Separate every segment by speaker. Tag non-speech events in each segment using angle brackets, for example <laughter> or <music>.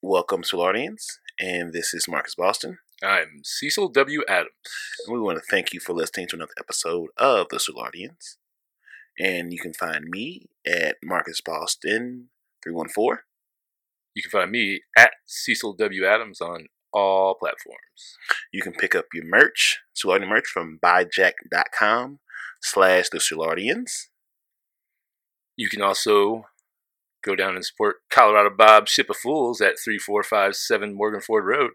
Speaker 1: Welcome to our audience, and this is Marcus Boston.
Speaker 2: I'm Cecil W. Adams.
Speaker 1: And we want to thank you for listening to another episode of The Solardians. And you can find me at Marcus Boston 314.
Speaker 2: You can find me at Cecil W. Adams on all platforms.
Speaker 1: You can pick up your merch, Solardian merch, from buyjack.com slash The Solardians.
Speaker 2: You can also go down and support Colorado Bob Ship of Fools at 3457 Morgan Ford Road.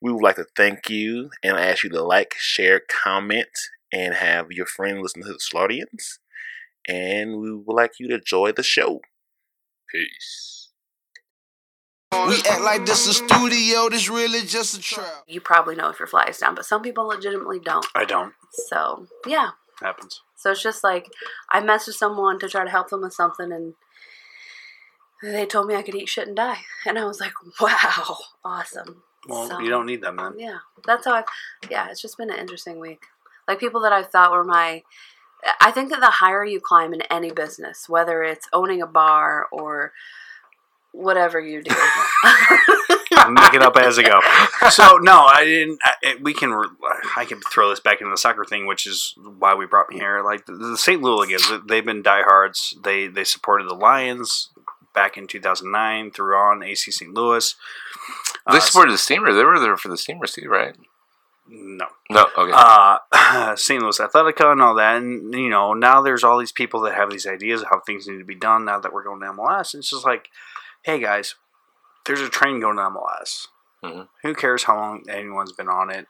Speaker 1: We would like to thank you and ask you to like, share, comment, and have your friend listen to the Slaudians. And we would like you to enjoy the show.
Speaker 2: Peace.
Speaker 3: We act like this a studio, this really just a trap.
Speaker 4: You probably know if your fly is down, but some people legitimately don't.
Speaker 5: I don't.
Speaker 4: So, yeah.
Speaker 5: Happens.
Speaker 4: So it's just like I messaged someone to try to help them with something, and they told me I could eat shit and die. And I was like, wow, awesome.
Speaker 5: Well,
Speaker 4: So-
Speaker 5: you don't need them <laughs> then.
Speaker 4: Yeah, that's how I've, yeah, it's just been an interesting week. Like people that I thought were my, I think that the higher you climb in any business, whether it's owning a bar or whatever you
Speaker 5: <laughs>
Speaker 4: do, <laughs>
Speaker 5: I'm making up as I go. <laughs> So no, I didn't. I, it- we can. re- I can throw this back into the soccer thing, which is why we brought me here. Like the, the St. Louligans, they've been diehards. They they supported the Lions back in 2009 through on AC St. Louis.
Speaker 6: They
Speaker 5: Uh,
Speaker 6: supported the steamer. They were there for the steamer too, right?
Speaker 5: no.
Speaker 6: No, okay.
Speaker 5: uh, <clears throat> St. Louis Athletica and all that. And, you know, now there's all these people that have these ideas of how things need to be done now that we're going to MLS. And it's just like, hey, guys, there's a train going to MLS.
Speaker 6: Mhm.
Speaker 5: Who cares how long anyone's been on it?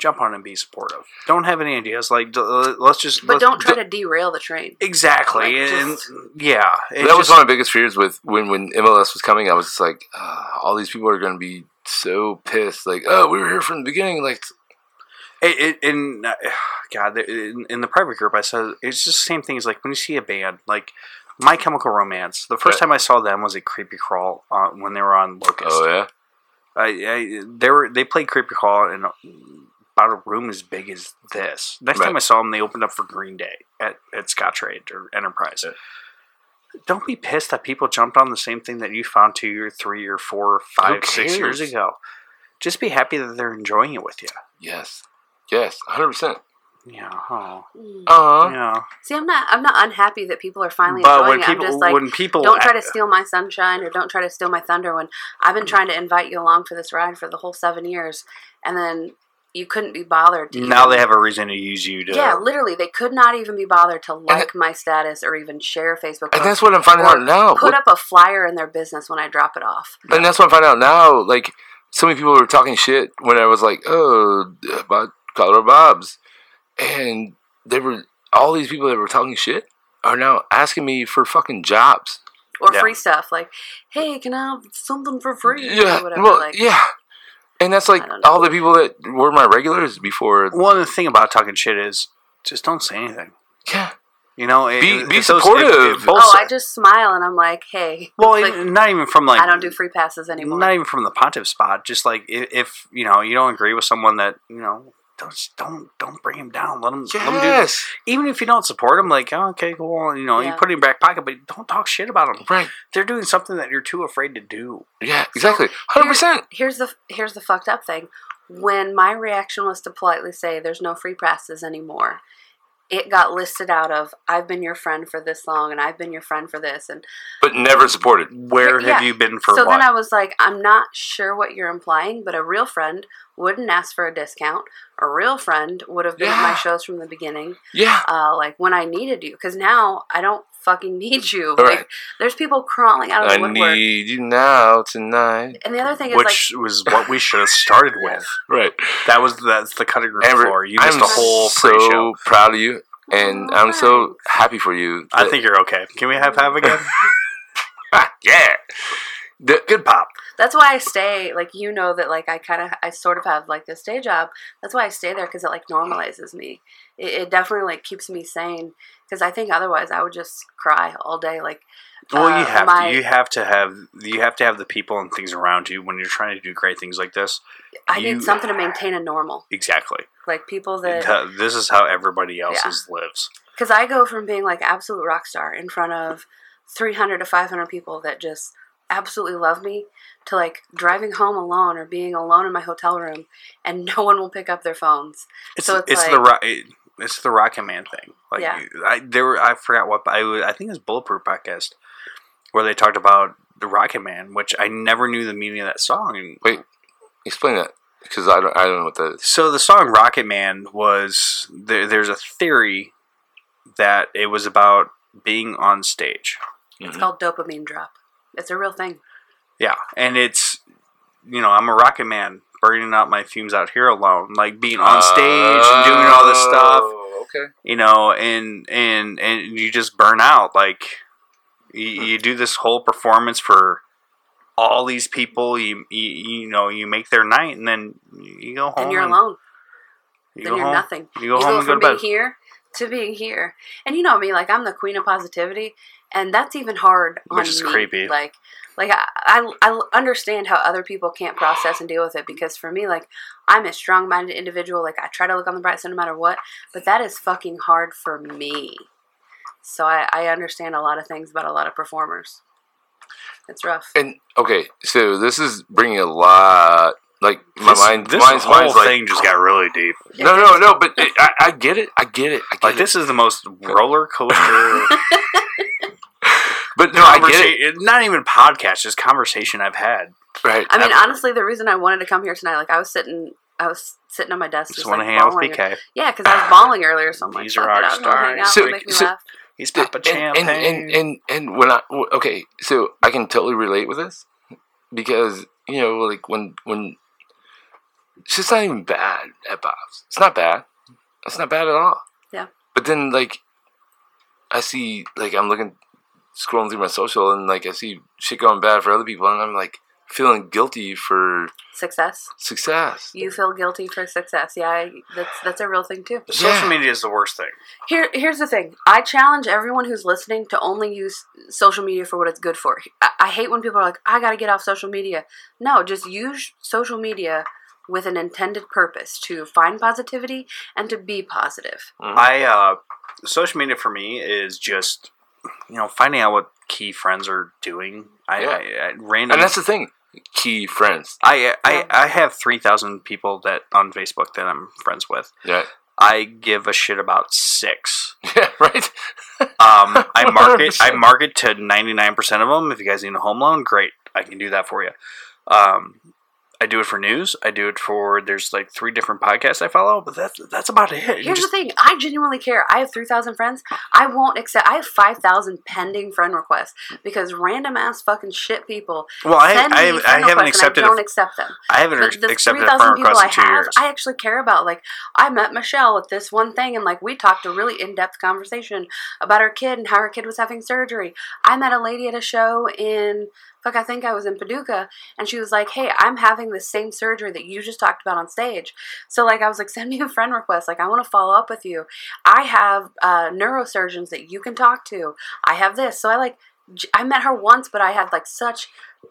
Speaker 5: Jump on and be supportive. Don't have any ideas. Like, d- uh, let's just.
Speaker 4: but
Speaker 5: let's-
Speaker 4: don't try
Speaker 5: d-
Speaker 4: to derail the train.
Speaker 5: Exactly.
Speaker 4: like,
Speaker 5: and,
Speaker 4: just-
Speaker 5: yeah. It's
Speaker 6: that was
Speaker 5: just-
Speaker 6: one of my biggest fears with when when MLS was coming. I was just like, uh, all these people are going to be so pissed. Like, oh, we were here from the beginning. Like,
Speaker 5: It, it, in uh, <sighs> God, in, in the private group, I said it's just the same thing as like when you see a band like My Chemical Romance. The first
Speaker 6: Right.
Speaker 5: time I saw them was at Creepy Crawl uh, when they were on Locust.
Speaker 6: oh yeah,
Speaker 5: I, I they were they played Creepy Crawl in about a room as big as this. Next time
Speaker 6: Right.
Speaker 5: I saw them, they opened up for Green Day at at Scottrade or Enterprise.
Speaker 6: Yeah.
Speaker 5: Don't be pissed that people jumped on the same thing that you found two or three or four or five six years
Speaker 6: cares?
Speaker 5: ago. Just be happy that they're enjoying it with you.
Speaker 6: yes, yes, hundred percent.
Speaker 5: Yeah. Oh.
Speaker 4: Mm.
Speaker 6: Uh
Speaker 5: Yeah.
Speaker 4: See, I'm not, I'm not unhappy that people are finally
Speaker 5: but
Speaker 4: enjoying
Speaker 5: when
Speaker 4: it.
Speaker 5: people
Speaker 4: I'm just like,
Speaker 5: when people
Speaker 4: don't try to
Speaker 5: act-
Speaker 4: steal my sunshine or don't try to steal my thunder when I've been trying to invite you along for this ride for the whole seven years and then you couldn't be bothered to
Speaker 5: now
Speaker 4: even-
Speaker 5: they have a reason to use you to
Speaker 4: yeah literally they could not even be bothered to like my status or even share a Facebook
Speaker 6: and
Speaker 4: post.
Speaker 6: that's what I'm finding
Speaker 4: Or
Speaker 6: out now.
Speaker 4: put
Speaker 6: What-
Speaker 4: up a flyer in their business when I drop it off
Speaker 6: and that's what I'm finding out now. Like, so many people were talking shit when I was like, oh, about Colorado Bob's, and they were all these people that were talking shit are now asking me for fucking jobs.
Speaker 4: or
Speaker 5: Yeah.
Speaker 4: free stuff like hey can I have something for free
Speaker 6: Yeah,
Speaker 4: or whatever
Speaker 6: well,
Speaker 4: like
Speaker 6: yeah, and that's like
Speaker 4: I don't know.
Speaker 6: all the people that were my regulars before.
Speaker 5: one of the thing about talking shit is just don't say anything
Speaker 6: Yeah,
Speaker 5: you know it-
Speaker 6: Be-
Speaker 5: it-
Speaker 6: be
Speaker 5: if those- if-
Speaker 6: supportive.
Speaker 5: if both
Speaker 4: oh
Speaker 5: si-
Speaker 4: I just smile and I'm like hey
Speaker 5: well
Speaker 4: It's
Speaker 5: it-
Speaker 4: <laughs> like,
Speaker 5: not even from like
Speaker 4: I don't do free passes anymore
Speaker 5: not even from the pontiff spot just like if, if you know you don't agree with someone that you know don't don't don't bring him down let him let him do this
Speaker 6: yes,
Speaker 5: even if you don't support him like oh, okay cool you know you
Speaker 4: Yeah.
Speaker 5: put it in your back pocket but don't talk shit about him
Speaker 6: right.
Speaker 5: they're doing something that you're too afraid to do
Speaker 6: Yeah, exactly. Hundred percent.
Speaker 4: here's the here's the fucked up thing. When my reaction was to politely say there's no free passes anymore, it got listed out of I've been your friend for this long and I've been your friend for this and
Speaker 6: But never supported.
Speaker 5: where
Speaker 4: Yeah.
Speaker 5: have you been for
Speaker 4: so
Speaker 5: what
Speaker 4: then I was like, I'm not sure what you're implying, but a real friend wouldn't ask for a discount. A real friend would have been at my
Speaker 6: Yeah.
Speaker 4: shows from the beginning,
Speaker 6: Yeah.
Speaker 4: uh, like when I needed you, because now I don't fucking need you.
Speaker 6: All right.
Speaker 4: Like, there's people crawling out of the
Speaker 6: I
Speaker 4: woodwork.
Speaker 6: need you now tonight.
Speaker 4: and the other thing is like
Speaker 5: which was what we should
Speaker 4: <laughs>
Speaker 5: have started with
Speaker 6: Right.
Speaker 5: That was that's the cutting room
Speaker 6: Amber,
Speaker 5: floor. You missed
Speaker 6: I'm
Speaker 5: the whole
Speaker 6: so
Speaker 5: pre-show.
Speaker 6: proud of you, and
Speaker 4: oh,
Speaker 6: I'm so
Speaker 4: Thanks.
Speaker 6: happy for you.
Speaker 5: I think you're okay. Can we have have again?
Speaker 6: yeah. The,
Speaker 5: Good pop.
Speaker 4: that's why I stay. Like you know that like I kind of I sort of have like this day job. That's why I stay there because it like normalizes me. It, it definitely like keeps me sane because I think otherwise I would just cry all day. Like
Speaker 5: <laughs> Well, you
Speaker 4: Uh,
Speaker 5: have
Speaker 4: my-
Speaker 5: to. You have to have. You have to have the people and things around you when you're trying to do great things like this.
Speaker 4: I
Speaker 5: You-
Speaker 4: need something to maintain a normal.
Speaker 5: Exactly.
Speaker 4: Like people that
Speaker 5: Th- this is how everybody else's lives.
Speaker 4: because I go from being like absolute rock star in front of 300 to 500 people that just absolutely love me to like driving home alone or being alone in my hotel room and <laughs> no one will pick up their phones.
Speaker 5: It's
Speaker 4: So
Speaker 5: it's,
Speaker 4: it's like-
Speaker 5: the rock. It, it's the Rocket Man thing. Like
Speaker 4: Yeah.
Speaker 5: I there were, I forgot what I was- I think it was Bulletproof podcast where they talked about the Rocket Man, which I never knew the meaning of that song. And
Speaker 6: Wait. Explain that because I don't I don't know what that is.
Speaker 5: So the song Rocket Man was there, there's a theory that it was about being on stage.
Speaker 6: Mm-hmm.
Speaker 4: It's called dopamine drop. It's a real thing.
Speaker 5: Yeah, and it's you know I'm a rocket man burning out my fumes out here alone, like being on stage and doing all this stuff,
Speaker 6: Oh, Okay.
Speaker 5: you know, and and and you just burn out. Like you, you do this whole performance for all these people, you, you you know you make their night, and then you go home
Speaker 4: And you're alone.
Speaker 5: You
Speaker 4: then
Speaker 5: go
Speaker 4: you're
Speaker 5: home.
Speaker 4: nothing.
Speaker 5: You Uh-huh. go
Speaker 4: you
Speaker 5: home
Speaker 4: go from
Speaker 5: and go to bed.
Speaker 4: being here to being here. And you know me, like I'm the queen of positivity, and that's even hard. On
Speaker 5: Which is
Speaker 4: me.
Speaker 5: creepy.
Speaker 4: Like, like I, I, I understand how other people can't process and deal with it because for me, like I'm a strong-minded individual. Like I try to look on the bright side no matter what, but that is fucking hard for me. So I, I understand a lot of things about a lot of performers. It's rough.
Speaker 6: And okay, so this is bringing a lot. Like my
Speaker 5: This-
Speaker 6: mind,
Speaker 5: this
Speaker 6: mine's,
Speaker 5: whole
Speaker 6: mine's like
Speaker 5: thing just got really deep.
Speaker 6: no, no, no. But it, I, I get it. I get it. I get
Speaker 5: Like
Speaker 6: it.
Speaker 5: this is
Speaker 6: <laughs>
Speaker 5: the most roller coaster.
Speaker 6: But no, I get it.
Speaker 5: conversa- Not even podcast, just conversation I've had.
Speaker 6: Right.
Speaker 4: I mean,
Speaker 6: Ab-
Speaker 4: honestly, the reason I wanted to come here tonight, like I was sitting, I was sitting on my desk,
Speaker 5: Just
Speaker 4: just
Speaker 5: want
Speaker 4: like,
Speaker 5: to hang out with
Speaker 4: bawling.
Speaker 5: BK.
Speaker 4: Yeah, because I was bawling earlier, so I'm like,
Speaker 5: These
Speaker 4: fuck
Speaker 5: are
Speaker 4: it,
Speaker 5: our
Speaker 4: I'm gonna hang out,
Speaker 6: stars.
Speaker 4: make me
Speaker 6: So-
Speaker 4: laugh.
Speaker 5: He's Papa
Speaker 6: and,
Speaker 5: Champagne.
Speaker 6: and, and and and when I w- okay, so I can totally relate with this because you know, like when when it's just not even bad at Bob's. It's not bad. It's not bad at all.
Speaker 4: Yeah.
Speaker 6: But then like I see like I'm looking scrolling through my social and like I see shit going bad for other people and I'm like feeling guilty for
Speaker 4: Success.
Speaker 6: success.
Speaker 4: You feel guilty for success. Yeah, I, that's that's a real thing too.
Speaker 5: Social
Speaker 6: Yeah.
Speaker 5: media is the worst thing.
Speaker 4: Here, here's the thing. I challenge everyone who's listening to only use social media for what it's good for. I, I hate when people are like, "I got to get off social media." No, just use social media with an intended purpose to find positivity and to be positive.
Speaker 6: Mm-hmm.
Speaker 5: I uh, social media for me is just you know finding out what key friends are doing. I,
Speaker 6: Yeah.
Speaker 5: I, I random.
Speaker 6: And that's the thing. Key friends.
Speaker 5: I, I I have three thousand people that on Facebook that I'm friends with.
Speaker 6: Yeah. <laughs>
Speaker 5: I give a shit about six.
Speaker 6: Yeah, right?
Speaker 5: Um, I market I market to ninety nine percent of them. If you guys need a home loan, great, I can do that for you. Um, I do it for news. I do it for there's like three different podcasts I follow, but that's that's about it. You
Speaker 4: Here's
Speaker 5: just-
Speaker 4: the thing. I genuinely care. I have 3,000 friends. I won't accept. I have 5,000 pending friend requests because random ass fucking shit people
Speaker 5: well, I
Speaker 4: send me
Speaker 5: I,
Speaker 4: friend
Speaker 5: I haven't
Speaker 4: requests and
Speaker 5: accepted
Speaker 4: I don't
Speaker 5: a,
Speaker 4: accept them.
Speaker 5: I haven't
Speaker 4: But the
Speaker 5: accepted a friend
Speaker 4: 3,000 people
Speaker 5: request
Speaker 4: I
Speaker 5: in two
Speaker 4: have,
Speaker 5: years.
Speaker 4: I actually care about. Like, I met Michelle at this one thing and, like, we talked a really in depth conversation about her kid and how her kid was having surgery. I met a lady at a show in, fuck, I think I was in Paducah, and she was like, hey, I'm having the same surgery that you just talked about on stage. So, like, I was like, <laughs> send me a friend request. Like, I want to follow up with you. I have uh, neurosurgeons that you can talk to. I have this. So, I like, j- I met her once, but I had like such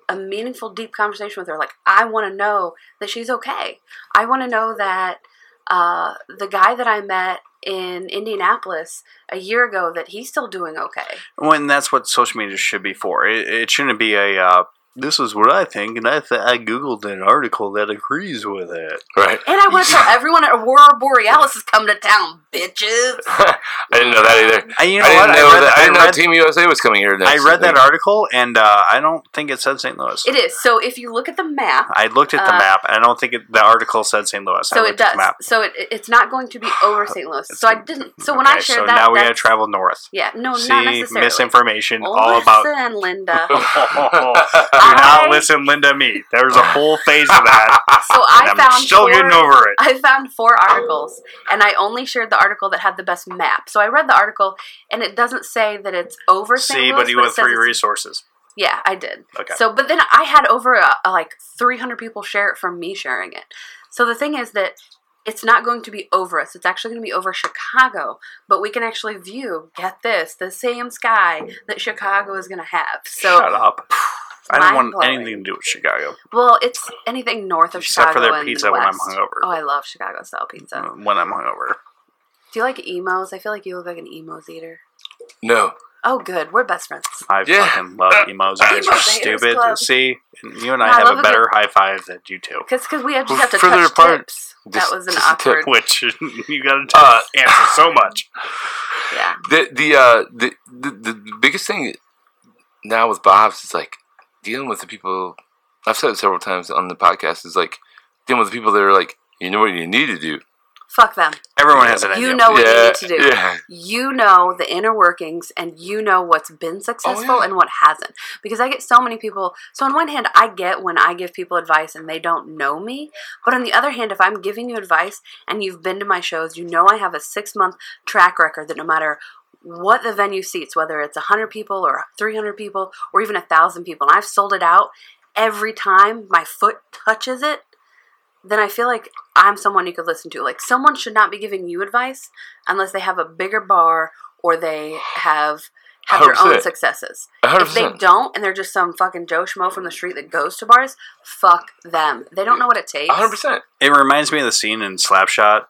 Speaker 4: a meaningful, deep conversation with her. Like, I want to know that she's okay. I want to know that uh, the guy that I met in Indianapolis a year ago that he's still doing okay.
Speaker 5: when that's what social media should be for. It, it shouldn't be a uh, this is what I think, and I th- I googled an article that agrees with it.
Speaker 6: Right. <laughs>
Speaker 4: And I want to
Speaker 5: <laughs>
Speaker 4: tell everyone that Aurora Borealis is coming to town, bitches.
Speaker 6: I didn't know that either.
Speaker 5: I, you know
Speaker 6: I didn't
Speaker 5: what?
Speaker 6: know
Speaker 5: I read,
Speaker 6: that. I
Speaker 5: I
Speaker 6: didn't know
Speaker 5: read-
Speaker 6: Team USA was coming here. Next
Speaker 5: I read that
Speaker 6: Like,
Speaker 5: article, and uh, I don't think it said St. Louis.
Speaker 4: It is. So if you look at the map,
Speaker 5: I looked at the
Speaker 4: Uh,
Speaker 5: map. I don't think it, the article said St. Louis. I
Speaker 4: so it
Speaker 5: looked at
Speaker 4: does.
Speaker 5: the map.
Speaker 4: So it, it's not going to be over St. Louis. So I didn't. So when I
Speaker 5: Okay,
Speaker 4: shared
Speaker 5: so
Speaker 4: that,
Speaker 5: now we gotta
Speaker 4: that's-
Speaker 5: travel north.
Speaker 4: Yeah, no, not
Speaker 5: See
Speaker 4: necessarily. Oh,
Speaker 5: misinformation all
Speaker 4: listen,
Speaker 5: about.
Speaker 4: Linda.
Speaker 5: <laughs> Do
Speaker 4: I-
Speaker 5: not listen, Linda. Me. There's
Speaker 4: <laughs>
Speaker 5: a whole phase of that.
Speaker 4: So I
Speaker 5: and I'm
Speaker 4: found
Speaker 5: still
Speaker 4: four,
Speaker 5: getting over it.
Speaker 4: I found four articles, and I only shared the article that had the best map. So I read the article, and it doesn't say that it's over. St.
Speaker 5: See,
Speaker 4: Louis,
Speaker 5: but you
Speaker 4: it
Speaker 5: went
Speaker 4: says
Speaker 5: three
Speaker 4: it's-
Speaker 5: resources.
Speaker 4: Yeah, I did.
Speaker 5: Okay.
Speaker 4: So, but then I had over uh uh, like 300 people share it from me sharing it. So the thing is that it's not going to be over us. It's actually going to be over Chicago, but we can actually view, get this, the same sky that Chicago is going to have. So,
Speaker 5: Shut up. I don't want
Speaker 4: mind-blowing.
Speaker 5: anything to do with Chicago
Speaker 4: well, it's anything north of
Speaker 5: except
Speaker 4: Chicago
Speaker 5: for their
Speaker 4: and
Speaker 5: pizza when I'm
Speaker 4: west.
Speaker 5: hungover. Mm,
Speaker 4: Oh, uh, I love Chicago style pizza.
Speaker 5: When I'm hungover,
Speaker 4: Do you like emos? I feel like you look like an emos eater.
Speaker 6: <laughs> No,
Speaker 4: Oh, good. We're best friends.
Speaker 5: I
Speaker 6: Yeah.
Speaker 5: fucking love emos. You guys
Speaker 4: Emo
Speaker 5: are
Speaker 4: Haters
Speaker 5: stupid.
Speaker 4: Club.
Speaker 5: See, you and
Speaker 4: No,
Speaker 5: I
Speaker 4: I
Speaker 5: have
Speaker 4: love
Speaker 5: a
Speaker 4: a
Speaker 5: better high five than you two. <laughs>
Speaker 4: Because cause we have,
Speaker 6: We're
Speaker 4: just have to
Speaker 6: further
Speaker 4: touch
Speaker 6: apart.
Speaker 4: tips.
Speaker 6: Just-
Speaker 4: that
Speaker 6: <laughs>
Speaker 4: was an
Speaker 6: just a tip.
Speaker 4: awkward.
Speaker 5: Which <laughs> you got to answer so much.
Speaker 4: Yeah.
Speaker 6: the the uh the, the the biggest thing now with Bob's is like dealing with the people. I've said it several times on the podcast. Is like dealing with the people that are like, you know what you need to do.
Speaker 4: Fuck them.
Speaker 5: Everyone has an
Speaker 4: You
Speaker 5: idea.
Speaker 4: know what
Speaker 6: yeah,
Speaker 4: you need to do.
Speaker 6: yeah.
Speaker 4: you know the inner workings and you know what's been successful
Speaker 6: yeah.
Speaker 4: and what hasn't because i get so many people so on one hand i get when i give people advice and they don't know me but on the other hand if i'm giving you advice and you've been to my shows you know i have a six month track record that no matter what the venue seats whether it's 100 people or 300 people or even 1000 people and i've sold it out every time my foot touches it then I feel like I'm someone you could listen to. Like someone should not be giving you advice unless they have a bigger bar or they have have their own
Speaker 6: 100%.
Speaker 4: successes.
Speaker 6: A hundred
Speaker 4: If they
Speaker 6: percent.
Speaker 4: don't, and they're just some fucking Joe schmo from the street that goes to bars, fuck them. They don't know what it takes.
Speaker 6: A hundred percent.
Speaker 5: It reminds me of the scene in Slapshot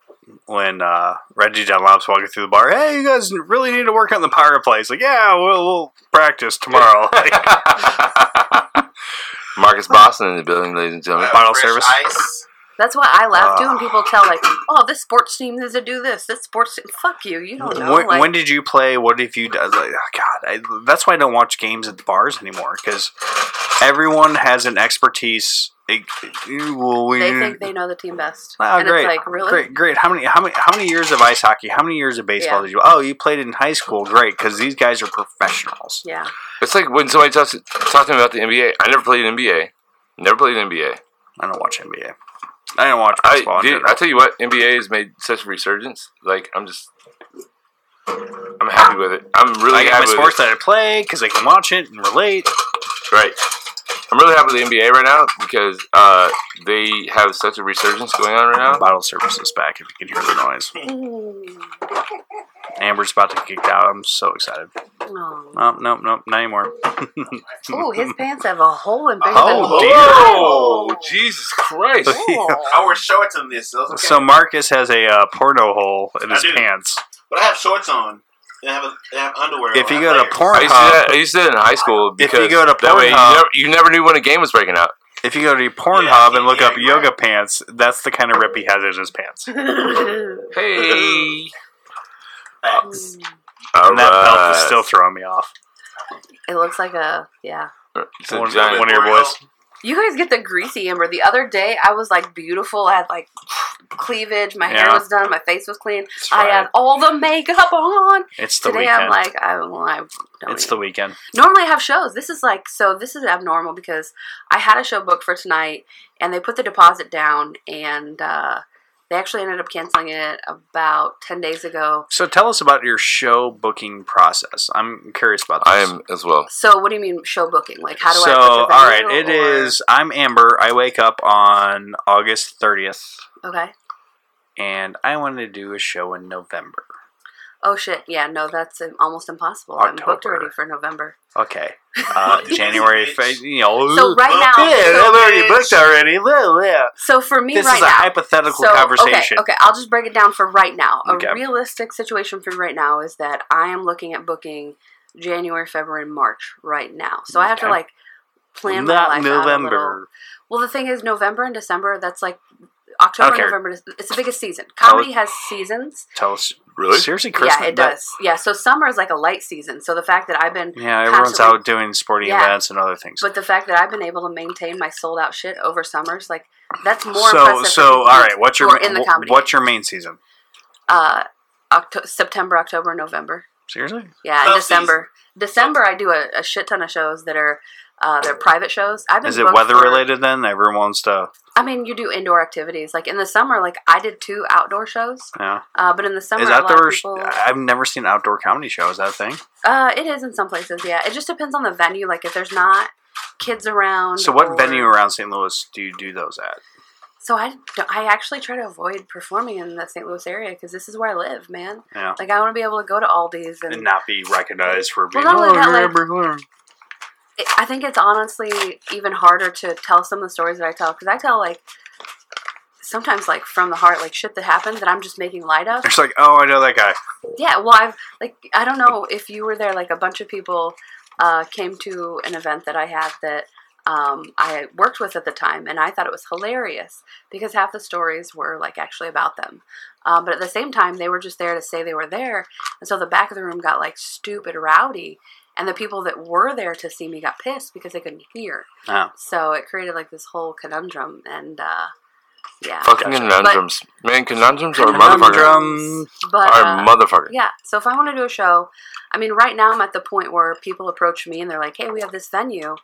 Speaker 5: when uh, Reggie Dunlop's walking through the bar. Hey, you guys really need to work on the power plays. Like, yeah, we'll, we'll
Speaker 4: <laughs>
Speaker 5: practice tomorrow. Like,
Speaker 6: Marcus Boston in the building, ladies and gentlemen.
Speaker 5: bottle service.
Speaker 1: Ice.
Speaker 4: That's why I laugh too
Speaker 5: Ah.
Speaker 4: when people tell like, "Oh, this sports team needs to do this. This sports team, fuck you. You don't know."
Speaker 5: When,
Speaker 4: like,
Speaker 5: when did you play? What have you done? Like, oh, God, I, that's why I don't watch games at the bars anymore because everyone has an expertise. It- it- well, we-
Speaker 4: they think they know the team best,
Speaker 5: Wow,
Speaker 4: and
Speaker 5: Oh, great,
Speaker 4: it's like really
Speaker 5: great, great. How many, how many, how many years of ice hockey? How many years of baseball
Speaker 4: Yeah.
Speaker 5: did you? Oh, you played in high school. Great, because these guys are professionals.
Speaker 4: yeah.
Speaker 6: It's like when somebody talks talks to me about the NBA. I never played NBA. Never played NBA.
Speaker 5: I don't watch NBA. I don't watch
Speaker 6: I,
Speaker 5: baseball. in
Speaker 6: dude,
Speaker 5: general.
Speaker 6: I tell you what, NBA has made such a resurgence. Like I'm just, I'm happy with it. I'm really Uh-huh.
Speaker 5: I got my
Speaker 6: happy with
Speaker 5: sports
Speaker 6: it.
Speaker 5: that I play because I can watch it and relate.
Speaker 6: Right. I'm really happy with the NBA right now because uh, they have such a resurgence going on right now.
Speaker 5: Bottle services back if you can hear the
Speaker 6: <laughs>
Speaker 5: noise.
Speaker 4: Mm.
Speaker 5: Amber's about to get kicked out. I'm so excited.
Speaker 4: Oh,
Speaker 5: Oh, nope, nope, not anymore.
Speaker 6: <laughs>
Speaker 4: Ooh, his
Speaker 5: <laughs>
Speaker 4: pants have a hole in bigger than
Speaker 5: Oh, dear.
Speaker 6: Oh, Jesus Christ!
Speaker 1: I wear shorts on this. So, it's okay.
Speaker 5: So Marcus has a uh, porno hole in
Speaker 1: I
Speaker 5: his
Speaker 1: do.
Speaker 5: pants.
Speaker 1: but I have shorts on. And I have, a, I have underwear.
Speaker 5: If
Speaker 1: on.
Speaker 5: you
Speaker 1: I
Speaker 5: go
Speaker 1: have
Speaker 5: to
Speaker 1: layers.
Speaker 6: I used to do
Speaker 5: Pornhub,
Speaker 6: that, I used to do that in high school
Speaker 5: If
Speaker 6: because
Speaker 5: you go to
Speaker 6: that way you
Speaker 5: Pornhub-
Speaker 6: never, you never knew when a game was breaking out.
Speaker 5: if you go to Pornhub and look up yoga pants, that's the kind of rip he has in his pants.
Speaker 6: Hey,
Speaker 1: Facts.
Speaker 5: And that belt is still throwing me off.
Speaker 4: <laughs> It looks like a yeah.
Speaker 6: It's a
Speaker 5: One-
Speaker 6: giant
Speaker 5: one of your boys.
Speaker 4: You guys get the greasy amber. The other day I was like beautiful. I had like cleavage. My hair
Speaker 5: Yeah.
Speaker 4: was done. My face was clean.
Speaker 5: It's,
Speaker 4: I
Speaker 5: Friday.
Speaker 4: had all the makeup on.
Speaker 5: uh, It's the
Speaker 4: Today
Speaker 5: weekend.
Speaker 4: I'm like I, well, I don't.
Speaker 5: it's
Speaker 4: even-
Speaker 5: the weekend.
Speaker 4: Normally I have shows. This is like so. This is abnormal because I had a show booked for tonight, and they put the deposit down, and uh, they actually ended up canceling it about ten days ago.
Speaker 5: So tell us about your show booking process. I'm curious about this.
Speaker 6: I am as well.
Speaker 4: So what do you mean show booking? Like how do
Speaker 5: so,
Speaker 4: I?
Speaker 5: all right,
Speaker 4: It
Speaker 5: it is- I'm Amber. I wake up on August 30th,
Speaker 4: Okay.
Speaker 5: and I want to do a show in November.
Speaker 4: Oh shit! Yeah, no, that's um, almost impossible. I'm booked
Speaker 5: October.
Speaker 4: already for November.
Speaker 5: Okay,
Speaker 6: <laughs>
Speaker 5: uh, January, fe- you know.
Speaker 4: So right now,
Speaker 5: yeah,
Speaker 4: so,
Speaker 5: I've already booked already. Blah, blah.
Speaker 4: so for me
Speaker 5: This
Speaker 4: right
Speaker 5: is a
Speaker 4: now,
Speaker 5: hypothetical
Speaker 4: so, okay,
Speaker 5: conversation.
Speaker 4: Okay, I'll just break it down for right now. A
Speaker 5: Okay.
Speaker 4: realistic situation for me right now is that I am looking at booking January, February, and March right now. So I have to
Speaker 5: Okay.
Speaker 4: like plan my
Speaker 5: Not
Speaker 4: life Out a little.
Speaker 5: November.
Speaker 4: Well, the thing is, November and December. That's like October,
Speaker 5: Okay. Oh.
Speaker 4: November. Dec- It's the biggest season. Comedy has seasons.
Speaker 5: Tell us.
Speaker 6: Really?
Speaker 5: Seriously, Christmas?
Speaker 4: yeah, it
Speaker 5: that-
Speaker 4: does. Yeah, so summer is like a light season. So the fact that I've been
Speaker 5: yeah, everyone's
Speaker 4: Constantly.
Speaker 5: out doing sporting
Speaker 4: Yeah.
Speaker 5: events and other things.
Speaker 4: But the fact that I've been able to maintain my sold out shit over summers, like that's more
Speaker 5: so,
Speaker 4: impressive.
Speaker 5: so
Speaker 4: than
Speaker 5: all right. What's your
Speaker 4: who are in the
Speaker 5: wh-
Speaker 4: comedy
Speaker 5: what's your main season?
Speaker 4: uh, Octo- September, October, November?
Speaker 5: Seriously?
Speaker 4: Yeah,
Speaker 1: Tough
Speaker 4: and December. December, I do a, a shit ton of shows that are uh, they're private shows. I've been
Speaker 5: Is it
Speaker 4: booked
Speaker 5: weather
Speaker 4: for-
Speaker 5: related then? Everyone wants to.
Speaker 4: I mean, you do indoor activities. Like in the summer, like I did two outdoor shows,
Speaker 5: Yeah.
Speaker 4: uh, but in the summer,
Speaker 5: Is
Speaker 4: a lot of
Speaker 5: outdoor? uh,
Speaker 4: people.
Speaker 5: I've never seen outdoor comedy show. Is that a thing?
Speaker 4: Uh, it is in some places. Yeah, it just depends on the venue. Like if there's not kids around.
Speaker 5: So, what
Speaker 4: or-
Speaker 5: venue around St. Louis do you do those at?
Speaker 4: So I, don't- I actually try to avoid performing in the St. Louis area because this is where I live, man.
Speaker 5: Yeah.
Speaker 4: Like I want to be able to go to Aldi's and,
Speaker 5: And not be recognized for being.
Speaker 4: not only
Speaker 5: "Oh,
Speaker 4: that, like-
Speaker 5: Amber."
Speaker 4: it, I think it's honestly even harder to tell some of the stories that I tell because I tell like sometimes like from the heart, like shit that happened that I'm just making light of.
Speaker 5: It's like, oh, I know that guy.
Speaker 4: Yeah, well, I've like I don't know if you were there. Like a bunch of people uh, came to an event that I had that um, I worked with at the time, and I thought it was hilarious because half the stories were like actually about them. Um, but at the same time, they were just there to say they were there, and so the back of the room got like stupid rowdy, and the people that were there to see me got pissed because they couldn't hear.
Speaker 5: Oh.
Speaker 4: So it created like this whole conundrum, and uh, yeah,
Speaker 6: Fucking conundrums. Man, conundrums are a motherfucker.
Speaker 5: Conundrum.
Speaker 4: but
Speaker 6: Are a
Speaker 4: uh,
Speaker 6: motherfucker.
Speaker 4: yeah, so if I want to do a show, I mean, right now I'm at the point where people approach me and they're like, "Hey, we have this venue,"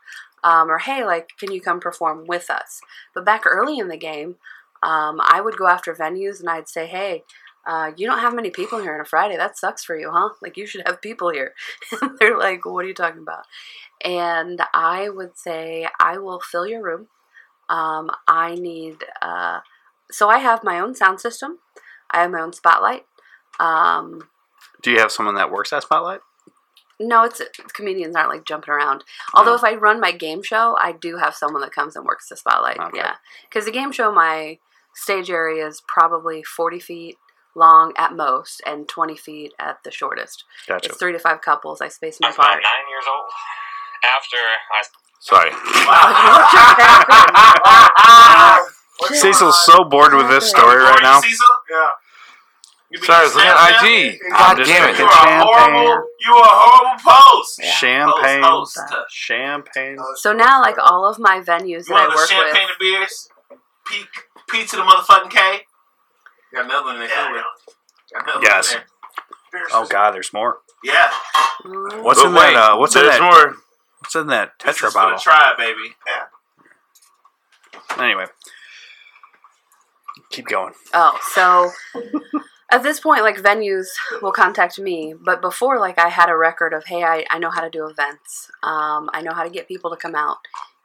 Speaker 4: um, or "Hey, like, can you come perform with us?" But back early in the game, um, I would go after venues and I'd say, "Hey." Uh, you don't have many people here on a Friday. That sucks for you, huh? Like you should have people here. <laughs> and they're like, "What are you talking about?" And I would say, "I will fill your room. Um, I need." Uh, so I have my own sound system. I have my own spotlight. Um,
Speaker 5: Do you have someone that works at Spotlight?
Speaker 4: no, it's comedians aren't like jumping around. Although
Speaker 5: No.
Speaker 4: if I run my game show, I do have someone that comes and works the spotlight.
Speaker 5: Okay.
Speaker 4: Yeah, because the game show, my stage area is probably forty feet long at most, and twenty feet at the shortest.
Speaker 5: Gotcha.
Speaker 4: It's three to five couples. I space them
Speaker 7: I was about
Speaker 4: apart.
Speaker 7: nine years old. After I
Speaker 5: Sorry. Cecil's
Speaker 4: Cecil's
Speaker 5: so bored with this story right now.
Speaker 8: Cecil? Yeah. You mean
Speaker 6: Sorry, I was looking at
Speaker 8: Snapchat?
Speaker 6: IG. God
Speaker 5: just
Speaker 6: damn
Speaker 8: You
Speaker 5: looking
Speaker 6: it.
Speaker 8: are
Speaker 5: Champagne.
Speaker 8: a horrible. You are a horrible post.
Speaker 4: Yeah.
Speaker 5: Champagne.
Speaker 8: Host, host.
Speaker 5: Champagne.
Speaker 4: So now, like all of my venues
Speaker 8: You
Speaker 4: that I
Speaker 8: want the
Speaker 4: work
Speaker 8: champagne
Speaker 4: with,
Speaker 8: and beers? P, P to the motherfucking K. Got another one in there. Yeah. Got another one in
Speaker 5: Yes.
Speaker 8: there.
Speaker 5: Oh God, there's more.
Speaker 8: Yeah.
Speaker 4: Mm,
Speaker 5: What's
Speaker 6: But
Speaker 5: in
Speaker 6: wait,
Speaker 5: that? Uh, what's in
Speaker 6: there's
Speaker 5: that?
Speaker 6: more.
Speaker 5: What's in that
Speaker 8: This is
Speaker 5: Tetra
Speaker 8: for the
Speaker 5: bottle?
Speaker 8: tribe, baby.
Speaker 4: <laughs>
Speaker 8: Yeah.
Speaker 5: Anyway, keep going.
Speaker 4: Oh,
Speaker 5: <laughs>
Speaker 4: so at this point, like venues will contact me, but before, like I had a record of, hey, I, I know how to do events, um, I know how to get people to come out,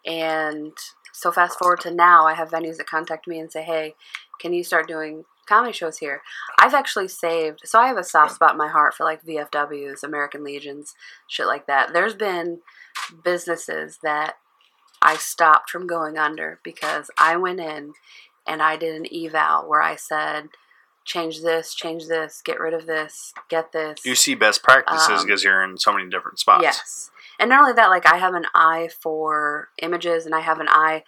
Speaker 4: and so fast forward to now, I have venues that contact me and say, hey, can you start doing comedy shows here? I've actually saved, so I have a soft spot in my heart for like VFWs, American Legions, shit like that. There's been businesses that I stopped from going under because I went in and I did an eval where I said, change this, change this, get rid of this, get this.
Speaker 5: You see best practices
Speaker 4: Um,
Speaker 5: because you're in so many different spots.
Speaker 4: Yes. And not only that, like I have an eye for images and I have an eye.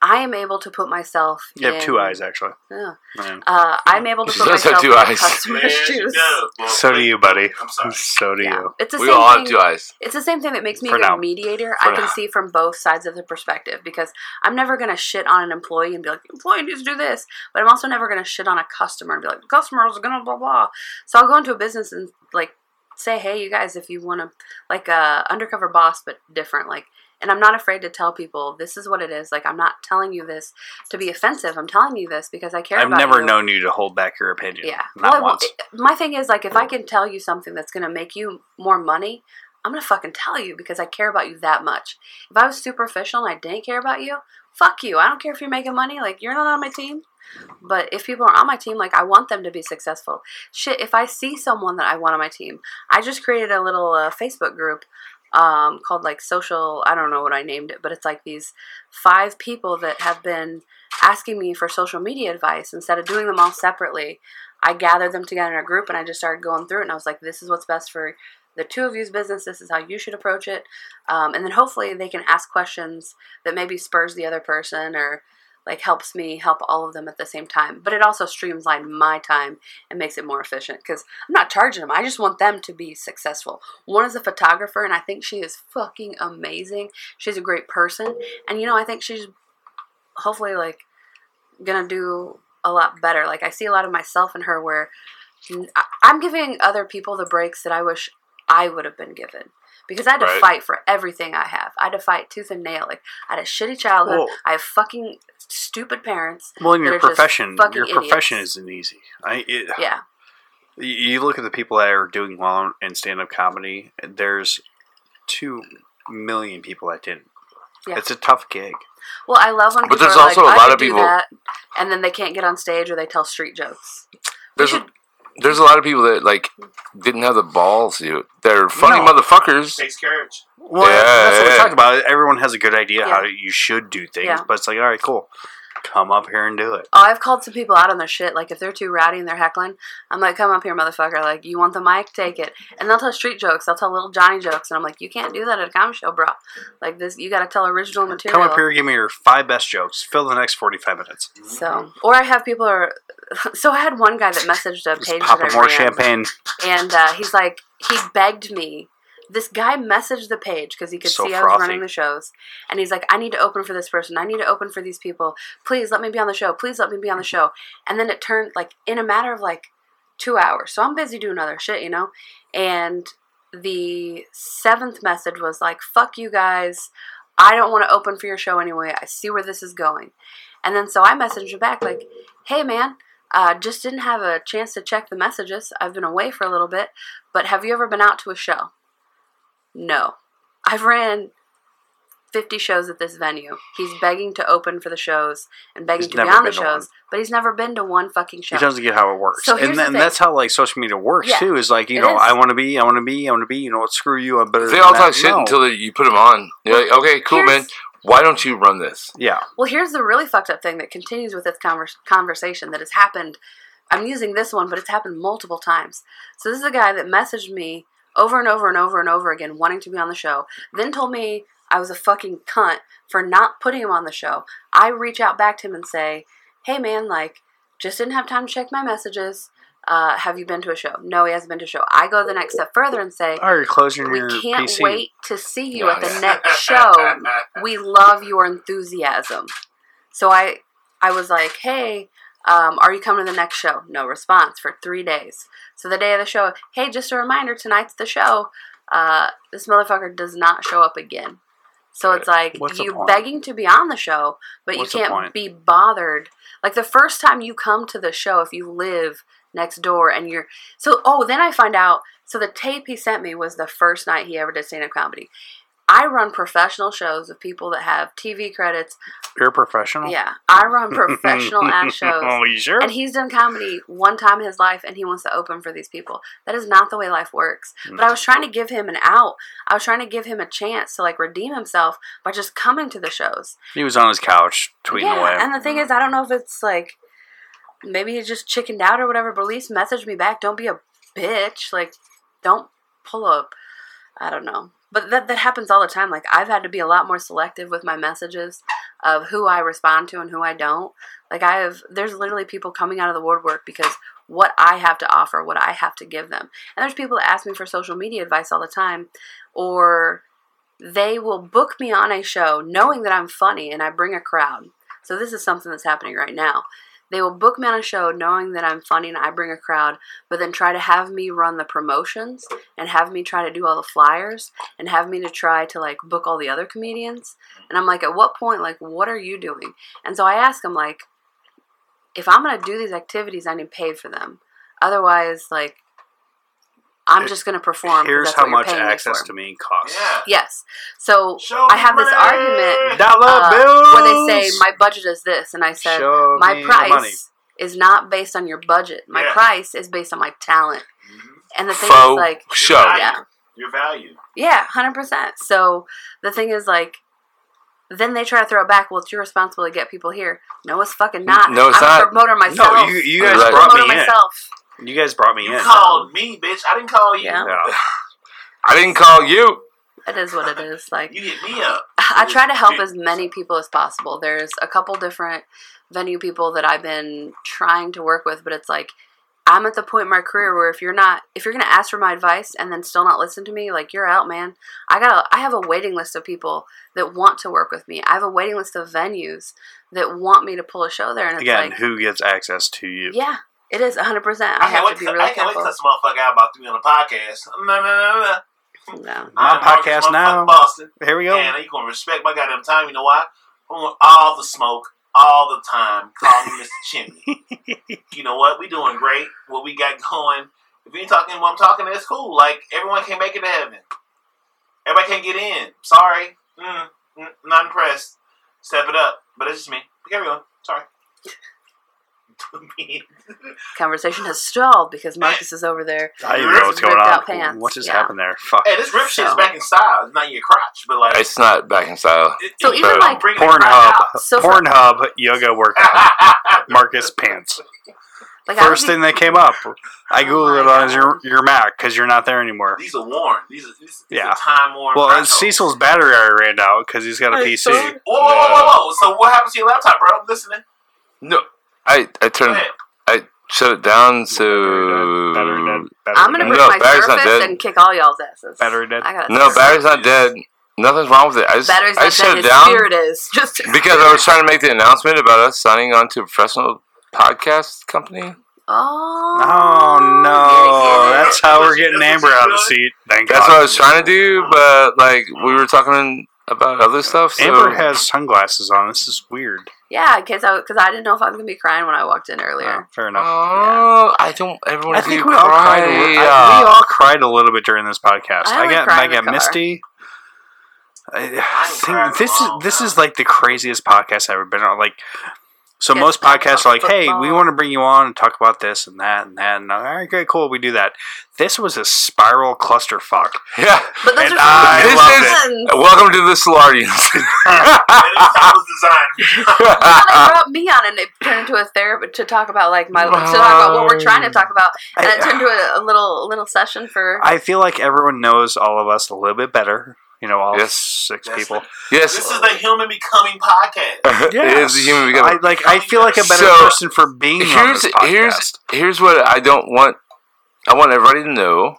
Speaker 4: I am able to put myself.
Speaker 5: You have two
Speaker 4: in-
Speaker 5: eyes actually.
Speaker 4: Yeah.
Speaker 5: Yeah.
Speaker 4: Uh, I'm
Speaker 6: <laughs>
Speaker 4: able to
Speaker 6: She
Speaker 4: put
Speaker 6: does have
Speaker 4: myself
Speaker 6: two
Speaker 4: in
Speaker 6: eyes.
Speaker 4: customers'
Speaker 8: There you
Speaker 4: shoes.
Speaker 8: go, boy.
Speaker 5: So do
Speaker 6: <laughs>
Speaker 5: you, buddy. <laughs>
Speaker 8: I'm sorry.
Speaker 5: So do
Speaker 4: Yeah.
Speaker 5: you.
Speaker 4: It's the
Speaker 6: We
Speaker 4: same
Speaker 6: all
Speaker 4: thing.
Speaker 6: have two eyes.
Speaker 4: It's the same thing that makes me a
Speaker 5: For
Speaker 4: good
Speaker 5: now.
Speaker 4: mediator.
Speaker 6: For
Speaker 4: I can
Speaker 6: now.
Speaker 4: see from both sides of the perspective because I'm never going to shit on an employee and be like, employee needs to do this. But I'm also never going to shit on a customer and be like, the customer is going to blah, blah. So I'll go into a business and like say, hey, you guys, if you want to, like a undercover boss, but different. Like, and I'm not afraid to tell people this is what it is. Like, I'm not telling you this to be offensive. I'm telling you this because I care
Speaker 5: I've
Speaker 4: about
Speaker 5: never
Speaker 4: you.
Speaker 5: known you to hold back your opinion.
Speaker 4: Yeah.
Speaker 5: Not
Speaker 4: well, I-
Speaker 5: once.
Speaker 4: my thing is like if I can tell you something that's going to make you more money, I'm going to fucking tell you because I care about you that much. If I was superficial and I didn't care about you, fuck you. I don't care if you're making money, like you're not on my team. But if people are on my team, like I want them to be successful. Shit, if I see someone that I want on my team, I just created a little uh, Facebook group um, called like social. I don't know what I named it, but it's like these five people that have been asking me for social media advice instead of doing them all separately. I gathered them together in a group and I just started going through it. And I was like, this is what's best for the two of you's business. This is how you should approach it. Um, and then hopefully they can ask questions that maybe spurs the other person or like helps me help all of them at the same time. But it also streamlined my time and makes it more efficient because I'm not charging them. I just want them to be successful. One is a photographer and I think she is fucking amazing. She's a great person. And you know, I think she's hopefully like gonna do a lot better. Like I see a lot of myself in her where I- I'm giving other people the breaks that I wish I would have been given because I had to
Speaker 6: Right.
Speaker 4: fight for everything I have. I had to fight tooth and nail. Like I had a shitty childhood.
Speaker 5: Well-
Speaker 4: I have fucking stupid parents.
Speaker 5: Well, in
Speaker 4: that
Speaker 5: your
Speaker 4: are just
Speaker 5: profession,
Speaker 4: fucking
Speaker 5: your profession
Speaker 4: idiots.
Speaker 5: isn't easy. I, it,
Speaker 4: Yeah,
Speaker 5: you- you look at the people that are doing well in stand up comedy, there's two million people that didn't.
Speaker 4: Yeah.
Speaker 5: It's a tough gig.
Speaker 4: Well, I love when
Speaker 6: But
Speaker 4: people
Speaker 6: there's
Speaker 4: are
Speaker 6: also
Speaker 4: like,
Speaker 6: a
Speaker 4: "I
Speaker 6: lot
Speaker 4: could
Speaker 6: of
Speaker 4: do
Speaker 6: people-
Speaker 4: that," and then they can't get on stage or they tell street jokes.
Speaker 6: There's a, there's a lot of people that like didn't have the balls. You, they're funny
Speaker 5: No.
Speaker 6: motherfuckers.
Speaker 8: Takes courage.
Speaker 5: Well,
Speaker 6: Yeah,
Speaker 5: that's what we
Speaker 6: yeah.
Speaker 5: talked about. Everyone has a good idea how
Speaker 4: Yeah.
Speaker 5: you should do things,
Speaker 4: Yeah.
Speaker 5: but it's like, all right, cool. come up here and do it.
Speaker 4: Oh, I've called some people out on their shit. Like if they're too rowdy and they're heckling, I'm like, "Come up here, motherfucker! Like you want the mic? Take it." And they'll tell street jokes. They'll tell little Johnny jokes, and I'm like, "You can't do that at a comedy show, bro. Like this, you got to tell original material."
Speaker 5: Come up here, give me your five best jokes. Fill the next forty-five minutes.
Speaker 4: So, or I have people are. <laughs> So I had one guy that messaged a
Speaker 5: Just
Speaker 4: page
Speaker 5: pop
Speaker 4: that I
Speaker 5: up more
Speaker 4: ran,
Speaker 5: champagne.
Speaker 4: and uh, he's like, he begged me. This guy messaged the page because he could
Speaker 5: So
Speaker 4: see I was
Speaker 5: frothy.
Speaker 4: running the shows, and he's like, "I need to open for this person. I need to open for these people. Please let me be on the show. Please let me be on the show." And then it turned like in a matter of like two hours. So I'm busy doing other shit, you know. And the seventh message was like, "Fuck you guys. I don't want to open for your show anyway. I see where this is going." And then so I messaged him back like, "Hey man, uh, just didn't have a chance to check the messages. I've been away for a little bit, but have you ever been out to a show? No. I've ran 50 shows at this venue. He's begging to open for the shows and begging
Speaker 5: He's
Speaker 4: to be
Speaker 5: never
Speaker 4: on the
Speaker 5: been to one.
Speaker 4: shows, but he's never been to one fucking show.
Speaker 5: He doesn't get how it works,
Speaker 4: So here's
Speaker 5: and
Speaker 4: the
Speaker 5: then
Speaker 4: thing.
Speaker 5: that's how like social media works
Speaker 4: Yeah.
Speaker 5: too. Is like you
Speaker 4: It
Speaker 5: know,
Speaker 4: is.
Speaker 5: I want to be, I want to be, I want to be. You know what? Screw you, I'm better.
Speaker 6: They
Speaker 5: than
Speaker 6: all
Speaker 5: that.
Speaker 6: talk shit
Speaker 5: No.
Speaker 6: until you put them on. You're like, okay, cool, man.
Speaker 4: Here's-
Speaker 6: Why don't you run this?
Speaker 5: yeah.
Speaker 4: Well, here's the really fucked up thing that continues with this conver- conversation that has happened. I'm using this one, but it's happened multiple times. So this is a guy that messaged me over and over and over and over again, wanting to be on the show. Then told me I was a fucking cunt for not putting him on the show. I reach out back to him and say, "Hey, man, like, just didn't have time to check my messages. Uh, have you been to a show? No, he hasn't been to a show. I go the next step further and say,
Speaker 5: Are you closing
Speaker 4: we
Speaker 5: your
Speaker 4: can't
Speaker 5: PC?
Speaker 4: wait to see you at the
Speaker 6: Nice.
Speaker 4: next show. We love your enthusiasm. So I, I was like, hey, um, are you coming to the next show? No response for three days. So the day of the show, hey, just a reminder, tonight's the show. Uh, this motherfucker does not show up again. So it's like
Speaker 5: What's the
Speaker 4: you
Speaker 5: point?
Speaker 4: begging to be on the show, but
Speaker 5: What's the
Speaker 4: you
Speaker 5: point?
Speaker 4: can't be bothered. Like the first time you come to the show, if you live next door and you're so oh, then I find out so the tape he sent me was the first night he ever did stand up comedy. I run professional shows with people that have TV credits.
Speaker 5: You're a professional.
Speaker 4: Yeah, I
Speaker 5: <laughs>
Speaker 4: run professional ass shows.
Speaker 5: Oh, you sure?
Speaker 4: And he's done comedy one time in his life and he wants to open for these people. That is not the way life works.
Speaker 5: Mm.
Speaker 4: But I was trying to give him an out. I was trying to give him a chance to like redeem himself by just coming to the shows.
Speaker 5: He was on his couch tweeting
Speaker 4: yeah,
Speaker 5: away.
Speaker 4: and the thing is, I don't know if it's like maybe he just chickened out or whatever. But at least message me back. Don't be a bitch. Like, don't pull up. I don't know. But that that happens all the time. Like I've had to be a lot more selective with my messages of who I respond to and who I don't. Like I have, there's literally people coming out of the woodwork because what I have to offer, what I have to give them. And there's people that ask me for social media advice all the time, or they will book me on a show knowing that I'm funny and I bring a crowd. So this is something that's happening right now. They will book me on a show knowing that I'm funny and I bring a crowd, but then try to have me run the promotions and have me try to do all the flyers and have me to try to like book all the other comedians. And I'm like, at what point, like, what are you doing? And so I ask them, like, if I'm going to do these activities, I need paid for them. Otherwise, like, I'm just going to perform. 'cause
Speaker 5: Here's
Speaker 4: that's what
Speaker 5: how
Speaker 4: you're
Speaker 5: much
Speaker 4: paying me
Speaker 5: access
Speaker 4: for.
Speaker 5: to me costs.
Speaker 8: Yeah.
Speaker 4: Yes. So
Speaker 8: <laughs> Show
Speaker 4: I have
Speaker 8: me
Speaker 4: this
Speaker 8: money.
Speaker 4: argument
Speaker 5: Dollar
Speaker 4: uh,
Speaker 5: bills.
Speaker 4: where they say my budget is this, and I said
Speaker 5: Show me
Speaker 4: my
Speaker 5: the money.
Speaker 4: price is not based on your budget. My
Speaker 8: Yeah.
Speaker 4: price is based on my talent. And the thing is,
Speaker 6: Faux
Speaker 4: like,
Speaker 6: show.
Speaker 8: Right.
Speaker 4: yeah,
Speaker 8: Your value.
Speaker 4: yeah, hundred percent. So the thing is, like, then they try to throw it back. Well, it's your responsibility to get people here. No, it's fucking not.
Speaker 6: No, it's
Speaker 4: I'm
Speaker 6: not.
Speaker 4: a promoter myself.
Speaker 5: No, you, you guys
Speaker 6: Right.
Speaker 4: I'm a
Speaker 5: brought
Speaker 4: promoter
Speaker 5: me
Speaker 4: myself.
Speaker 5: in. You guys brought me
Speaker 8: You
Speaker 5: in.
Speaker 8: called me, bitch. I didn't call you.
Speaker 4: Yeah.
Speaker 5: Yeah.
Speaker 6: I didn't call you.
Speaker 4: It is what it is. Like,
Speaker 8: You hit me up.
Speaker 4: I try to help
Speaker 8: You-
Speaker 4: as many people as possible. There's a couple different venue people that I've been trying to work with, but it's like I'm at the point in my career where if you're not if you're going to ask for my advice and then still not listen to me, like you're out, man. I got to I have a waiting list of people that want to work with me. I have a waiting list of venues that want me to pull a show there and it's
Speaker 5: Again,
Speaker 4: like
Speaker 5: who gets access to you?
Speaker 4: yeah, it is 100%. I,
Speaker 8: I can't
Speaker 4: have
Speaker 8: wait
Speaker 4: to be
Speaker 8: to-
Speaker 4: really
Speaker 8: I can't
Speaker 4: careful.
Speaker 8: wait to cut this motherfucker out about three on the podcast. No, no, no, no.
Speaker 4: No.
Speaker 5: My
Speaker 8: I'm Marcus
Speaker 5: podcast
Speaker 8: motherfucking
Speaker 5: now.
Speaker 8: Boston.
Speaker 5: Here we go.
Speaker 8: And you gonna respect my goddamn time. You know why? I want all the smoke, all the time. Call me Mr.
Speaker 4: <laughs>
Speaker 8: Chimney. You know what? We doing great. What we got going. If you ain't talking what I'm talking, it's cool. Like everyone can make it to heaven. Everybody can't get in. Sorry. Mm, mm, not impressed. Step it up. But it's just me. Carry on. Sorry. being
Speaker 4: Conversation has stalled because Marcus is over there.
Speaker 5: I don't even know what's going
Speaker 4: Ripped
Speaker 5: on.
Speaker 4: out pants,
Speaker 5: What just
Speaker 4: yeah.
Speaker 5: happened there? Fuck.
Speaker 8: Hey, this rip shit's
Speaker 4: So-
Speaker 8: back in style. It's not in your crotch, but like
Speaker 6: It's not back in style.
Speaker 8: it-
Speaker 4: So
Speaker 8: it-
Speaker 4: even,
Speaker 8: don't
Speaker 4: like,
Speaker 8: bring the crotch
Speaker 5: Pornhub,
Speaker 8: <laughs> out.
Speaker 4: So for-
Speaker 5: Pornhub yoga workout.
Speaker 8: <laughs>
Speaker 5: Marcus pants.
Speaker 4: like I
Speaker 5: First
Speaker 4: would be-
Speaker 5: thing that came up. I googled
Speaker 4: Oh
Speaker 5: it
Speaker 4: my
Speaker 5: on your your Mac because you're not there anymore.
Speaker 8: These are worn. These are these, these
Speaker 5: Yeah.
Speaker 8: are time worn.
Speaker 5: Well, it's Cecil's battery already ran out because he's got a PC.
Speaker 8: Whoa, whoa, whoa, whoa, whoa! So what happened to your laptop, bro? I'm listening.
Speaker 6: No, I I
Speaker 8: Go
Speaker 6: turned <laughs>
Speaker 8: ahead.
Speaker 6: I shut it down so
Speaker 5: Battery dead, battery dead, battery
Speaker 4: I'm gonna
Speaker 5: dead.
Speaker 4: bring
Speaker 6: No,
Speaker 4: my
Speaker 6: battery's not
Speaker 4: surface
Speaker 6: dead.
Speaker 4: and kick all y'all's asses.
Speaker 5: Battery dead.
Speaker 4: I gotta
Speaker 6: no
Speaker 4: say.
Speaker 6: battery's not dead. Nothing's wrong with it. I just,
Speaker 4: Battery's
Speaker 6: I
Speaker 4: not dead.
Speaker 6: shut it
Speaker 4: His
Speaker 6: down
Speaker 4: spirit is <laughs> just.
Speaker 6: because I was trying to make the announcement about us signing on to a professional podcast company.
Speaker 4: Oh,
Speaker 5: Oh no! That's how we're getting
Speaker 8: That's
Speaker 5: Amber
Speaker 8: what
Speaker 5: out of the
Speaker 8: she's
Speaker 5: seat. Thank
Speaker 6: That's
Speaker 5: God.
Speaker 6: what I was trying to do, but like we were talking about other stuff. So
Speaker 5: Amber has sunglasses on. This is weird.
Speaker 4: Yeah, because I, cause I didn't know if I was gonna be crying when I walked in earlier.
Speaker 5: Oh, fair enough.
Speaker 6: Oh, I don't ever want
Speaker 5: I
Speaker 6: to see you
Speaker 5: think we all
Speaker 6: cry.
Speaker 5: cried. A little,
Speaker 6: Uh,
Speaker 5: I, we all cried a little bit during this podcast.
Speaker 4: I
Speaker 5: I,
Speaker 4: only
Speaker 5: got
Speaker 4: cry
Speaker 5: I
Speaker 4: in the
Speaker 5: got
Speaker 4: car.
Speaker 5: misty. I,
Speaker 8: cried
Speaker 5: think this
Speaker 8: for
Speaker 5: is
Speaker 8: a long
Speaker 5: this
Speaker 8: time.
Speaker 5: is like the craziest podcast I've ever been on. Like, so
Speaker 4: Yeah,
Speaker 5: most
Speaker 4: talk
Speaker 5: podcasts
Speaker 4: about
Speaker 5: are like, "Hey, we
Speaker 4: football."
Speaker 5: want to bring you on and talk about this and that and that." And all right, great, cool, we do that. This was a spiral clusterfuck.
Speaker 6: yeah.
Speaker 4: But those are
Speaker 5: And I
Speaker 4: some
Speaker 6: love
Speaker 4: good
Speaker 6: it.
Speaker 4: ones.
Speaker 6: Welcome to the Solarians. <laughs>
Speaker 8: And this how it was designed.
Speaker 4: Well,
Speaker 6: Uh,
Speaker 4: they brought me on and they turned into a therapy to talk about like my to talk about what we're trying to talk about, and it
Speaker 5: I,
Speaker 4: turned into a, a little a little session for.
Speaker 5: <laughs> I feel like everyone knows all of us a little bit better. You know, all
Speaker 6: Yes.
Speaker 5: six
Speaker 8: That's-
Speaker 5: people.
Speaker 8: This
Speaker 6: yes,
Speaker 8: is the human becoming
Speaker 6: <laughs>
Speaker 8: podcast.
Speaker 6: it is a human
Speaker 5: I,
Speaker 6: because
Speaker 5: like I feel like a better
Speaker 6: So,
Speaker 5: person for being on
Speaker 6: here's
Speaker 5: this podcast.
Speaker 6: here's here's what I don't want. I want everybody to know,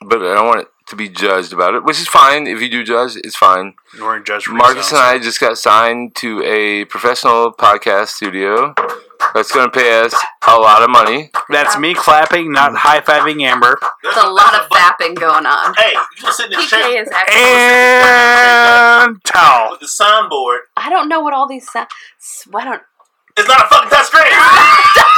Speaker 6: but I don't want it to be judged about it, which is fine. If you do judge, it's fine.
Speaker 5: We're in judgment.
Speaker 6: Marcus and
Speaker 5: zones.
Speaker 6: I just got signed to a professional podcast studio that's going to pay us a lot of money.
Speaker 5: That's me clapping, not high fiving Amber.
Speaker 8: There's
Speaker 4: It's a
Speaker 6: <laughs>
Speaker 4: lot
Speaker 8: there's
Speaker 4: of fapping going on.
Speaker 8: Hey, you just sit in this chair
Speaker 4: PK is actually.
Speaker 5: And towel.
Speaker 8: with the soundboard.
Speaker 4: I don't know what all these sound. Why don't
Speaker 8: It's not a fucking touchscreen.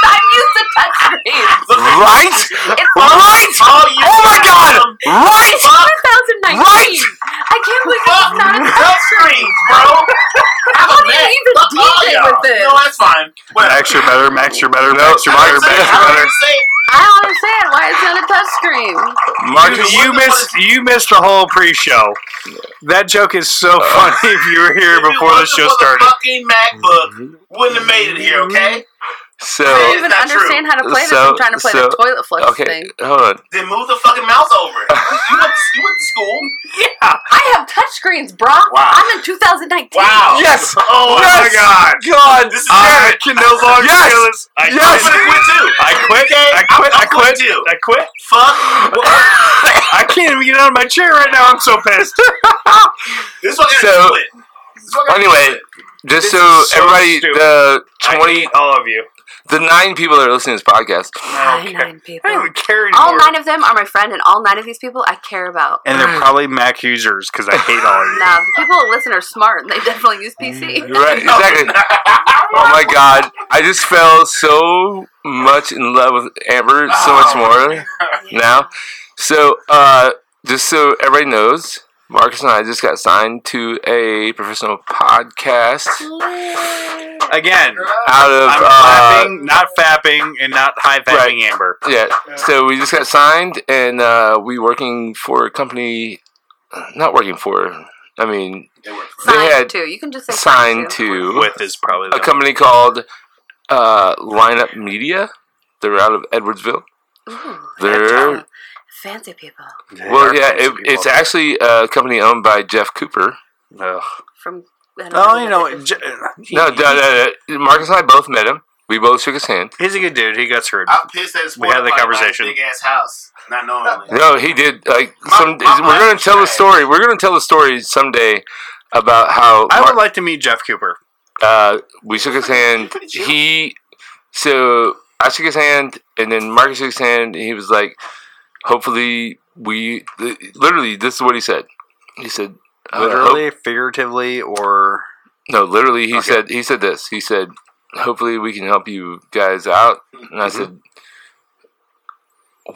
Speaker 4: I'm used to touch screens?
Speaker 8: Look at
Speaker 6: Right?
Speaker 4: It's
Speaker 6: Right?
Speaker 8: all you
Speaker 6: Oh my God! Right?
Speaker 4: It's 2019.
Speaker 6: Right!
Speaker 4: I can't believe it's not a
Speaker 8: Touchscreens,
Speaker 4: <laughs>
Speaker 8: bro.
Speaker 4: I don't
Speaker 8: Man,
Speaker 4: even
Speaker 8: fuck all
Speaker 4: DJ
Speaker 8: y'all.
Speaker 4: with this.
Speaker 8: No, that's fine. Whatever.
Speaker 5: Max, you're better. Max, you're better.
Speaker 6: No,
Speaker 5: Max, you're
Speaker 8: I
Speaker 5: better.
Speaker 8: don't say-
Speaker 5: Max,
Speaker 8: I
Speaker 5: you're
Speaker 8: don't
Speaker 5: better.
Speaker 8: say it.
Speaker 4: I don't understand why it's not a touchscreen.
Speaker 6: Marcus,
Speaker 5: You missed. You missed the whole pre-show. That joke is so funny. If you were here
Speaker 8: If it
Speaker 5: before the
Speaker 8: wasn't
Speaker 5: show
Speaker 8: for
Speaker 5: started,
Speaker 8: fucking MacBook wouldn't have made it here, okay?
Speaker 4: I
Speaker 6: so
Speaker 4: don't
Speaker 8: It's
Speaker 4: even
Speaker 8: not true.
Speaker 4: understand how to play this.
Speaker 6: So-
Speaker 4: I'm trying to play
Speaker 6: so-
Speaker 4: the toilet flush
Speaker 6: okay,
Speaker 4: thing.
Speaker 6: hold on.
Speaker 8: Then move the fucking mouse over. You went to, you went to school.
Speaker 4: I have touchscreens, bro.
Speaker 8: Wow.
Speaker 4: I'm in 2019.
Speaker 8: Wow.
Speaker 6: Yes!
Speaker 8: Oh,
Speaker 6: Yes!
Speaker 8: my God.
Speaker 6: God,
Speaker 8: This is
Speaker 5: I can no longer
Speaker 6: Yes!
Speaker 5: do this. I
Speaker 6: Yes!
Speaker 8: I'm gonna
Speaker 5: quit.
Speaker 8: quit too.
Speaker 5: I quit. I quit. I
Speaker 8: I'm going
Speaker 5: quit.
Speaker 8: to.
Speaker 5: I quit. <laughs>
Speaker 8: <laughs> Fuck. Well,
Speaker 5: I can't even get out of my chair right now. I'm so pissed.
Speaker 8: this one got
Speaker 6: So-
Speaker 8: to quit. This one got
Speaker 6: Anyway, just
Speaker 5: This
Speaker 6: so,
Speaker 5: is so
Speaker 6: everybody,
Speaker 5: stupid.
Speaker 6: the
Speaker 5: I
Speaker 6: twenty,
Speaker 5: hate all of you.
Speaker 6: the nine people that are listening to this podcast,
Speaker 4: Hi,
Speaker 5: Okay.
Speaker 4: nine
Speaker 5: I
Speaker 4: people.
Speaker 5: don't even care anymore.
Speaker 4: All nine of them are my friend, and all nine of these people I care about.
Speaker 5: and they're probably Mac users because I hate all of <laughs> you.
Speaker 4: Nah, the people who listen are smart, and they definitely use PC.
Speaker 6: Mm.
Speaker 4: <laughs>
Speaker 6: right?
Speaker 5: <laughs>
Speaker 6: Exactly. oh my God, I just fell so much in love with Amber, so
Speaker 5: Oh,
Speaker 6: much more now. So, uh, just so everybody knows, Marcus and I just got signed to a professional podcast
Speaker 5: Again,
Speaker 6: out of
Speaker 5: I'm
Speaker 6: uh,
Speaker 5: clapping, not fapping, and not high fapping
Speaker 6: Right.
Speaker 5: Amber.
Speaker 6: Yeah. So we just got signed, and uh, we working for a company. Not working for. I mean, They
Speaker 4: Sign
Speaker 6: had
Speaker 4: to. You can just say sign
Speaker 6: signed
Speaker 4: to.
Speaker 6: to
Speaker 5: With is probably
Speaker 6: a
Speaker 5: the
Speaker 6: company called uh, Lineup Media. They're out of Edwardsville.
Speaker 4: Ooh,
Speaker 6: They're
Speaker 4: fancy people
Speaker 6: well, yeah. It, it's actually a company owned by Jeff Cooper.
Speaker 5: Ugh.
Speaker 4: from. I don't
Speaker 5: Oh, you
Speaker 4: know.
Speaker 5: know, <laughs> J-
Speaker 6: No, no, no, no. Marcus and I both met him. We both shook his hand.
Speaker 5: he's a good dude. He gets hurt.
Speaker 8: I'm pissed at
Speaker 5: We had that conversation.
Speaker 8: Big ass house, not
Speaker 6: <laughs>
Speaker 8: knowing.
Speaker 6: No, he did. Like some,
Speaker 8: My- my
Speaker 6: we're gonna
Speaker 8: mind's
Speaker 6: tell the
Speaker 8: trash.
Speaker 6: story. We're gonna tell the story someday about how
Speaker 5: I
Speaker 6: Mar-
Speaker 5: would like to meet Jeff Cooper.
Speaker 6: uh, we shook his hand. He so I shook his hand, and then Marcus shook his hand, and he was like, "Hopefully, we literally this is what he said. He said uh, hope-
Speaker 5: Literally, figuratively, or
Speaker 6: no, literally. He
Speaker 5: Okay.
Speaker 6: said he said this. He said, "Hopefully, we can help you guys out." And I said,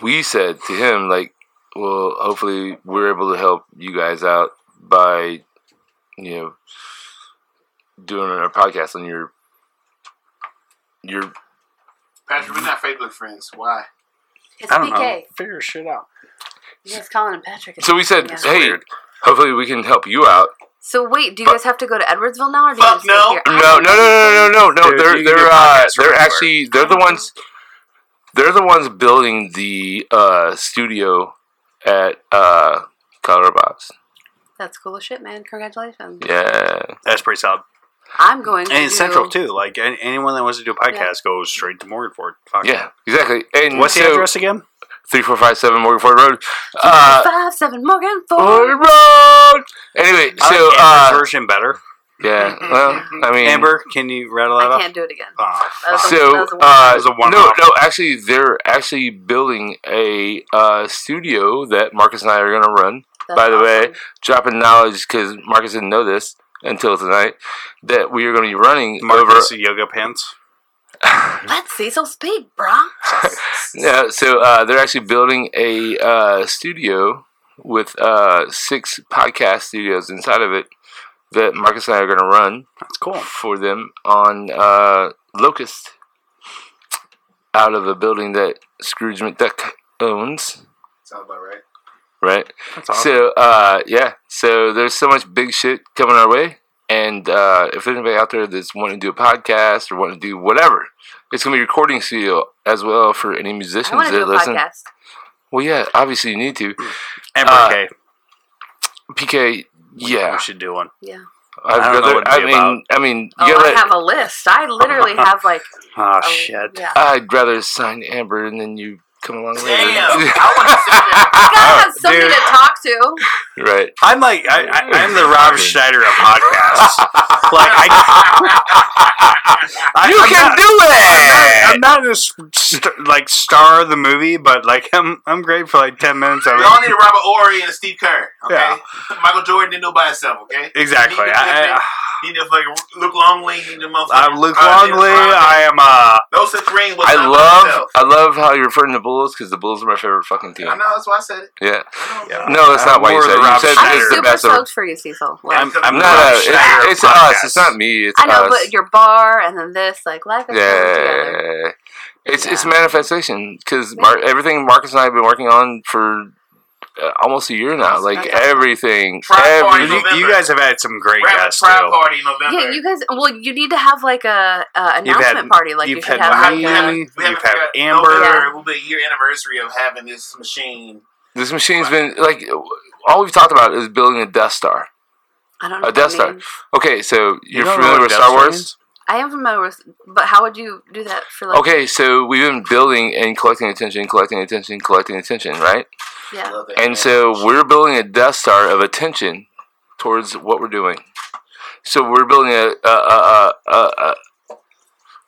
Speaker 6: "We said to him like, well, hopefully, we're able to help you guys out by, you know." Doing our podcast on your You're
Speaker 8: Patrick, we're not Facebook friends. Why?
Speaker 4: It's
Speaker 5: I don't
Speaker 4: PK.
Speaker 5: know. Figure shit out.
Speaker 4: You guys calling him Patrick.
Speaker 6: so we said,
Speaker 4: Yeah.
Speaker 6: hey, hopefully we can help you out.
Speaker 4: So wait, do you guys have to go to Edwardsville now, or do you
Speaker 8: Fuck
Speaker 4: guys live
Speaker 8: no.
Speaker 4: here?
Speaker 6: No, no, no, no, no, no, no.
Speaker 5: Dude,
Speaker 6: they're
Speaker 5: you can
Speaker 6: they're
Speaker 5: do
Speaker 6: uh,
Speaker 5: podcasts
Speaker 6: they're
Speaker 5: everywhere.
Speaker 6: actually they're the ones they're the ones building the uh, studio at uh, Color Box.
Speaker 4: That's cool as shit, man. Congratulations.
Speaker 6: Yeah,
Speaker 5: That's pretty solid.
Speaker 4: I'm going. to
Speaker 5: And it's
Speaker 4: do-
Speaker 5: central too. Like an- anyone that wants to do a podcast goes straight to Morganford. Fuck.
Speaker 6: yeah, exactly. And
Speaker 5: What's the
Speaker 6: so-
Speaker 5: address again?
Speaker 6: Three four five seven Morgan Ford Road. Uh, Oh,
Speaker 4: Five seven Morgan
Speaker 6: Morgan
Speaker 4: Ford.
Speaker 6: Road. Anyway,
Speaker 5: I
Speaker 6: so
Speaker 5: like Amber's
Speaker 6: uh,
Speaker 5: version better.
Speaker 6: yeah. Well, I mean,
Speaker 5: Amber, can you rattle that
Speaker 4: I
Speaker 5: off?
Speaker 4: can't do it again.
Speaker 5: Oh,
Speaker 4: That was a- that
Speaker 6: So
Speaker 4: was a
Speaker 6: uh,
Speaker 5: was a
Speaker 6: no,
Speaker 5: one-off.
Speaker 6: no. Actually, they're actually building a uh, studio that Marcus and I are going to run.
Speaker 4: That's
Speaker 6: by the way,
Speaker 4: awesome.
Speaker 6: dropping knowledge because Marcus didn't know this until tonight that we are going to be running
Speaker 5: Marcus yoga pants.
Speaker 6: over.
Speaker 4: let Cecil speak, brah.
Speaker 6: <laughs> yeah, so uh, they're actually building a uh, studio with uh, six podcast studios inside of it that Marcus and I are going to run
Speaker 5: That's cool.
Speaker 6: for them on uh, Locust out of a building that Scrooge McDuck owns,
Speaker 8: Sounds about right.
Speaker 6: right?
Speaker 5: That's awesome.
Speaker 6: So uh, yeah, so there's so much big shit coming our way, and uh, if anybody out there that's wanting to do a podcast or want to do whatever, it's gonna be a recording studio as well for any musicians
Speaker 4: I want
Speaker 6: that
Speaker 4: to do a
Speaker 6: listen.
Speaker 4: podcast.
Speaker 6: Well, yeah, obviously you need to.
Speaker 5: Amber
Speaker 6: uh,
Speaker 5: K.
Speaker 6: PK,
Speaker 5: We
Speaker 6: yeah,
Speaker 5: should do one.
Speaker 4: Yeah.
Speaker 6: I'd
Speaker 5: I don't know
Speaker 6: rather.
Speaker 5: what it'd
Speaker 6: I
Speaker 5: be
Speaker 6: mean,
Speaker 5: about.
Speaker 6: I mean,
Speaker 4: Oh,
Speaker 6: you
Speaker 4: I
Speaker 6: gotta-
Speaker 4: have a list. I literally
Speaker 6: <laughs>
Speaker 4: have like.
Speaker 5: Oh,
Speaker 4: a- <laughs>
Speaker 5: shit.
Speaker 4: Yeah.
Speaker 6: I'd rather sign Amber and then you come along later.
Speaker 8: Damn, I wanna
Speaker 5: <laughs>
Speaker 4: I gotta have somebody
Speaker 5: Oh, dude.
Speaker 4: to talk
Speaker 6: <laughs>
Speaker 4: to.
Speaker 6: right.
Speaker 5: I'm like I, I, I'm the Rob
Speaker 6: <laughs>
Speaker 5: Schneider of podcasts. like I, I
Speaker 6: you
Speaker 5: <laughs> I'm
Speaker 6: can
Speaker 5: not-
Speaker 6: do it.
Speaker 5: I'm not, I'm not a s- st- like star of the movie, but like I'm I'm great for like ten minutes of
Speaker 8: We all need
Speaker 5: it.
Speaker 8: a Robert Ory and a Steve Kerr. Okay,
Speaker 5: Yeah.
Speaker 8: Michael Jordan didn't do it by himself. Okay,
Speaker 5: Exactly. I,
Speaker 8: need to fucking Luke Longley. Need to motherfucking.
Speaker 5: I, I'm Luke
Speaker 8: uh, Dennis
Speaker 5: Longley.
Speaker 8: Rodman.
Speaker 5: I am uh
Speaker 8: No such ring was
Speaker 6: I
Speaker 8: not by
Speaker 6: love,
Speaker 8: himself.
Speaker 6: I love how you're referring to Bulls because the Bulls are my favorite fucking team.
Speaker 8: I know that's why I said it.
Speaker 6: Yeah.
Speaker 8: I know.
Speaker 5: Yeah.
Speaker 6: No, that's not
Speaker 5: I'm
Speaker 6: why you
Speaker 5: more of
Speaker 6: said.
Speaker 5: the
Speaker 6: it. You
Speaker 5: Rob
Speaker 6: said
Speaker 5: Schneider.
Speaker 4: I'm
Speaker 6: it's the
Speaker 4: super
Speaker 6: best. Of,
Speaker 4: stoked for you, Cecil. Like,
Speaker 5: I'm, I'm
Speaker 6: no,
Speaker 5: the
Speaker 6: no,
Speaker 5: Rob Schneider
Speaker 6: it's,
Speaker 5: of
Speaker 6: it's us. It's
Speaker 5: podcasts.
Speaker 6: not me. It's
Speaker 4: I know,
Speaker 6: us.
Speaker 4: but your bar and then this, like life is coming together.
Speaker 6: yeah. It's it's
Speaker 4: Yeah.
Speaker 6: manifestation because
Speaker 4: Yeah.
Speaker 6: Mar- everything Marcus and I have been working on for uh, almost a year now. Like
Speaker 4: That's awesome.
Speaker 6: everything,
Speaker 8: Try for
Speaker 6: every,
Speaker 8: it.
Speaker 5: You, you guys have had some great
Speaker 8: Rapid
Speaker 5: guests
Speaker 8: Pride
Speaker 5: too.
Speaker 8: Party in November.
Speaker 4: Yeah, you guys. Well, you need to have like a, a
Speaker 5: You've
Speaker 4: announcement
Speaker 5: had-
Speaker 4: party. Like you
Speaker 5: you've
Speaker 4: should
Speaker 5: had
Speaker 4: have.
Speaker 5: me.
Speaker 4: Like a,
Speaker 5: You've
Speaker 8: haven't
Speaker 5: had
Speaker 8: figured out-
Speaker 5: Amber.
Speaker 8: November will be a year anniversary of having this machine.
Speaker 6: this machine's been like all we've talked about is building a Death Star.
Speaker 4: I don't
Speaker 6: A
Speaker 4: know. what
Speaker 6: Death
Speaker 4: that
Speaker 6: Star.
Speaker 4: means.
Speaker 6: Okay, so
Speaker 5: You
Speaker 6: you're
Speaker 5: don't know
Speaker 6: familiar
Speaker 5: what
Speaker 6: with
Speaker 5: Death
Speaker 6: Star
Speaker 5: Star
Speaker 6: Wars?
Speaker 5: <laughs> means?
Speaker 4: I am familiar with, but how would you do that for like?
Speaker 6: Okay, so we've been building and collecting attention, collecting attention, collecting attention, right?
Speaker 8: I
Speaker 4: Yeah.
Speaker 8: love that.
Speaker 6: And so we're building a Death Star of attention towards what we're doing. So we're building a, a, a, a, a, a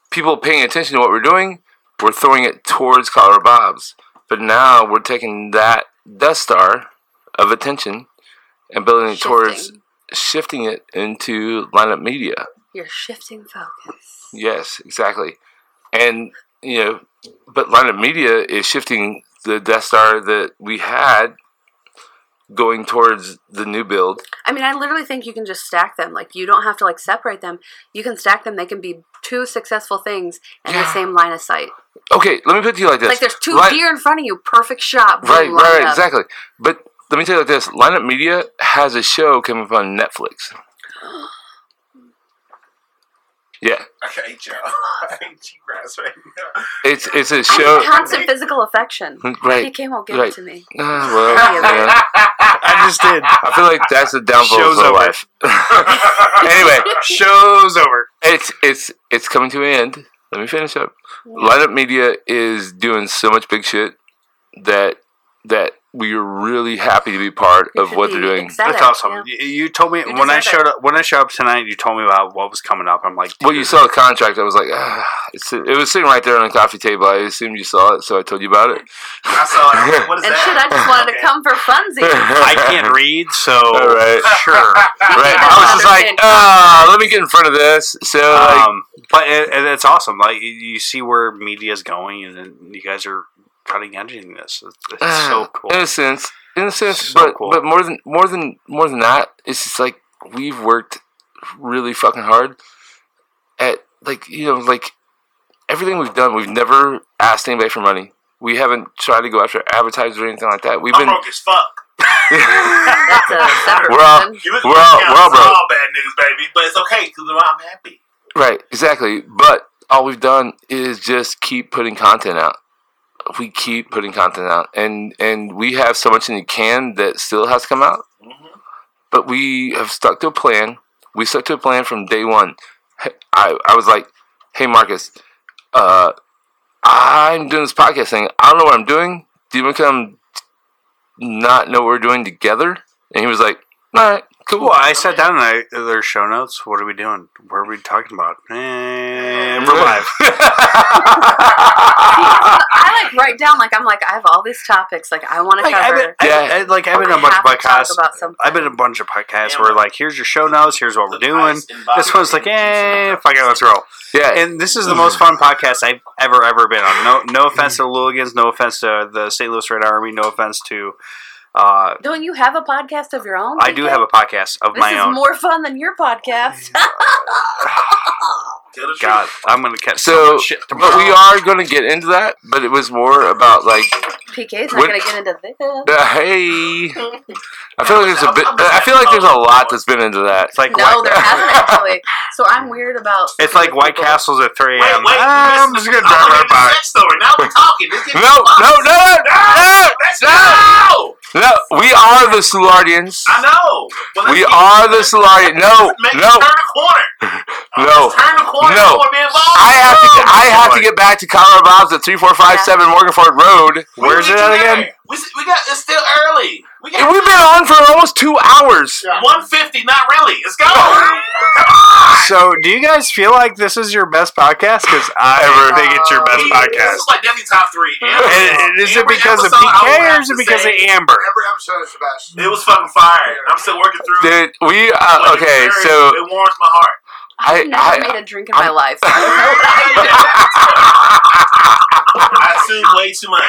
Speaker 6: people paying attention to what we're doing. We're throwing it towards Collar Bob's, but now we're taking that Death Star of attention and building it towards shifting
Speaker 4: Shifting.
Speaker 6: it into lineup media.
Speaker 4: You're shifting focus.
Speaker 6: Yes, exactly. And you know, but lineup media is shifting the Death Star that we had going towards the new build.
Speaker 4: I mean, I literally think you can just stack them. Like you don't have to like separate them. You can stack them. They can be two successful things in the
Speaker 6: Yeah.
Speaker 4: same line of sight.
Speaker 6: Okay, let me put it to you like this.
Speaker 4: Like there's two
Speaker 6: Li-
Speaker 4: deer in front of you. Perfect shot. boom,
Speaker 6: Right,
Speaker 4: lined
Speaker 6: right,
Speaker 4: up.
Speaker 6: exactly. But let me tell you like this: Lineup Media has a show coming up on
Speaker 4: <gasps>
Speaker 6: Netflix. Yeah,
Speaker 8: I hate y'all. <laughs> I hate you guys right now.
Speaker 6: it's it's a
Speaker 4: I
Speaker 6: show.
Speaker 4: need constant physical affection. <laughs>
Speaker 6: Right.
Speaker 4: PK won't give
Speaker 6: Right.
Speaker 4: it to me.
Speaker 6: Ah, well, you know,
Speaker 5: I just did.
Speaker 6: I feel like that's the downfall
Speaker 5: Show's
Speaker 6: of her
Speaker 5: over.
Speaker 6: life. anyway,
Speaker 5: Show's over.
Speaker 6: it's it's it's coming to an end. Let me finish up. Lineup Media is doing so much big shit that that we are really happy to be part
Speaker 4: You
Speaker 6: of
Speaker 4: should
Speaker 6: what they're
Speaker 4: be
Speaker 6: doing.
Speaker 4: ecstatic,
Speaker 5: That's awesome.
Speaker 4: yeah.
Speaker 5: You, you told me
Speaker 4: You
Speaker 5: when I
Speaker 4: deserve
Speaker 5: showed up when I showed up tonight. You told me about what was coming up. I'm like,
Speaker 6: Well, you saw the contract. I was like, ah, it's, it was sitting right there on the coffee table. I assumed you saw it, so I told you about it.
Speaker 8: I saw it. I was like, what is
Speaker 4: And
Speaker 8: that?
Speaker 4: shit, I just wanted to
Speaker 8: Okay.
Speaker 4: come
Speaker 6: <laughs>
Speaker 4: for funsies.
Speaker 5: I <laughs> can't read, so
Speaker 6: All right.
Speaker 5: sure.
Speaker 6: Right. I
Speaker 5: <laughs>
Speaker 6: was just like, ah, let me get in front of this. So, like,
Speaker 5: Um, but it, it- it's awesome. Like you- you see where media is going, and then you guys are cutting edging this. It's, it's so cool.
Speaker 6: In a sense, in a sense,
Speaker 5: So
Speaker 6: but
Speaker 5: cool.
Speaker 6: but more than more than more than that, it's just like we've worked really fucking hard at like you know like everything we've done, we've never asked anybody for money. We haven't tried to go after advertisers or anything like that. We've
Speaker 8: I'm
Speaker 5: Uh-huh.
Speaker 6: been
Speaker 8: broke as fuck.
Speaker 6: <laughs>
Speaker 4: That's a separate
Speaker 6: We're all-
Speaker 4: one.
Speaker 8: You look at
Speaker 6: We're
Speaker 8: me
Speaker 6: all-
Speaker 8: now,
Speaker 6: we're all
Speaker 8: it's
Speaker 6: broke.
Speaker 8: all bad niggas, baby. But it's okay because I'm happy.
Speaker 6: right, exactly. But all we've done is just keep putting content out. We keep putting content out, and and we have so much in the can that still has to come out.
Speaker 8: Mhm.
Speaker 6: But we have stuck to a plan. We stuck to a plan from day one. Hey, I I was like, hey Marcus, uh, I'm doing this podcast thing. I don't know what I'm doing. Do you want to come? Not know what we're doing together? And he was like, all right, cool.
Speaker 5: Well, I sat down and I, their show notes. What are we doing? What are we talking about? Eh, we're live.
Speaker 4: I like write down like I'm like I have all these topics like I want to
Speaker 5: Like I've
Speaker 4: cover.
Speaker 5: been, I've,
Speaker 6: Yeah.
Speaker 5: I- like I've been on a
Speaker 4: I
Speaker 5: bunch of
Speaker 4: have to talk
Speaker 5: podcasts.
Speaker 4: about something.
Speaker 5: I've been on a bunch of podcasts
Speaker 8: Yeah.
Speaker 5: where like, here's your show notes. Here's what we're
Speaker 8: Put
Speaker 5: doing.
Speaker 8: ice in vodka
Speaker 5: This one's like,
Speaker 8: and juice
Speaker 5: eh,
Speaker 8: in
Speaker 5: fuck it, let's roll.
Speaker 6: <laughs> yeah,
Speaker 5: And this is
Speaker 6: Hmm.
Speaker 5: the most fun podcast I've ever ever been on. No, no offense to the Luligans. No offense to the St. Louis Red Army. No offense to. Uh,
Speaker 4: Don't you have a podcast of your own?
Speaker 5: I do have a podcast of
Speaker 4: This
Speaker 5: my
Speaker 4: is
Speaker 5: own.
Speaker 4: more fun than your
Speaker 5: <laughs>
Speaker 4: podcast. <laughs>
Speaker 8: Tell the truth.
Speaker 5: God, I'm gonna catch so
Speaker 6: So-
Speaker 5: much shit.
Speaker 6: but we are going to get into that. But it was more about like,
Speaker 4: PK's not
Speaker 6: When-
Speaker 4: going to get
Speaker 6: <laughs>
Speaker 4: into this.
Speaker 6: uh, hey, I feel like there's a bit. I feel like there's a lot that's been into that.
Speaker 5: It's like
Speaker 4: No,
Speaker 5: White-
Speaker 4: there hasn't
Speaker 6: <laughs>
Speaker 4: actually. So I'm weird about.
Speaker 5: It's like White
Speaker 4: people.
Speaker 5: Castles at 3
Speaker 8: Wait,
Speaker 5: a.m.
Speaker 8: wait,
Speaker 5: Ah, I'm just
Speaker 8: listen.
Speaker 5: gonna
Speaker 8: I
Speaker 5: drive
Speaker 4: Oh,
Speaker 8: wanna
Speaker 5: right
Speaker 8: hear the
Speaker 5: by.
Speaker 8: sex story. Now we're talking. Let's get
Speaker 6: No,
Speaker 8: to the
Speaker 6: no, no,
Speaker 8: box.
Speaker 6: no,
Speaker 8: Let's
Speaker 6: no,
Speaker 8: go.
Speaker 6: no. We are the Solardians.
Speaker 8: I know. Well, let's
Speaker 6: We
Speaker 8: get-
Speaker 6: are the Solardians. No,
Speaker 8: Make
Speaker 6: no,
Speaker 8: turn the corner.
Speaker 6: no.
Speaker 8: Let's turn the corner.
Speaker 6: No.
Speaker 8: before we involve
Speaker 6: I have to. Get, I have to
Speaker 5: Boy.
Speaker 6: get back to Colorado Bob's at three four five seven Morgan Ford Road.
Speaker 8: We
Speaker 5: Where's
Speaker 8: get
Speaker 5: it
Speaker 8: you
Speaker 5: at
Speaker 8: there.
Speaker 5: again?
Speaker 8: We, s- we got. It's still early. We
Speaker 6: And
Speaker 8: got
Speaker 6: we've been on for almost two hours.
Speaker 8: 150. Not really. Let's go.
Speaker 5: So, do you guys feel like this is your best podcast? Because I
Speaker 6: Ever.
Speaker 5: think it's your best
Speaker 8: We- This
Speaker 5: podcast.
Speaker 8: is like definitely top three.
Speaker 5: And is it
Speaker 8: Every
Speaker 5: because of
Speaker 8: episode, I would
Speaker 5: PK or
Speaker 8: have
Speaker 5: is it
Speaker 8: to
Speaker 5: because of
Speaker 8: say,
Speaker 5: Amber?
Speaker 9: Every episode of Sebastian.
Speaker 8: It was fucking fire. I'm still working through. it.
Speaker 6: Dude, we uh,
Speaker 8: But it's
Speaker 6: okay.
Speaker 8: very-
Speaker 6: So <laughs>
Speaker 8: it warms my heart.
Speaker 6: I-
Speaker 4: I've never
Speaker 6: I-
Speaker 4: made a drink in my life.
Speaker 8: I assume way too much.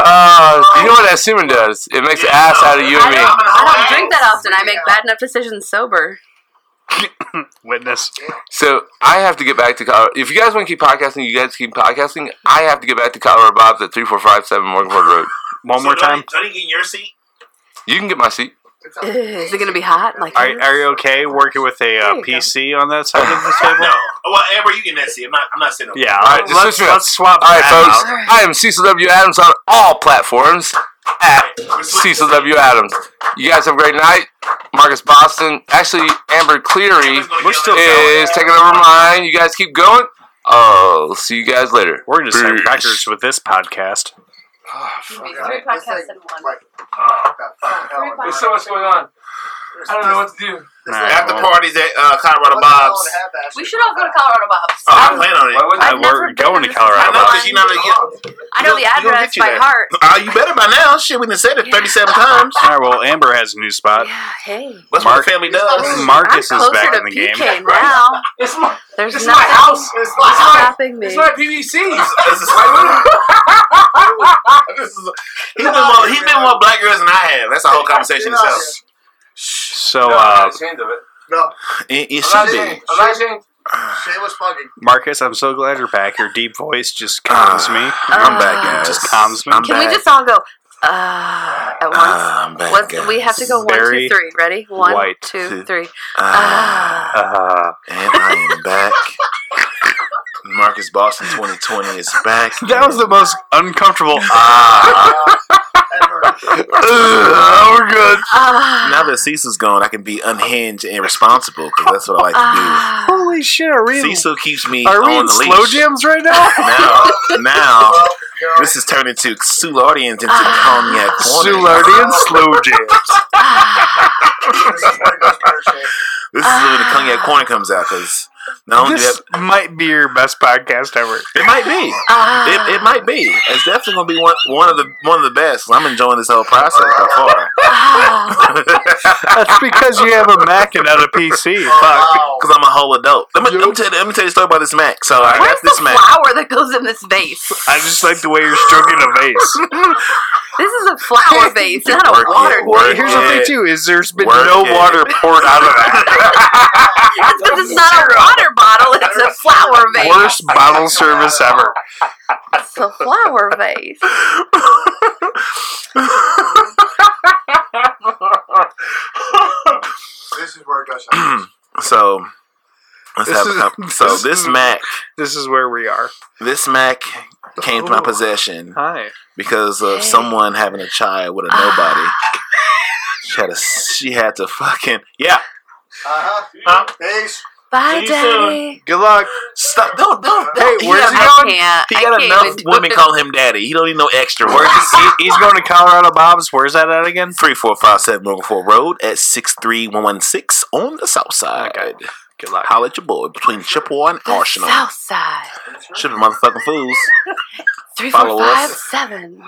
Speaker 6: Uh, you know what assuming does? It makes
Speaker 8: Yeah,
Speaker 6: ass
Speaker 8: no.
Speaker 6: out of you
Speaker 4: I
Speaker 6: and
Speaker 8: mean?
Speaker 4: don't,
Speaker 6: me.
Speaker 4: I don't drink that often. I make bad enough decisions sober.
Speaker 5: Witness.
Speaker 6: So I have to get back to Colorado. If you guys want to keep podcasting, you guys keep podcasting. I have to get back to Colorado Bob's at three four five seven Morganford Road.
Speaker 5: One
Speaker 8: So
Speaker 5: more
Speaker 8: don't
Speaker 5: time.
Speaker 8: you- Don't you get in your seat?
Speaker 6: You can get my seat.
Speaker 4: Ugh, Is it going to be hot? Like,
Speaker 5: Are, are you okay working with a
Speaker 4: There
Speaker 5: uh,
Speaker 4: you go.
Speaker 5: PC on that side of the
Speaker 8: No.
Speaker 5: <laughs> table?
Speaker 8: Oh, Well, Amber, you get in that seat. I'm not. I'm not sitting. over
Speaker 5: Yeah,
Speaker 6: All right,
Speaker 5: let's,
Speaker 6: just switch it up.
Speaker 5: let's swap
Speaker 6: All right,
Speaker 5: that
Speaker 6: folks.
Speaker 5: out.
Speaker 6: I am Cecil W. Adams on all platforms at Cecil W. Adams. You guys have a great night. Marcus Boston, actually Amber Cleary
Speaker 8: Amber's gonna
Speaker 5: We're
Speaker 8: get
Speaker 5: still
Speaker 8: on that
Speaker 5: going.
Speaker 6: is taking over mine. You guys keep going. I'll see you guys later.
Speaker 5: We're going to sign
Speaker 6: Peace.
Speaker 5: records with this podcast.
Speaker 4: Three
Speaker 9: It's
Speaker 4: podcasts
Speaker 9: like-
Speaker 4: in one.
Speaker 9: like, oh, that fucking hell.
Speaker 4: Three
Speaker 9: It's
Speaker 4: podcasts.
Speaker 6: much going on. what to <laughs> do.
Speaker 5: All
Speaker 9: like-
Speaker 5: right,
Speaker 8: After
Speaker 5: well,
Speaker 8: parties at uh, Colorado
Speaker 9: What's the hell
Speaker 8: Bob's.
Speaker 9: to have that
Speaker 4: We
Speaker 9: shit?
Speaker 4: should all go to Colorado Bob's.
Speaker 8: Oh, I plan on it.
Speaker 5: why wouldn't I?
Speaker 4: I've never
Speaker 5: We're
Speaker 4: been
Speaker 5: going
Speaker 4: in
Speaker 5: to
Speaker 4: this
Speaker 8: I
Speaker 5: Colorado.
Speaker 8: know
Speaker 4: town.
Speaker 5: Bob's.
Speaker 8: because you know to
Speaker 4: I
Speaker 8: get.
Speaker 4: know the
Speaker 8: We'll- we'll
Speaker 4: address
Speaker 8: get you
Speaker 4: by
Speaker 8: there.
Speaker 4: heart.
Speaker 8: Oh, you better by now. Shit, we done said it 37 times.
Speaker 5: All right, well, Amber has a new spot.
Speaker 4: Yeah, hey.
Speaker 8: That's
Speaker 5: Mark-
Speaker 8: what the family does.
Speaker 5: Marcus
Speaker 4: I'm
Speaker 5: is
Speaker 4: closer
Speaker 5: back
Speaker 4: to
Speaker 5: in the
Speaker 4: PK <laughs>
Speaker 5: game.
Speaker 4: now.
Speaker 9: It's my,
Speaker 4: There's
Speaker 9: it's my
Speaker 4: nothing
Speaker 9: house. It's my house.
Speaker 4: stopping me.
Speaker 6: PVC.
Speaker 8: This is- <laughs> This is- He's been more, he's been more black girls than I have. That's a whole conversation
Speaker 9: Get out of
Speaker 8: itself.
Speaker 5: So, uh,
Speaker 9: No,
Speaker 8: It, it
Speaker 9: I'm
Speaker 8: should
Speaker 9: not
Speaker 8: be.
Speaker 9: ashamed. I'm not ashamed. Shameless plugging.
Speaker 5: Marcus, I'm so glad you're back. Your deep voice just calms me.
Speaker 8: I'm back,
Speaker 4: Uh,
Speaker 8: guys.
Speaker 5: Just calms me.
Speaker 8: I'm
Speaker 4: Can we
Speaker 8: back.
Speaker 4: just all go, uh, at once?
Speaker 8: I'm back,
Speaker 4: Let's,
Speaker 8: guys.
Speaker 4: we have to go one,
Speaker 5: Barry
Speaker 4: two, three. Ready? One,
Speaker 5: White.
Speaker 4: two, three.
Speaker 8: Ah.
Speaker 4: Ah.
Speaker 5: Uh,
Speaker 8: And I am back. <laughs> Marcus Boston 2020 is <laughs> back.
Speaker 5: that was the most <laughs> uncomfortable.
Speaker 8: Ah.
Speaker 9: Ever.
Speaker 8: Ugh, we're good.
Speaker 4: Ah.
Speaker 8: Now that Cecil's gone, I can be unhinged and responsible because that's what I like to
Speaker 4: Ah.
Speaker 5: Holy shit, are
Speaker 8: do.
Speaker 5: we,
Speaker 8: Cecil keeps me
Speaker 5: are we
Speaker 8: on
Speaker 5: in
Speaker 8: the
Speaker 5: slow
Speaker 8: leash.
Speaker 5: jams right <laughs> now?
Speaker 8: Now, now,
Speaker 9: Well, you know,
Speaker 8: this is turning to Sulardians into
Speaker 4: Ah.
Speaker 8: cognac corners.
Speaker 5: Sulardian slow jams.
Speaker 9: this is where it goes pear shaped.
Speaker 8: This is when the cognac corner comes out because not only do
Speaker 5: This
Speaker 8: that,
Speaker 5: might be your best podcast ever.
Speaker 8: it might be.
Speaker 4: Ah.
Speaker 8: It, it might be. It's definitely gonna be one, one of the one of the best. I'm enjoying this whole process by far. <laughs>
Speaker 4: Ah.
Speaker 5: That's because you have a Mac and not a PC. Fuck.
Speaker 9: Wow.
Speaker 8: Because I'm a whole adult. Let me, let, me tell you, let me tell you a story about this Mac. So I got
Speaker 4: Where's
Speaker 8: this
Speaker 4: the
Speaker 8: Mac.
Speaker 4: flower that goes in this vase?
Speaker 5: I just like the way you're stroking a <laughs> vase.
Speaker 4: This is
Speaker 1: <laughs>
Speaker 4: a flower vase, not
Speaker 8: Work
Speaker 4: a
Speaker 8: it,
Speaker 4: water
Speaker 8: work
Speaker 4: vase.
Speaker 8: it.
Speaker 5: Here's the thing too: is there's been
Speaker 8: Work
Speaker 5: no
Speaker 8: it.
Speaker 5: water poured out of that.
Speaker 4: <laughs> That's because it's not a water bottle, it's
Speaker 1: <laughs>
Speaker 4: a flower <laughs> vase.
Speaker 5: Worst bottle service ever.
Speaker 4: It's a flower vase.
Speaker 5: <laughs>
Speaker 9: This is where it goes. south.
Speaker 1: So let's
Speaker 5: This
Speaker 1: have
Speaker 5: is-
Speaker 1: a com- so
Speaker 5: this
Speaker 1: this
Speaker 5: is-
Speaker 1: Mac
Speaker 5: This is where we are.
Speaker 1: this Mac came to my
Speaker 5: Ooh.
Speaker 1: possession
Speaker 5: Hi.
Speaker 1: because of someone having a child with a
Speaker 4: <laughs>
Speaker 1: nobody. she had to she had to fucking yeah
Speaker 9: Uh-huh.
Speaker 5: Huh?
Speaker 9: Peace.
Speaker 4: Bye,
Speaker 5: See you
Speaker 4: Daddy.
Speaker 5: Good luck.
Speaker 1: stop don't
Speaker 4: Oh,
Speaker 1: don't
Speaker 5: Hey,
Speaker 1: don't he
Speaker 5: where's
Speaker 1: got
Speaker 5: he
Speaker 1: enough-
Speaker 4: I can't.
Speaker 1: he
Speaker 4: I
Speaker 1: got
Speaker 4: can't
Speaker 1: enough
Speaker 4: even do
Speaker 1: women
Speaker 4: it.
Speaker 1: calling him daddy. He don't need no extra
Speaker 5: Where's
Speaker 1: words.
Speaker 5: he, he- he's going to Colorado Bob's. Where's that at again?
Speaker 1: Three four five seven Morgan Ford Road at six three one one six on the south side.
Speaker 5: Okay. Uh, Good luck.
Speaker 1: Holla at your boy between Chippewa and
Speaker 4: The
Speaker 1: Arsenal.
Speaker 4: South Side.
Speaker 1: Should have motherfucking fools.
Speaker 4: Three, four,
Speaker 1: Follow us.
Speaker 4: five, seven.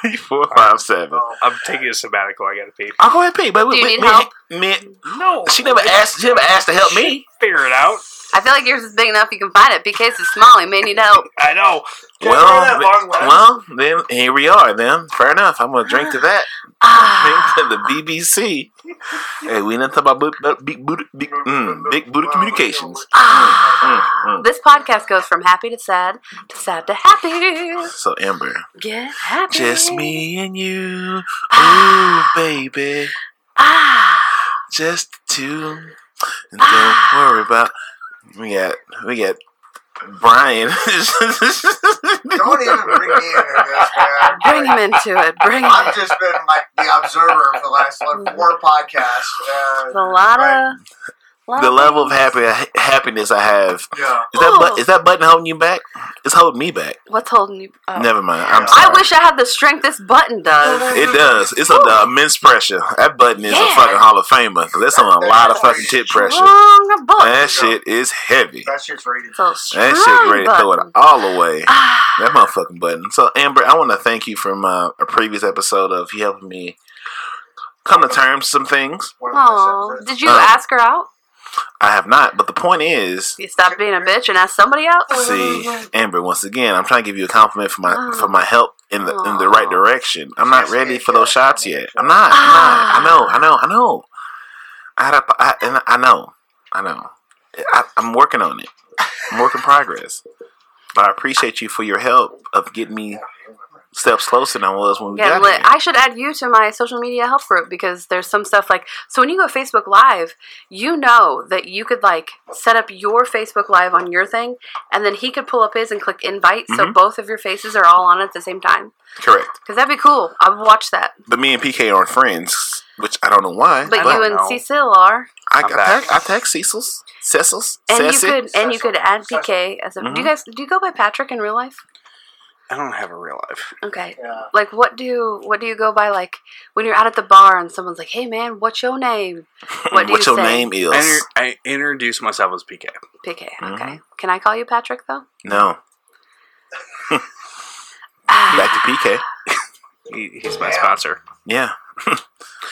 Speaker 1: Three four five seven.
Speaker 5: I'm taking a sabbatical. I got to pee.
Speaker 1: I'll go ahead and pee, but
Speaker 4: Do you
Speaker 1: me,
Speaker 4: need
Speaker 1: me-
Speaker 4: help?
Speaker 1: me-
Speaker 5: No.
Speaker 1: she never asked. She never asked to help me.
Speaker 5: Figure it out.
Speaker 4: I feel like yours is big enough you can find it. BK's is small. He may
Speaker 1: <laughs>
Speaker 4: need help.
Speaker 5: I know. Can I wear
Speaker 1: Well,
Speaker 5: that long lens?
Speaker 1: well, then here we are. Then fair enough. I'm gonna drink to that.
Speaker 4: Ah.
Speaker 1: Drink to the BBC. Hey, we didn't talk about boot, boot, big booty, big, mm, big booty communications. Mm,
Speaker 4: Ah.
Speaker 1: mm, mm.
Speaker 4: This podcast goes from happy to sad to sad to happy.
Speaker 1: So Amber,
Speaker 4: Get happy.
Speaker 1: just me and you, ooh
Speaker 4: Ah.
Speaker 1: baby,
Speaker 4: Ah.
Speaker 1: just the two. And don't
Speaker 4: Ah.
Speaker 1: worry about. We got we got Brian. <laughs>
Speaker 9: Don't even bring me into this, man.
Speaker 4: Bring him into it. Bring him.
Speaker 9: I've just been like the observer for the last like, four podcasts.
Speaker 4: It's a
Speaker 9: Uh,
Speaker 4: lot
Speaker 9: Right.
Speaker 4: of. lot
Speaker 1: the
Speaker 4: of
Speaker 1: level of
Speaker 4: things.
Speaker 1: happy happiness I have
Speaker 9: yeah.
Speaker 1: Is that
Speaker 4: Oh.
Speaker 1: but is that button holding you back? It's holding me back.
Speaker 4: What's holding you? Oh.
Speaker 1: Never mind. I'm
Speaker 9: I
Speaker 1: sorry.
Speaker 4: I wish I had the strength this button does.
Speaker 1: it does. It's under immense pressure. That button is
Speaker 4: Yeah.
Speaker 1: a fucking hall of famer. 'cause that's on a lot of fucking tip pressure.
Speaker 4: Strong button.
Speaker 1: That shit is heavy.
Speaker 9: That shit's rated.
Speaker 4: It's a
Speaker 1: That
Speaker 4: strong
Speaker 1: shit ready to throw it
Speaker 4: button.
Speaker 1: all away.
Speaker 4: Ah.
Speaker 1: That motherfucking button. So Amber, I want to thank you from uh, a previous episode of you helping me come to terms with some things.
Speaker 9: One of the best
Speaker 4: Oh,
Speaker 9: episodes.
Speaker 4: did you
Speaker 1: Um,
Speaker 4: ask her out?
Speaker 1: I have not, but the point is,
Speaker 4: You stopped being a bitch and asked somebody out.
Speaker 1: see, Amber, once again, I'm trying to give you a compliment for my
Speaker 4: Oh.
Speaker 1: for my help in the in the
Speaker 4: Oh.
Speaker 1: right direction. I'm not
Speaker 9: Yes,
Speaker 1: ready
Speaker 9: yes,
Speaker 1: for those
Speaker 9: yes.
Speaker 1: shots yet. I'm not. I'm
Speaker 4: Ah.
Speaker 1: not. I know. I know. I know. I had a, I, and I know. I know. I, I'm working on it. I'm work in progress. But I appreciate you for your help of getting me steps closer than I was when we
Speaker 4: Get
Speaker 1: got
Speaker 4: lit.
Speaker 1: here.
Speaker 4: I should add you to my social media help group because there's some stuff like so when you go Facebook Live, you know that you could like set up your Facebook Live on your thing, and then he could pull up his and click invite, so
Speaker 1: Mhm.
Speaker 4: both of your faces are all on at the same time.
Speaker 1: Correct.
Speaker 4: Because that'd be cool. I would watch that.
Speaker 1: But me and PK aren't friends, which I don't know why.
Speaker 4: But
Speaker 5: don't
Speaker 4: you and
Speaker 5: know.
Speaker 4: Cecil are,
Speaker 1: I, I,
Speaker 5: I'm back.
Speaker 1: text, I text Cecil's. Cecil's.
Speaker 4: and you
Speaker 1: Cecil.
Speaker 4: could and you could add PK as a. Do
Speaker 1: Mhm.
Speaker 4: you guys do you go by Patrick in real life?
Speaker 5: I don't have a real life.
Speaker 4: Okay.
Speaker 9: Yeah.
Speaker 1: <laughs>
Speaker 4: Like what do what do you go by like when you're out at the bar and someone's like, "Hey man, what's your name?" What
Speaker 1: <laughs>
Speaker 4: do
Speaker 1: What's
Speaker 4: you
Speaker 1: your
Speaker 4: say?
Speaker 1: name is?
Speaker 5: I, inter- I introduce myself as PK.
Speaker 4: PK.
Speaker 1: Mhm.
Speaker 4: Okay. Can I call you Patrick though?
Speaker 1: no.
Speaker 4: Ah.
Speaker 1: Back to PK.
Speaker 5: He, he's my sponsor.
Speaker 1: Yeah. <laughs>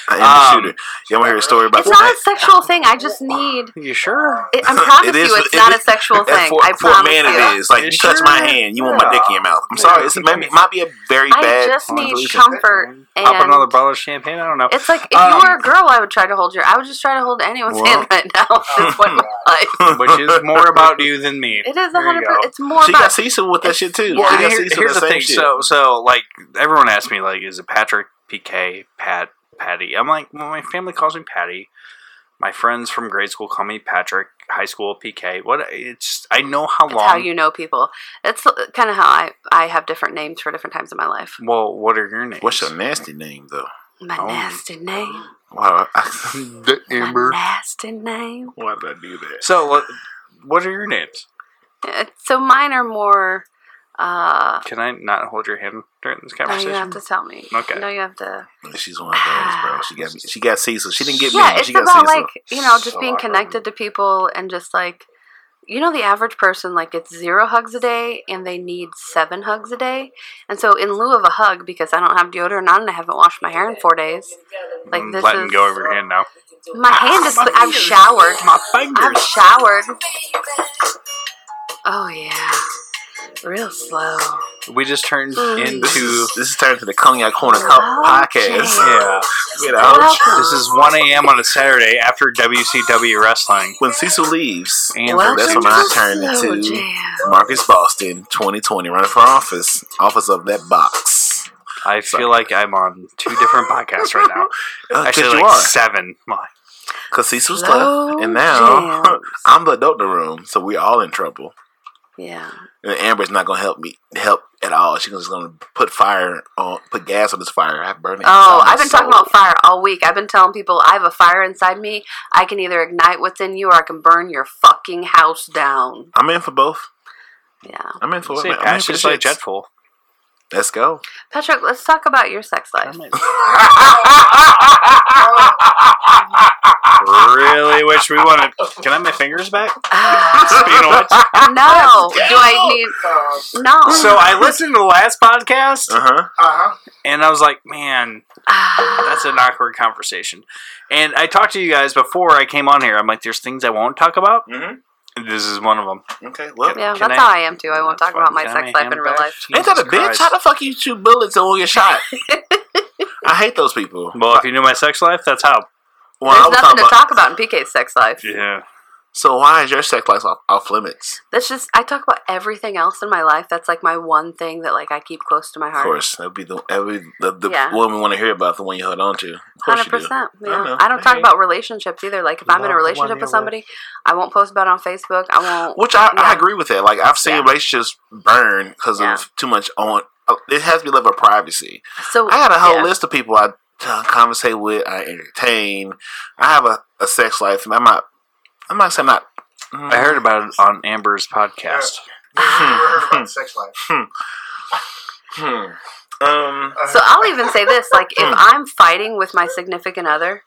Speaker 1: I am
Speaker 5: Um,
Speaker 1: the shooter. Y'all want to hear a story about
Speaker 4: It's not a sexual thing. I
Speaker 1: <laughs>
Speaker 4: just need.
Speaker 5: You sure?
Speaker 4: It, I promise
Speaker 1: It is-
Speaker 4: you, it's
Speaker 1: it
Speaker 4: not
Speaker 1: is-
Speaker 4: a
Speaker 1: <laughs>
Speaker 4: sexual
Speaker 1: That's
Speaker 4: thing.
Speaker 1: for,
Speaker 4: I
Speaker 1: for a
Speaker 4: promise
Speaker 1: man,
Speaker 4: you.
Speaker 1: it is. Like,
Speaker 5: It
Speaker 1: you touch
Speaker 5: sure-
Speaker 1: my hand, you want my dick in your mouth. I'm sorry. It's, maybe, it might be a very
Speaker 4: I
Speaker 1: bad
Speaker 4: just need
Speaker 1: conclusion.
Speaker 4: comfort
Speaker 5: Pop another
Speaker 4: and.
Speaker 5: bottle of champagne? I don't know.
Speaker 4: It's like if you
Speaker 5: Um,
Speaker 4: were a girl, I would try to hold your. I would just try to hold anyone's
Speaker 1: Well.
Speaker 4: hand right now at this point
Speaker 1: <laughs>
Speaker 4: in my life.
Speaker 5: Which is more about you than me.
Speaker 4: It is
Speaker 5: There you
Speaker 4: hundred. percent
Speaker 5: go.
Speaker 4: It's more
Speaker 1: She
Speaker 4: about.
Speaker 1: got Cecil with that
Speaker 4: it's-
Speaker 1: shit, too.
Speaker 4: yeah.
Speaker 1: She
Speaker 5: Well,
Speaker 1: got
Speaker 5: here-
Speaker 1: Cecil
Speaker 5: here's
Speaker 1: with that
Speaker 5: the
Speaker 1: same
Speaker 5: thing.
Speaker 1: shit.
Speaker 5: So, so like everyone asks me, like, is it Patrick, PK, Pat, Patty? I'm like, well, my family calls me Patty. My friends from grade school call me Patrick. High school, PK. What? It's I know how
Speaker 4: It's
Speaker 5: long.
Speaker 4: how you know people. It's kind of how I, I have different names for different times in my life.
Speaker 5: Well, what are your names?
Speaker 1: What's your nasty name, though?
Speaker 4: My
Speaker 5: Oh.
Speaker 4: nasty name.
Speaker 1: Wow. I, <laughs>
Speaker 6: The
Speaker 4: <laughs> My
Speaker 6: Amber.
Speaker 4: nasty name.
Speaker 1: why did I do that?
Speaker 5: So, what, what are your names?
Speaker 4: Uh, So mine are more. Uh,
Speaker 5: Can I not hold your hand during this
Speaker 4: no, you
Speaker 5: conversation?
Speaker 4: have to tell me.
Speaker 5: Okay.
Speaker 4: No, you have to.
Speaker 1: She's one of those, bro. She got, me- she got Cecil. She didn't get
Speaker 4: Yeah,
Speaker 1: me.
Speaker 4: it's
Speaker 1: She got
Speaker 4: about
Speaker 1: Cecil.
Speaker 4: like you know just
Speaker 5: So
Speaker 4: being
Speaker 5: awkward.
Speaker 4: connected to people and just like you know the average person like gets zero hugs a day and they need seven hugs a day, and so in lieu of a hug because I don't have deodorant on and I haven't washed my hair in four days, like
Speaker 5: I'm
Speaker 1: Mm,
Speaker 4: this
Speaker 5: letting
Speaker 4: is
Speaker 5: go of your hand now.
Speaker 4: Ah, my
Speaker 1: <laughs>
Speaker 4: hand is
Speaker 5: My
Speaker 4: I've
Speaker 5: fingers.
Speaker 4: showered.
Speaker 5: My fingers.
Speaker 4: I've showered. Oh yeah. Real slow.
Speaker 5: We just turned
Speaker 4: Mm.
Speaker 1: This
Speaker 5: into
Speaker 1: is this is turned to the Cognac Corner Cup podcast.
Speaker 5: yeah.
Speaker 1: You know,
Speaker 5: This is 1 a.m. on a Saturday after WCW wrestling.
Speaker 1: when Cecil leaves,
Speaker 5: And
Speaker 1: that's when I turn into Marcus Boston, 2020, running for office, office of that box.
Speaker 5: I feel like I'm on two different podcasts right
Speaker 1: <laughs>
Speaker 5: now.
Speaker 1: Uh, 'cause
Speaker 5: Actually,
Speaker 1: you
Speaker 5: like
Speaker 1: are.
Speaker 5: seven. My-
Speaker 1: Because Cecil's left, and now <laughs> I'm the adult in the room, so we're all in trouble.
Speaker 4: yeah.
Speaker 1: And Amber's not gonna help me help at all. She's just gonna put fire on, put gas on this fire. I burn it.
Speaker 4: Oh,
Speaker 1: inside my
Speaker 4: I've been talking
Speaker 1: soul.
Speaker 4: about fire all week. I've been telling people I have a fire inside me. I can either ignite what's in you or I can burn your fucking house down.
Speaker 1: I'm in for both.
Speaker 4: Yeah.
Speaker 1: I'm in for it.
Speaker 5: Say,
Speaker 1: man. I'm in
Speaker 5: Patch
Speaker 1: for the
Speaker 5: is like
Speaker 1: shits.
Speaker 5: Jetful.
Speaker 1: Let's go.
Speaker 4: Patrick, let's talk about your sex life.
Speaker 5: Really wish we wanted. Can I have my fingers back?
Speaker 4: <sighs>
Speaker 5: Speaking of
Speaker 1: <laughs>
Speaker 5: which.
Speaker 4: no. Do I need. No. <sighs>
Speaker 5: So I listened to the last podcast
Speaker 1: Uh huh.
Speaker 9: Uh-huh.
Speaker 5: and I was like, man, that's an awkward conversation. And I talked to you guys before I came on here. I'm like, there's things I won't talk about.
Speaker 1: Mhm.
Speaker 5: This is one of them.
Speaker 1: Okay. Well,
Speaker 4: yeah,
Speaker 5: Can
Speaker 4: that's
Speaker 5: I-
Speaker 4: how I am too. I won't talk about my
Speaker 5: Can I
Speaker 4: sex
Speaker 5: make
Speaker 4: life
Speaker 5: him
Speaker 4: in real
Speaker 5: back?
Speaker 4: life.
Speaker 1: ain't that a
Speaker 5: Jesus
Speaker 1: bitch?
Speaker 5: Christ.
Speaker 1: How the fuck you shoot bullets and won't get
Speaker 4: <laughs>
Speaker 1: shot? I hate those people.
Speaker 5: Well, if you knew my sex life, that's how.
Speaker 1: When I
Speaker 4: There's
Speaker 1: was
Speaker 4: nothing
Speaker 1: talking
Speaker 4: to
Speaker 1: about,
Speaker 4: talk about in PK's sex life.
Speaker 5: Yeah.
Speaker 1: so why is your sex life off, off limits?
Speaker 4: That's just I talk about everything else in my life. That's like my one thing that like I keep close to my
Speaker 1: Of
Speaker 4: heart.
Speaker 1: course, that would be the that would be the, the
Speaker 4: Yeah.
Speaker 1: one we want to hear about, the one you held on to. Of course
Speaker 4: Hundred
Speaker 1: you do.
Speaker 4: percent.
Speaker 1: I
Speaker 4: Yeah,
Speaker 1: know.
Speaker 4: I don't talk
Speaker 1: Hey.
Speaker 4: about relationships either. Like if I'm in a
Speaker 5: Love the one
Speaker 4: relationship
Speaker 5: you're
Speaker 4: with somebody, I won't post about it on Facebook. I won't.
Speaker 1: Which I, I
Speaker 4: Yeah.
Speaker 1: agree with that. Like I've seen
Speaker 4: Yeah.
Speaker 1: relationships burn because
Speaker 4: Yeah.
Speaker 1: of too much on. uh, It has to be a level of privacy.
Speaker 4: So
Speaker 1: I got a whole
Speaker 4: yeah.
Speaker 1: list of people I uh, conversate with. I entertain. I have a, a sex life, and I'm not. I'm not saying not.
Speaker 5: I heard about it on Amber's podcast.
Speaker 9: You never heard about sex life.
Speaker 1: Hmm. Um,
Speaker 9: Uh,
Speaker 4: So I'll even say this: like
Speaker 1: Hmm.
Speaker 4: if I'm fighting with my significant other,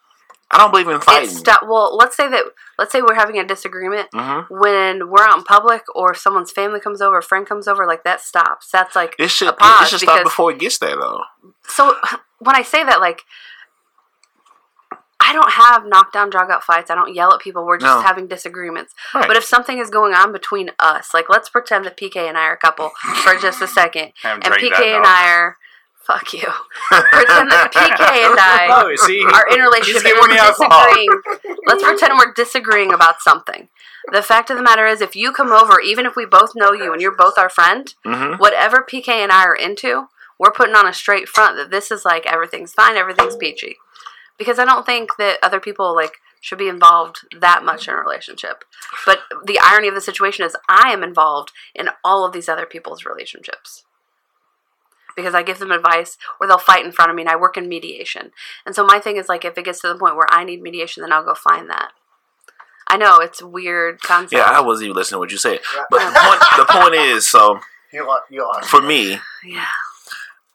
Speaker 1: I don't believe in fighting.
Speaker 4: it's stu- well. Let's say that let's say we're having a disagreement
Speaker 1: hmm
Speaker 4: when we're out in public or someone's family comes over, a friend comes over. Like that stops. That's like
Speaker 1: It should.
Speaker 4: a pause
Speaker 1: It should
Speaker 4: because
Speaker 1: stop before it gets there, though.
Speaker 4: so <laughs> when I say that, like, I don't have knockdown, drag out fights. I don't yell at people. We're just
Speaker 1: No.
Speaker 4: having disagreements.
Speaker 1: Right.
Speaker 4: But if something is going on between us, like, let's pretend that PK and I are a couple for just a second,
Speaker 5: Haven't
Speaker 4: and
Speaker 5: drank
Speaker 4: PK
Speaker 5: that
Speaker 4: and
Speaker 5: now.
Speaker 4: I are. Fuck you. pretend that PK and I
Speaker 5: Oh, see, <laughs>
Speaker 4: are in a relationship and
Speaker 5: giving me
Speaker 4: we're
Speaker 5: alcohol.
Speaker 4: disagreeing. Let's pretend we're disagreeing about something. The fact of the matter is, if you come over, even if we both know you and you're both our friend,
Speaker 1: hmm
Speaker 4: whatever PK and I are into, we're putting on a straight front that this is like everything's fine, everything's peachy. Because I don't think that other people like should be involved that much in a relationship. But the irony of the situation is I am involved in all of these other people's relationships. Because I give them advice or they'll fight in front of me and I work in mediation. And so my thing is like if it gets to the point where I need mediation, then I'll go find that. I know it's weird concept.
Speaker 1: Yeah, I wasn't even listening to what you said.
Speaker 9: Yeah.
Speaker 1: But the point, the point is, so
Speaker 9: you lost. You lost.
Speaker 1: for me,
Speaker 4: yeah.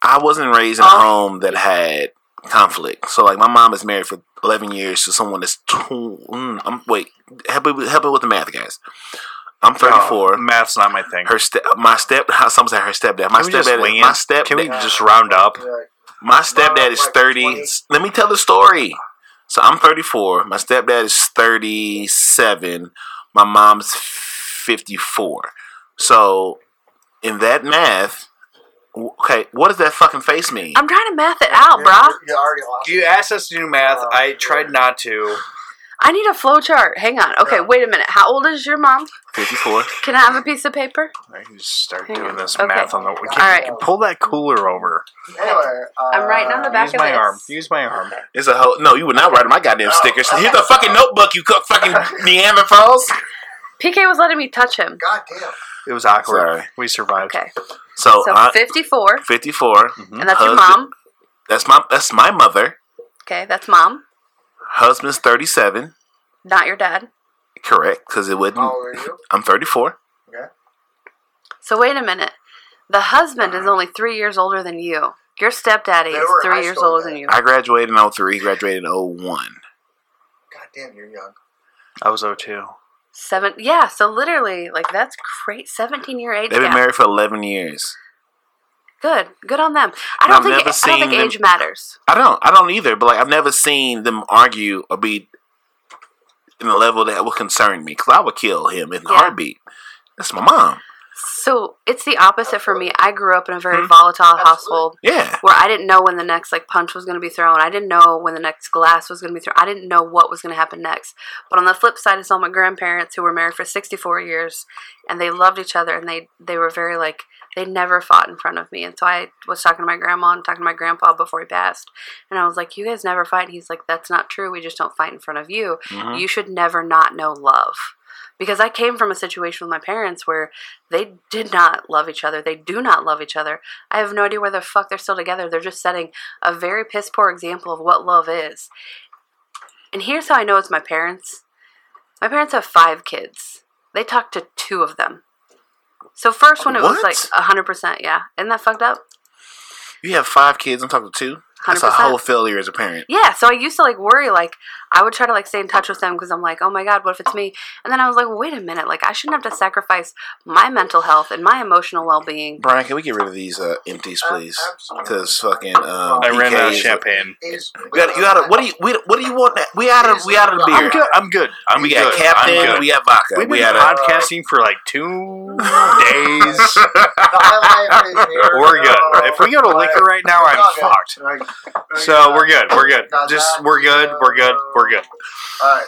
Speaker 1: I wasn't raised in a
Speaker 4: Oh.
Speaker 1: home that had conflict. So like my mom is married for eleven years to someone that's tw- mm, I'm, wait help me with- help me with the math, guys. I'm thirty four.
Speaker 5: Oh, math's not my thing.
Speaker 1: Her step, my step, <laughs> some say her stepdad. My
Speaker 5: Can we just
Speaker 1: stepdad,
Speaker 5: wing it?
Speaker 1: my stepdad,
Speaker 5: Can we just round up?
Speaker 9: Yeah.
Speaker 1: my stepdad is
Speaker 9: like
Speaker 1: 30.
Speaker 9: 20?
Speaker 1: Let me tell the story. So I'm 34. My stepdad is 37. My mom's 54. So in that math, w- okay, what does that fucking face mean?
Speaker 4: I'm trying to math it out, bruh.
Speaker 9: You, you already lost.
Speaker 5: You asked us to do math.
Speaker 4: Oh.
Speaker 5: I tried not to.
Speaker 4: I need a flow chart. Hang on. Okay, wait a minute. How old is your mom?
Speaker 1: 54.
Speaker 4: Can I have a piece of paper?
Speaker 5: I can just start
Speaker 4: Hang
Speaker 5: doing
Speaker 4: on.
Speaker 5: this
Speaker 4: Okay.
Speaker 5: math on the. We
Speaker 9: All
Speaker 5: can't-
Speaker 4: right.
Speaker 5: Pull that cooler over.
Speaker 9: Anyway, uh,
Speaker 4: I'm writing on the back
Speaker 5: Use
Speaker 4: of
Speaker 5: my
Speaker 4: this.
Speaker 5: arm. Use my arm.
Speaker 1: It's a whole. No, you would not write my goddamn
Speaker 9: Oh,
Speaker 1: stickers.
Speaker 9: okay.
Speaker 1: Here's a fucking notebook, you cook fucking Neanderthals.
Speaker 4: PK was letting me touch him.
Speaker 9: God damn.
Speaker 5: It was awkward.
Speaker 1: Sorry.
Speaker 5: We survived.
Speaker 4: Okay.
Speaker 1: So, uh,
Speaker 4: So
Speaker 1: I,
Speaker 4: 54,
Speaker 1: 54.
Speaker 4: and that's your
Speaker 1: Husband-
Speaker 4: mom.
Speaker 1: That's my that's my mother.
Speaker 4: Okay, that's mom,
Speaker 1: Husband's 37.
Speaker 4: not your dad.
Speaker 1: Correct, because it wouldn't.
Speaker 9: How old are you?
Speaker 1: I'm 34.
Speaker 4: So wait a minute. The husband is only three years older than you. Your stepdaddy
Speaker 9: They
Speaker 4: is
Speaker 9: were in
Speaker 4: three
Speaker 9: high
Speaker 4: years
Speaker 9: school
Speaker 4: older
Speaker 9: then.
Speaker 4: than you.
Speaker 1: I graduated in 03. He graduated in 01.
Speaker 9: God damn, you're young.
Speaker 5: I was 02.
Speaker 4: Seven. Yeah. So literally, like that's great. Seventeen year age
Speaker 1: They've been
Speaker 4: gap.
Speaker 1: married for 11 years.
Speaker 4: Good. Good on them. I don't
Speaker 1: I've
Speaker 4: think.
Speaker 1: never
Speaker 4: I don't
Speaker 1: seen
Speaker 4: think
Speaker 1: them-
Speaker 4: age matters.
Speaker 1: I don't. I don't either. But like, I've never seen them argue or be in a level that would concern me. Because I would kill him in a
Speaker 4: Yeah.
Speaker 1: heartbeat. That's my mom.
Speaker 4: So it's the opposite for me. I grew up in a very volatile household
Speaker 1: Yeah.
Speaker 4: where I didn't know when the next like punch was going to be thrown. I didn't know when the next glass was going to be thrown. I didn't know what was going to happen next. But on the flip side, I saw my grandparents who were married for 64 years and they loved each other and they they were very like they never fought in front of me. And so I was talking to my grandma and talking to my grandpa before he passed. And I was like, "You guys never fight." And he's like, "That's not true. We just don't fight in front of you.
Speaker 1: Mhm.
Speaker 4: You should never not know love." Because I came from a situation with my parents where they did not love each other. They do not love each other. I have no idea where the fuck they're still together. They're just setting a very piss poor example of what love is. And here's how I know it's my parents. My parents have five kids. They talked to two of them. So first when it was
Speaker 1: What?
Speaker 4: like hundred percent, yeah. Isn't that fucked up?
Speaker 1: You have five kids. I'm talking to two. That's a
Speaker 4: 100%.
Speaker 1: whole failure as a parent.
Speaker 4: Yeah, so I used to like worry, like I would try to like stay in touch with them because I'm like, oh my god, what if it's me? And then I was like, wait a minute, like I shouldn't have to sacrifice my mental health and my emotional well being.
Speaker 1: Brian, can we get rid of these uh, empties, please? Because fucking. Um,
Speaker 5: I ran out of
Speaker 1: BKs
Speaker 5: champagne.
Speaker 1: We got, you got. What do you? We, what do you want? Now? We out of. We out of beer.
Speaker 5: I'm good. I'm good. I'm
Speaker 1: we
Speaker 5: good.
Speaker 1: got Captain.
Speaker 5: I'm good.
Speaker 1: We got vodka.
Speaker 5: We've been
Speaker 1: we out of.
Speaker 5: podcasting for like two
Speaker 1: <laughs>
Speaker 5: days. We're
Speaker 9: We're
Speaker 5: good. If we go to liquor right now, I'm fucked. So we're good. We're good. Just we're good. We're good. We're good.
Speaker 9: All right.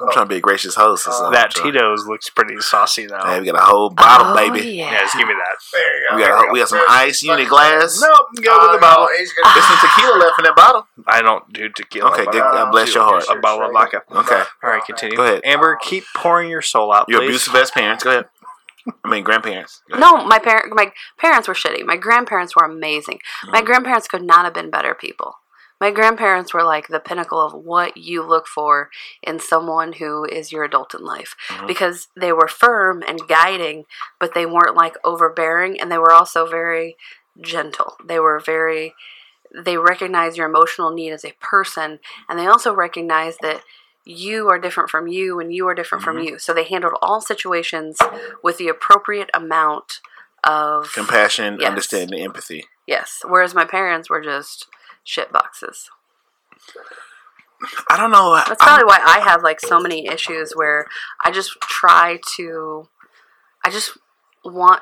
Speaker 1: I'm trying to be a gracious host. That's all
Speaker 5: That
Speaker 1: I'm trying.
Speaker 5: Tito's looks pretty saucy though.
Speaker 1: Hey, we got a whole bottle,
Speaker 4: Oh,
Speaker 1: baby.
Speaker 4: Yeah.
Speaker 5: Yeah, just give me that.
Speaker 9: There you go.
Speaker 1: We got. A, we got some ice. You need a glass.
Speaker 5: Nope, I'm good with the bottle.
Speaker 9: He's gonna
Speaker 1: There's some
Speaker 4: <laughs>
Speaker 1: tequila left in that bottle.
Speaker 5: Uh, I don't do tequila.
Speaker 1: Okay,
Speaker 5: but
Speaker 1: good.
Speaker 5: I
Speaker 1: God
Speaker 5: do
Speaker 1: bless your heart.
Speaker 5: A bottle of vodka.
Speaker 1: Okay.
Speaker 5: All right, continue.
Speaker 1: Go ahead.
Speaker 5: Amber, keep pouring your soul out,
Speaker 1: Your
Speaker 5: please.
Speaker 1: abusive ass parents. Go ahead. I mean grandparents. Go ahead.
Speaker 4: No, my parent, my parents were shitty. My grandparents were amazing. My grandparents could not have been better people. My grandparents were like the pinnacle of what you look for in someone who is your adult in life
Speaker 1: Mhm.
Speaker 4: because they were firm and guiding, but they weren't like overbearing and they were also very gentle. They were very they recognize your emotional need as a person and they also recognize that you are different from you and you are different from you. So they handled all situations with the appropriate amount of
Speaker 1: Compassion,
Speaker 4: Yes.
Speaker 1: understanding, empathy.
Speaker 4: yes. Whereas my parents were just shit boxes.
Speaker 1: I don't know.
Speaker 4: That's probably why I have like so many issues where I just try to I just want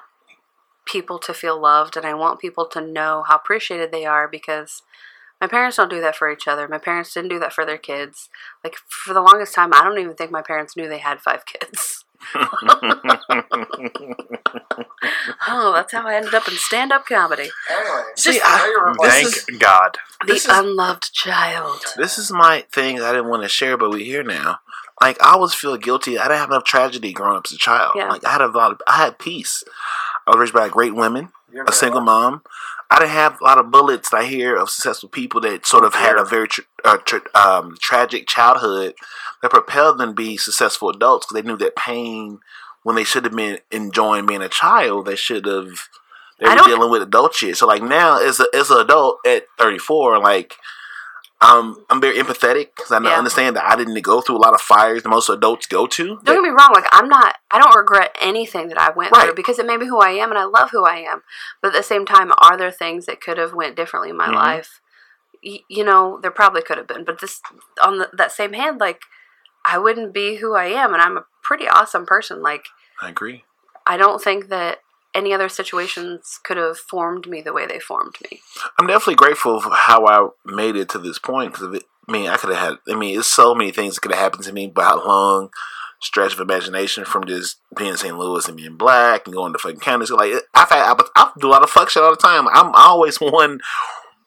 Speaker 4: people to feel loved and I want people to know how appreciated they are because my parents don't do that for each other. My parents didn't do that for their kids. Like for the longest time I don't even think my parents knew they had
Speaker 1: <laughs>
Speaker 4: five kids. <laughs> oh, that's how I ended up in stand up comedy.
Speaker 9: Anyway.
Speaker 1: See,
Speaker 9: Now
Speaker 1: I,
Speaker 9: you're replacing-
Speaker 5: Thank God.
Speaker 4: The
Speaker 1: This is-
Speaker 4: unloved child.
Speaker 1: this is my thing that I didn't want to share, but we're here now. Like I always feel guilty. I didn't have enough tragedy growing up as a child.
Speaker 4: Yeah.
Speaker 1: Like I had a lot. Of, I had peace. I was raised by great women,
Speaker 9: you're
Speaker 1: a
Speaker 9: gonna-
Speaker 1: single mom. I didn't have a lot of bullets. that I hear of successful people that sort of had a very tr uh, tr- um, tragic childhood that propelled them to be successful adults because they knew that pain when they should have been enjoying being a child. They should have. They
Speaker 4: I
Speaker 1: were
Speaker 4: don't-
Speaker 1: dealing with adult shit. So like now, as a as an adult at thirty four, like um, I'm very empathetic because I know-
Speaker 4: Yeah.
Speaker 1: understand that I didn't go through a lot of fires that most adults go to.
Speaker 4: Don't get me wrong. Like I'm not. I don't regret anything that I went
Speaker 1: Right.
Speaker 4: through because it made me who I am, and I love who I am. But at the same time, are there things that could have went differently in my
Speaker 1: Mhm.
Speaker 4: life? Y- you know, there probably could have been. But this, on the, that same hand, like I wouldn't be who I am, and I'm a pretty awesome person. Like
Speaker 1: I agree.
Speaker 4: I don't think that any other situations could have formed me the way they formed me.
Speaker 1: I'm definitely grateful for how I made it to this point because I mean, I could have had. I mean, it's so many things that could have happened to me by a long stretch of imagination from just being in St. Louis and being black and going to fucking counties. Like I've had, I, I do a lot of fuck shit all the time. I'm always one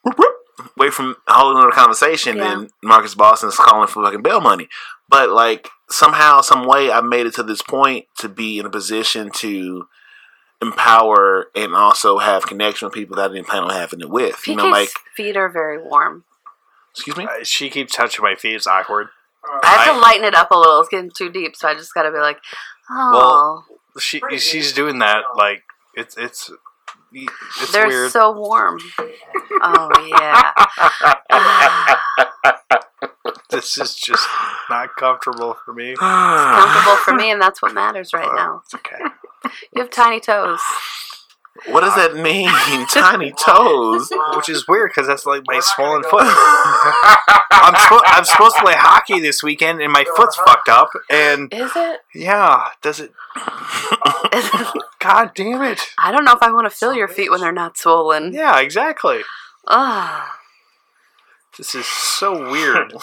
Speaker 1: whoop, whoop, away from a whole another conversation
Speaker 4: Yeah.
Speaker 1: and Marcus Boston's calling for fucking bail money. But like somehow, some way, I made it to this point to be in a position to empower and also have connection with people that I didn't plan on having it with.
Speaker 4: PK's
Speaker 1: You know, like
Speaker 4: feet are very warm.
Speaker 1: excuse me.
Speaker 5: Uh, She keeps touching my feet. It's awkward.
Speaker 4: I have to
Speaker 5: I-
Speaker 4: lighten it up a little. It's getting too deep, so I just got to be like, oh,
Speaker 5: She
Speaker 9: Pretty
Speaker 5: she's
Speaker 9: good.
Speaker 5: doing that like it's it's it's
Speaker 4: they're
Speaker 5: weird.
Speaker 4: so warm. oh yeah.
Speaker 5: this is just not comfortable for me.
Speaker 1: I Ah,
Speaker 4: comfortable for me, and that's what matters right now.
Speaker 5: It's okay.
Speaker 4: You have tiny toes.
Speaker 1: What does that mean? <laughs>
Speaker 4: <laughs>
Speaker 1: Tiny toes.
Speaker 5: which is weird because that's like my swollen foot. <laughs> I'm, spo- I'm supposed to play hockey this weekend, and my foot's fucked up. And
Speaker 4: Is it?
Speaker 5: yeah, does it? God damn it!
Speaker 4: I don't know if I want to feel your feet when they're not swollen.
Speaker 5: Yeah, exactly.
Speaker 4: Ugh.
Speaker 5: This is so weird.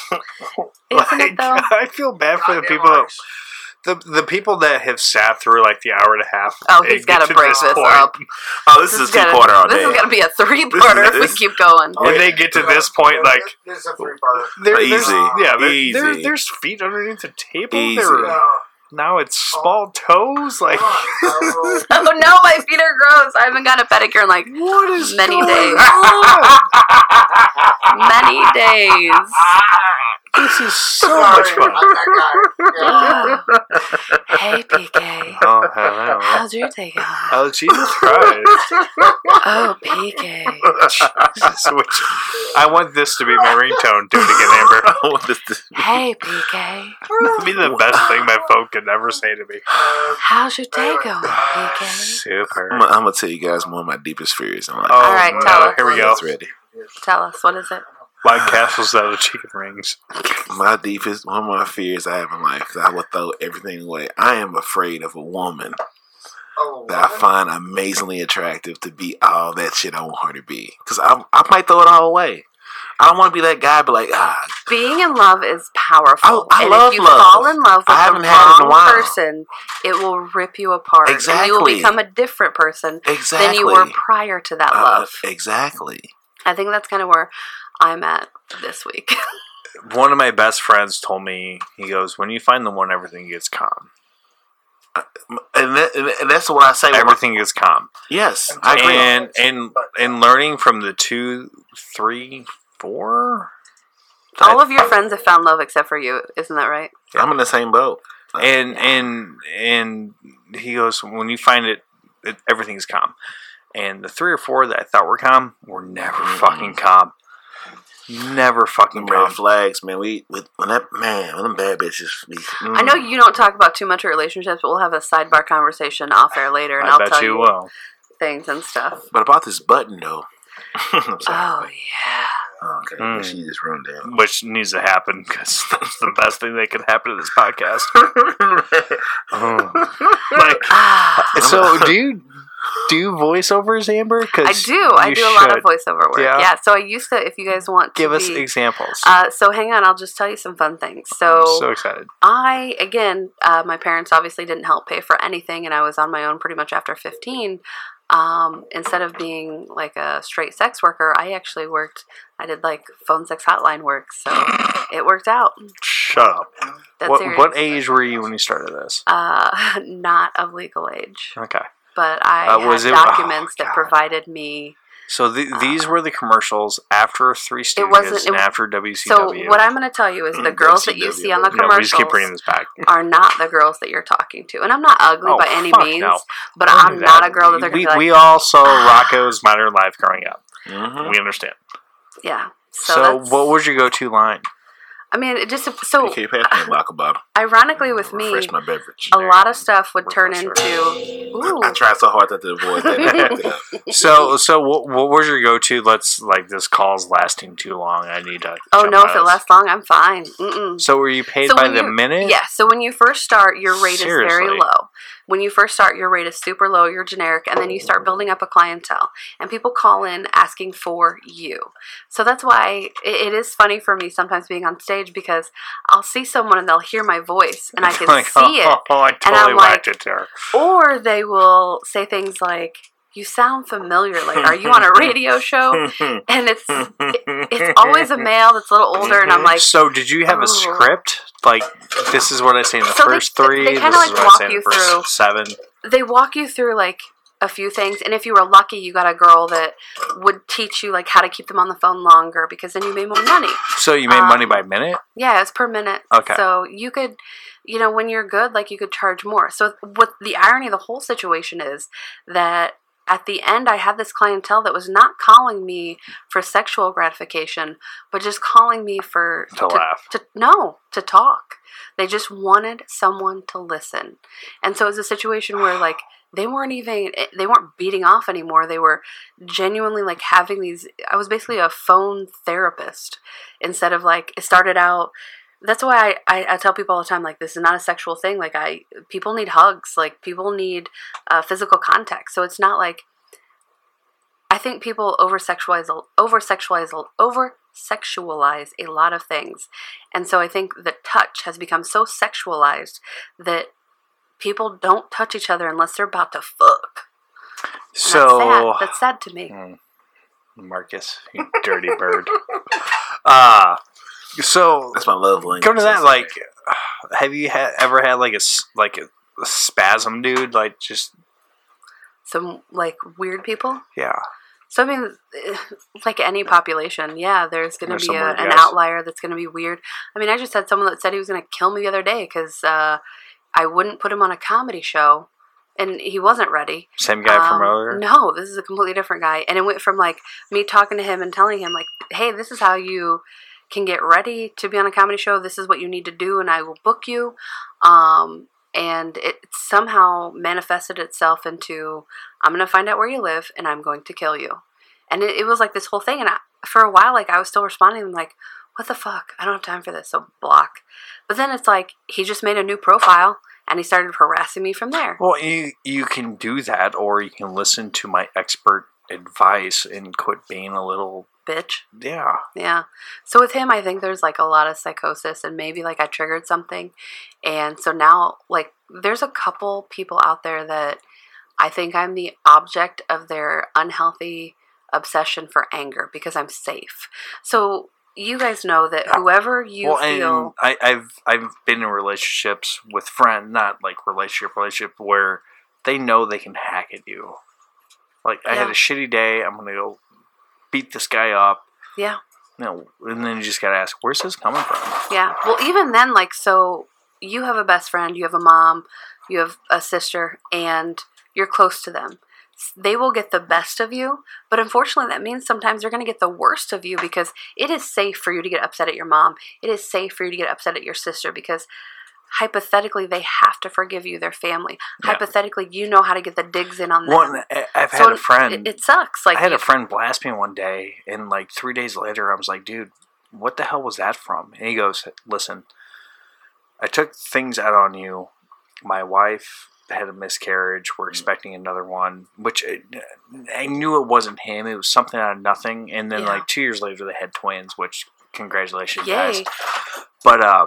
Speaker 4: <laughs> Isn't it though?
Speaker 5: <laughs> I feel bad for the
Speaker 9: Goddamn
Speaker 5: people.
Speaker 9: arse.
Speaker 5: The, the people that have sat through like the hour and a half.
Speaker 4: Oh,
Speaker 5: and
Speaker 4: he's
Speaker 5: get
Speaker 4: got to break
Speaker 5: this
Speaker 4: this
Speaker 5: point,
Speaker 4: up.
Speaker 1: Oh, this, is a
Speaker 4: gonna-
Speaker 1: two quarter all
Speaker 4: This
Speaker 1: day.
Speaker 4: is gonna be a three parter if we
Speaker 1: this-
Speaker 4: keep going.
Speaker 5: And they get to this point, like
Speaker 9: this is a three part.
Speaker 5: they're,
Speaker 1: Easy.
Speaker 5: yeah, there-
Speaker 1: Easy.
Speaker 5: there- there's feet underneath the table.
Speaker 1: Easy.
Speaker 5: There,
Speaker 9: Yeah.
Speaker 5: now it's small toes. Like,
Speaker 9: I
Speaker 4: <laughs> Oh no, my feet are gross. I haven't got a pedicure in like
Speaker 5: what is
Speaker 4: Many
Speaker 5: going
Speaker 9: <laughs>
Speaker 4: days.
Speaker 5: on?
Speaker 4: many days.
Speaker 5: This is so
Speaker 9: will-
Speaker 5: much
Speaker 9: Sorry,
Speaker 5: fun.
Speaker 9: I'm that guy. Yeah.
Speaker 4: Ugh. hey PK,
Speaker 5: Oh, hello.
Speaker 4: how's your day going?
Speaker 5: Oh, Jesus Christ.
Speaker 4: Oh PK,
Speaker 5: Jesus, <laughs> which, I want this to be my ringtone. Do it again,
Speaker 1: <laughs>
Speaker 5: Amber.
Speaker 1: This- this-
Speaker 4: hey PK,
Speaker 5: That'd be the best thing my phone could ever say to me.
Speaker 4: how's your day going, PK?
Speaker 5: Super.
Speaker 1: I'm gonna tell you guys one of my deepest fears in life.
Speaker 5: Oh,
Speaker 1: Oh,
Speaker 4: All right,
Speaker 5: no,
Speaker 4: tell us.
Speaker 5: here we go.
Speaker 1: it's ready.
Speaker 4: Tell us what is it?
Speaker 5: My castle's out of chicken rings.
Speaker 1: My deepest, one of my fears I have in life that I will throw everything away. I am afraid of a woman
Speaker 9: Oh,
Speaker 1: that I find amazingly attractive to be all that shit I want her to be. Because I, I might throw it all away. I don't want to be that guy, but like, ah,
Speaker 4: Being in love is powerful.
Speaker 1: Oh, I- I
Speaker 4: and
Speaker 1: love
Speaker 4: if you
Speaker 1: love.
Speaker 4: fall in love with
Speaker 1: I
Speaker 4: the
Speaker 1: haven't had it in a
Speaker 4: wrong
Speaker 1: while.
Speaker 4: person, it will rip you apart. And you will
Speaker 1: Exactly.
Speaker 4: become a different person
Speaker 1: exactly.
Speaker 4: than you were prior to that
Speaker 1: Uh,
Speaker 4: love.
Speaker 1: exactly.
Speaker 4: I think that's kind of where I'm at this week. <laughs>
Speaker 5: One of my best friends told me, he goes, when you find the one, everything gets calm.
Speaker 1: And, that, and and that's what I say. when I-
Speaker 5: Everything gets calm.
Speaker 1: yes, I agree.
Speaker 5: And, and, and learning from the two, three, four?
Speaker 4: All of your friends have found love except for you, isn't that right?
Speaker 1: I'm in the same boat.
Speaker 5: and and and he goes when you find it, it everything's calm and the three or four that i thought were calm were never fucking calm never fucking
Speaker 1: Them
Speaker 5: calm
Speaker 1: red flags, man. We with when that man, when them bad bitches. We,
Speaker 4: I know
Speaker 1: Mm.
Speaker 4: you don't talk about too much of relationships, but we'll have a sidebar conversation off air later, and
Speaker 5: i
Speaker 4: I'll
Speaker 5: bet
Speaker 4: tell
Speaker 5: you
Speaker 4: you,
Speaker 5: will
Speaker 4: things and stuff.
Speaker 1: but about this button though. <laughs> I'm
Speaker 4: Oh
Speaker 1: sorry.
Speaker 4: yeah,
Speaker 1: Oh, okay,
Speaker 5: Mm.
Speaker 1: she just ruined it.
Speaker 5: which needs to happen because <laughs> that's the best thing that could happen to this podcast like
Speaker 4: Ah, <laughs>
Speaker 5: so do you do voiceovers amber because
Speaker 4: I do. I do a lot of voiceover work.
Speaker 5: Yeah.
Speaker 4: Yeah. So I used to, if you guys want, to
Speaker 5: give us
Speaker 4: be-
Speaker 5: examples
Speaker 4: uh, so hang on, I'll just tell you some fun things.
Speaker 5: I'm
Speaker 4: So,
Speaker 5: Oh, so excited
Speaker 4: I again, uh, my parents obviously didn't help pay for anything, and I was on my own pretty much after fifteen. Um, instead of being like a straight sex worker, I actually worked. I did like phone sex hotline work,
Speaker 5: <gasps>
Speaker 4: so it worked out.
Speaker 5: shut up
Speaker 4: That's
Speaker 5: what,
Speaker 4: serious.
Speaker 5: what age were you when you started this
Speaker 4: Uh, <laughs> not of legal age,
Speaker 5: okay
Speaker 4: but I
Speaker 5: Uh,
Speaker 4: had
Speaker 5: was it- oh,
Speaker 4: documents that
Speaker 5: God.
Speaker 4: provided me.
Speaker 5: So the, these were the commercials after Three Studios
Speaker 4: wasn't- Uh, it-
Speaker 5: and after WCW.
Speaker 4: So what I'm going to tell you
Speaker 5: Mm,
Speaker 4: is the girls that you see on the
Speaker 5: no, we just
Speaker 4: commercials
Speaker 5: keep bringing this back.
Speaker 4: are not the girls that you're talking to, and I'm not ugly
Speaker 5: Oh,
Speaker 4: by any
Speaker 5: fuck
Speaker 4: means,
Speaker 5: no.
Speaker 4: but
Speaker 5: Don't
Speaker 4: I'm
Speaker 5: do
Speaker 4: not a girl that they're going
Speaker 5: we,
Speaker 4: to be like.
Speaker 5: we all saw Rocco's Modern Life growing up.
Speaker 1: Mhm.
Speaker 5: We understand.
Speaker 4: yeah. So,
Speaker 5: So,
Speaker 4: that's-
Speaker 5: what was your go-to line?
Speaker 4: I mean, it just so
Speaker 1: Okay, pass
Speaker 4: <laughs>
Speaker 1: me a lock about
Speaker 4: ironically with me,
Speaker 1: refresh my beverage.
Speaker 4: a lot of stuff would turn
Speaker 5: Refresher.
Speaker 4: into
Speaker 1: I
Speaker 4: ooh.
Speaker 1: tried so hard not to avoid that. and I picked it
Speaker 4: <laughs>
Speaker 1: up.
Speaker 5: So so what, what was your go-to? Let's like this call's lasting too long. I need to.
Speaker 4: Oh
Speaker 5: jump
Speaker 4: no,
Speaker 5: out
Speaker 4: if
Speaker 5: of
Speaker 4: it
Speaker 5: this.
Speaker 4: lasts long, I'm fine. Mm-mm.
Speaker 5: So were you paid
Speaker 4: So
Speaker 5: by
Speaker 4: when
Speaker 5: the
Speaker 4: you-
Speaker 5: minute?
Speaker 4: Yeah, so when you first start, your rate is very
Speaker 5: Seriously.
Speaker 4: low. When you first start, your rate is super low, you're generic, and then you
Speaker 5: Oh.
Speaker 4: start building up a clientele, and people call in asking for you. So that's why it, it is funny for me sometimes being on stage because I'll see someone and they'll hear my voice,
Speaker 5: <laughs>
Speaker 4: and I can
Speaker 5: Like,
Speaker 4: see it,
Speaker 5: oh, I totally
Speaker 4: I'm
Speaker 5: whacked
Speaker 4: like-
Speaker 5: it there.
Speaker 4: or they will say things like you sound familiar like are you
Speaker 5: <laughs>
Speaker 4: on a radio show and it's oh, it- it's always a male that's a little older and i'm like so
Speaker 5: so did you have
Speaker 4: Ooh.
Speaker 5: a script? Like this is what I say in the
Speaker 4: So they-
Speaker 5: first
Speaker 4: they-
Speaker 5: three.
Speaker 4: they
Speaker 5: this
Speaker 4: kinda,
Speaker 5: is
Speaker 4: like,
Speaker 5: what I
Speaker 4: walk
Speaker 5: say in the
Speaker 4: you
Speaker 5: first
Speaker 4: through-
Speaker 5: seven.
Speaker 4: they walk you through like a few things and if you were lucky you got a girl that would teach you like how to keep them on the phone longer because then you made more money
Speaker 5: So you made money
Speaker 4: Um,
Speaker 5: by minute.
Speaker 4: yeah it's per minute
Speaker 5: Okay.
Speaker 4: so you could you know when you're good like you could charge more so what the irony of the whole situation is that at the end i had this clientele that was not calling me for sexual gratification but just calling me for
Speaker 5: To laugh.
Speaker 4: to no to talk they just wanted someone to listen and so it was a situation where like they weren't even they weren't beating off anymore. They were genuinely like having these. I was basically a phone therapist instead of like it started out. That's why I, I, I tell people all the time like this is not a sexual thing. Like I people need hugs. Like people need uh, physical contact. So it's not like I think people over sexualize over sexualize over sexualize a lot of things. And so I think the touch has become so sexualized that people don't touch each other unless they're about to fuck. And
Speaker 5: So
Speaker 4: that's sad.
Speaker 5: Hmm.
Speaker 4: That's sad to me.
Speaker 5: Marcus, you dirty bird. <laughs> Uh so
Speaker 1: That's my love language.
Speaker 5: come to that
Speaker 1: That's-
Speaker 5: like have you ha- ever had like a s- like a, a spasm dude like just
Speaker 4: Some like weird people.
Speaker 5: yeah
Speaker 4: So I mean, eh, like any population, yeah, there's going to
Speaker 5: There's
Speaker 4: be
Speaker 5: some
Speaker 4: a,
Speaker 5: weird
Speaker 4: an
Speaker 5: guys.
Speaker 4: outlier that's going to be weird. I mean, I just had someone that said he was going to kill me the other day because uh, I wouldn't put him on a comedy show, and he wasn't ready.
Speaker 5: same guy from
Speaker 4: Um,
Speaker 5: earlier
Speaker 4: No, this is a completely different guy. And it went from like me talking to him and telling him like, "Hey, this is how you can get ready to be on a comedy show. This is what you need to do, and I will book you." Um, and it somehow manifested itself into, "I'm going to find out where you live, and I'm going to kill you." And it, it was like this whole thing. And I, for a while, like I was still responding like, "What the fuck? I don't have time for this." So block. But then it's like he just made a new profile and he started harassing me from there.
Speaker 5: well you you can do that or you can listen to my expert advice and quit being a little
Speaker 4: Bitch.
Speaker 5: yeah
Speaker 4: Yeah. So with him, I think there's like a lot of psychosis, and maybe like I triggered something. And so now, like, there's a couple people out there that I think I'm the object of their unhealthy obsession for anger because I'm safe. So you guys know that whoever you
Speaker 5: well and
Speaker 4: feel.
Speaker 5: I, I've I've been in relationships with friend not like relationship relationship where they know they can hack at you like I had
Speaker 4: Yeah.
Speaker 5: a shitty day I'm gonna go beat this guy up
Speaker 4: Yeah.
Speaker 5: no and then you just gotta ask where's this coming from
Speaker 4: Yeah. Well, even then, like, so you have a best friend, you have a mom, you have a sister, and you're close to them. S- They will get the best of you, but unfortunately, that means sometimes they're going to get the worst of you because it is safe for you to get upset at your mom. It is safe for you to get upset at your sister because hypothetically, they have to forgive you, their family.
Speaker 5: Yeah.
Speaker 4: Hypothetically, you know how to get the digs in on them.
Speaker 5: One, I- I've
Speaker 4: So
Speaker 5: had a
Speaker 4: it-
Speaker 5: friend.
Speaker 4: It, it sucks. Like
Speaker 5: I had
Speaker 4: you-
Speaker 5: a friend blast me one day, and like three days later, I was like, "Dude, what the hell was that from?" And he goes, "Listen, I took things out on you. My wife had a miscarriage.
Speaker 4: Mm.
Speaker 5: We're expecting another one, which I, I knew it wasn't him. It was something out of nothing. And then
Speaker 4: Yeah.
Speaker 5: like two years later, they had twins. Which congratulations, guys.
Speaker 4: Yay.
Speaker 5: But uh,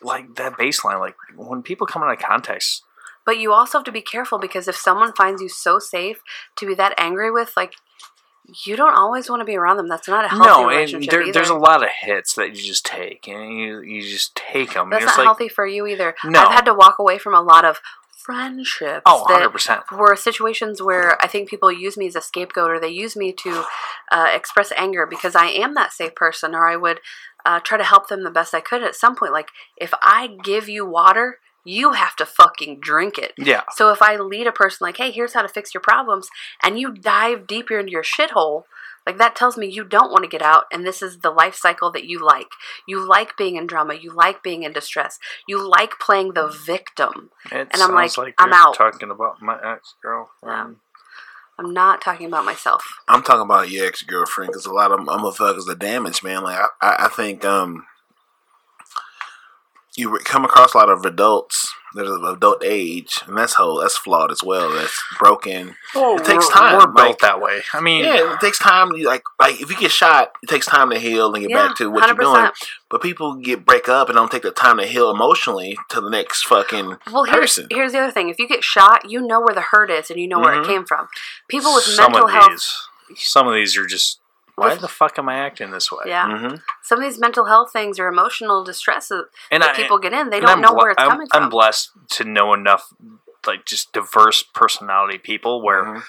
Speaker 5: like that baseline, like when people come out of context,
Speaker 4: But you also have to be careful because if someone finds you so safe to be that angry with, like, you don't always want to be around them. That's not a healthy
Speaker 5: no, and
Speaker 4: relationship
Speaker 5: there,
Speaker 4: either.
Speaker 5: there's a lot of hits that you just take, and you you just take them.
Speaker 4: That's
Speaker 5: it's
Speaker 4: not
Speaker 5: like,
Speaker 4: healthy for you either.
Speaker 5: No.
Speaker 4: I've had to walk away from a lot of friendships
Speaker 5: oh, 100
Speaker 4: that
Speaker 5: percent.
Speaker 4: were situations where I think people use me as a scapegoat or they use me to uh, express anger because I am that safe person or I would uh, try to help them the best I could at some point. Like, if I give you water, you have to fucking drink it.
Speaker 5: Yeah,
Speaker 4: So if I lead a person like, "Hey, here's how to fix your problems," and you dive deeper into your shithole, like that tells me you don't want to get out, and this is the life cycle that you like. You like being in drama. You like being in distress. You like playing the victim.
Speaker 5: it
Speaker 4: And I'm like,
Speaker 5: sounds
Speaker 4: I'm
Speaker 5: you're
Speaker 4: out.
Speaker 5: talking about my ex girlfriend.
Speaker 4: I'm not talking about myself.
Speaker 1: I'm talking about your ex girlfriend because a lot of motherfuckers are damaged, man. Like I, I, I think um, you re- come across a lot of adults that are of adult age, and that's whole that's flawed as well. That's broken.
Speaker 5: Well,
Speaker 1: It takes
Speaker 5: Oh, we're-
Speaker 1: time,
Speaker 5: We're built
Speaker 1: like-
Speaker 5: that way. I mean,
Speaker 1: Yeah, it takes time. You like like if you get shot, it takes time to heal and get
Speaker 4: Yeah,
Speaker 1: back to what you are doing.
Speaker 4: 100%.
Speaker 1: But people get break up and don't take the time to heal emotionally to the next fucking
Speaker 4: Well, here's,
Speaker 1: person.
Speaker 4: here's the other thing. If you get shot, you know where the hurt is and you know where
Speaker 1: Mhm.
Speaker 4: it came from. People with
Speaker 5: Mm-hmm. some
Speaker 4: mental
Speaker 5: of
Speaker 4: health
Speaker 5: these, some of these are just. Why
Speaker 4: With-
Speaker 5: the fuck am I acting this way?
Speaker 4: Yeah.
Speaker 1: Mhm.
Speaker 4: Some of these mental health things or emotional distresses
Speaker 5: and
Speaker 4: that
Speaker 5: I,
Speaker 4: people get in, they
Speaker 5: and
Speaker 4: don't
Speaker 5: I'm
Speaker 4: know
Speaker 5: bl-
Speaker 4: where it's
Speaker 5: I'm,
Speaker 4: coming
Speaker 5: I'm
Speaker 4: from.
Speaker 5: blessed to know enough, like just diverse personality people where.
Speaker 1: Mhm.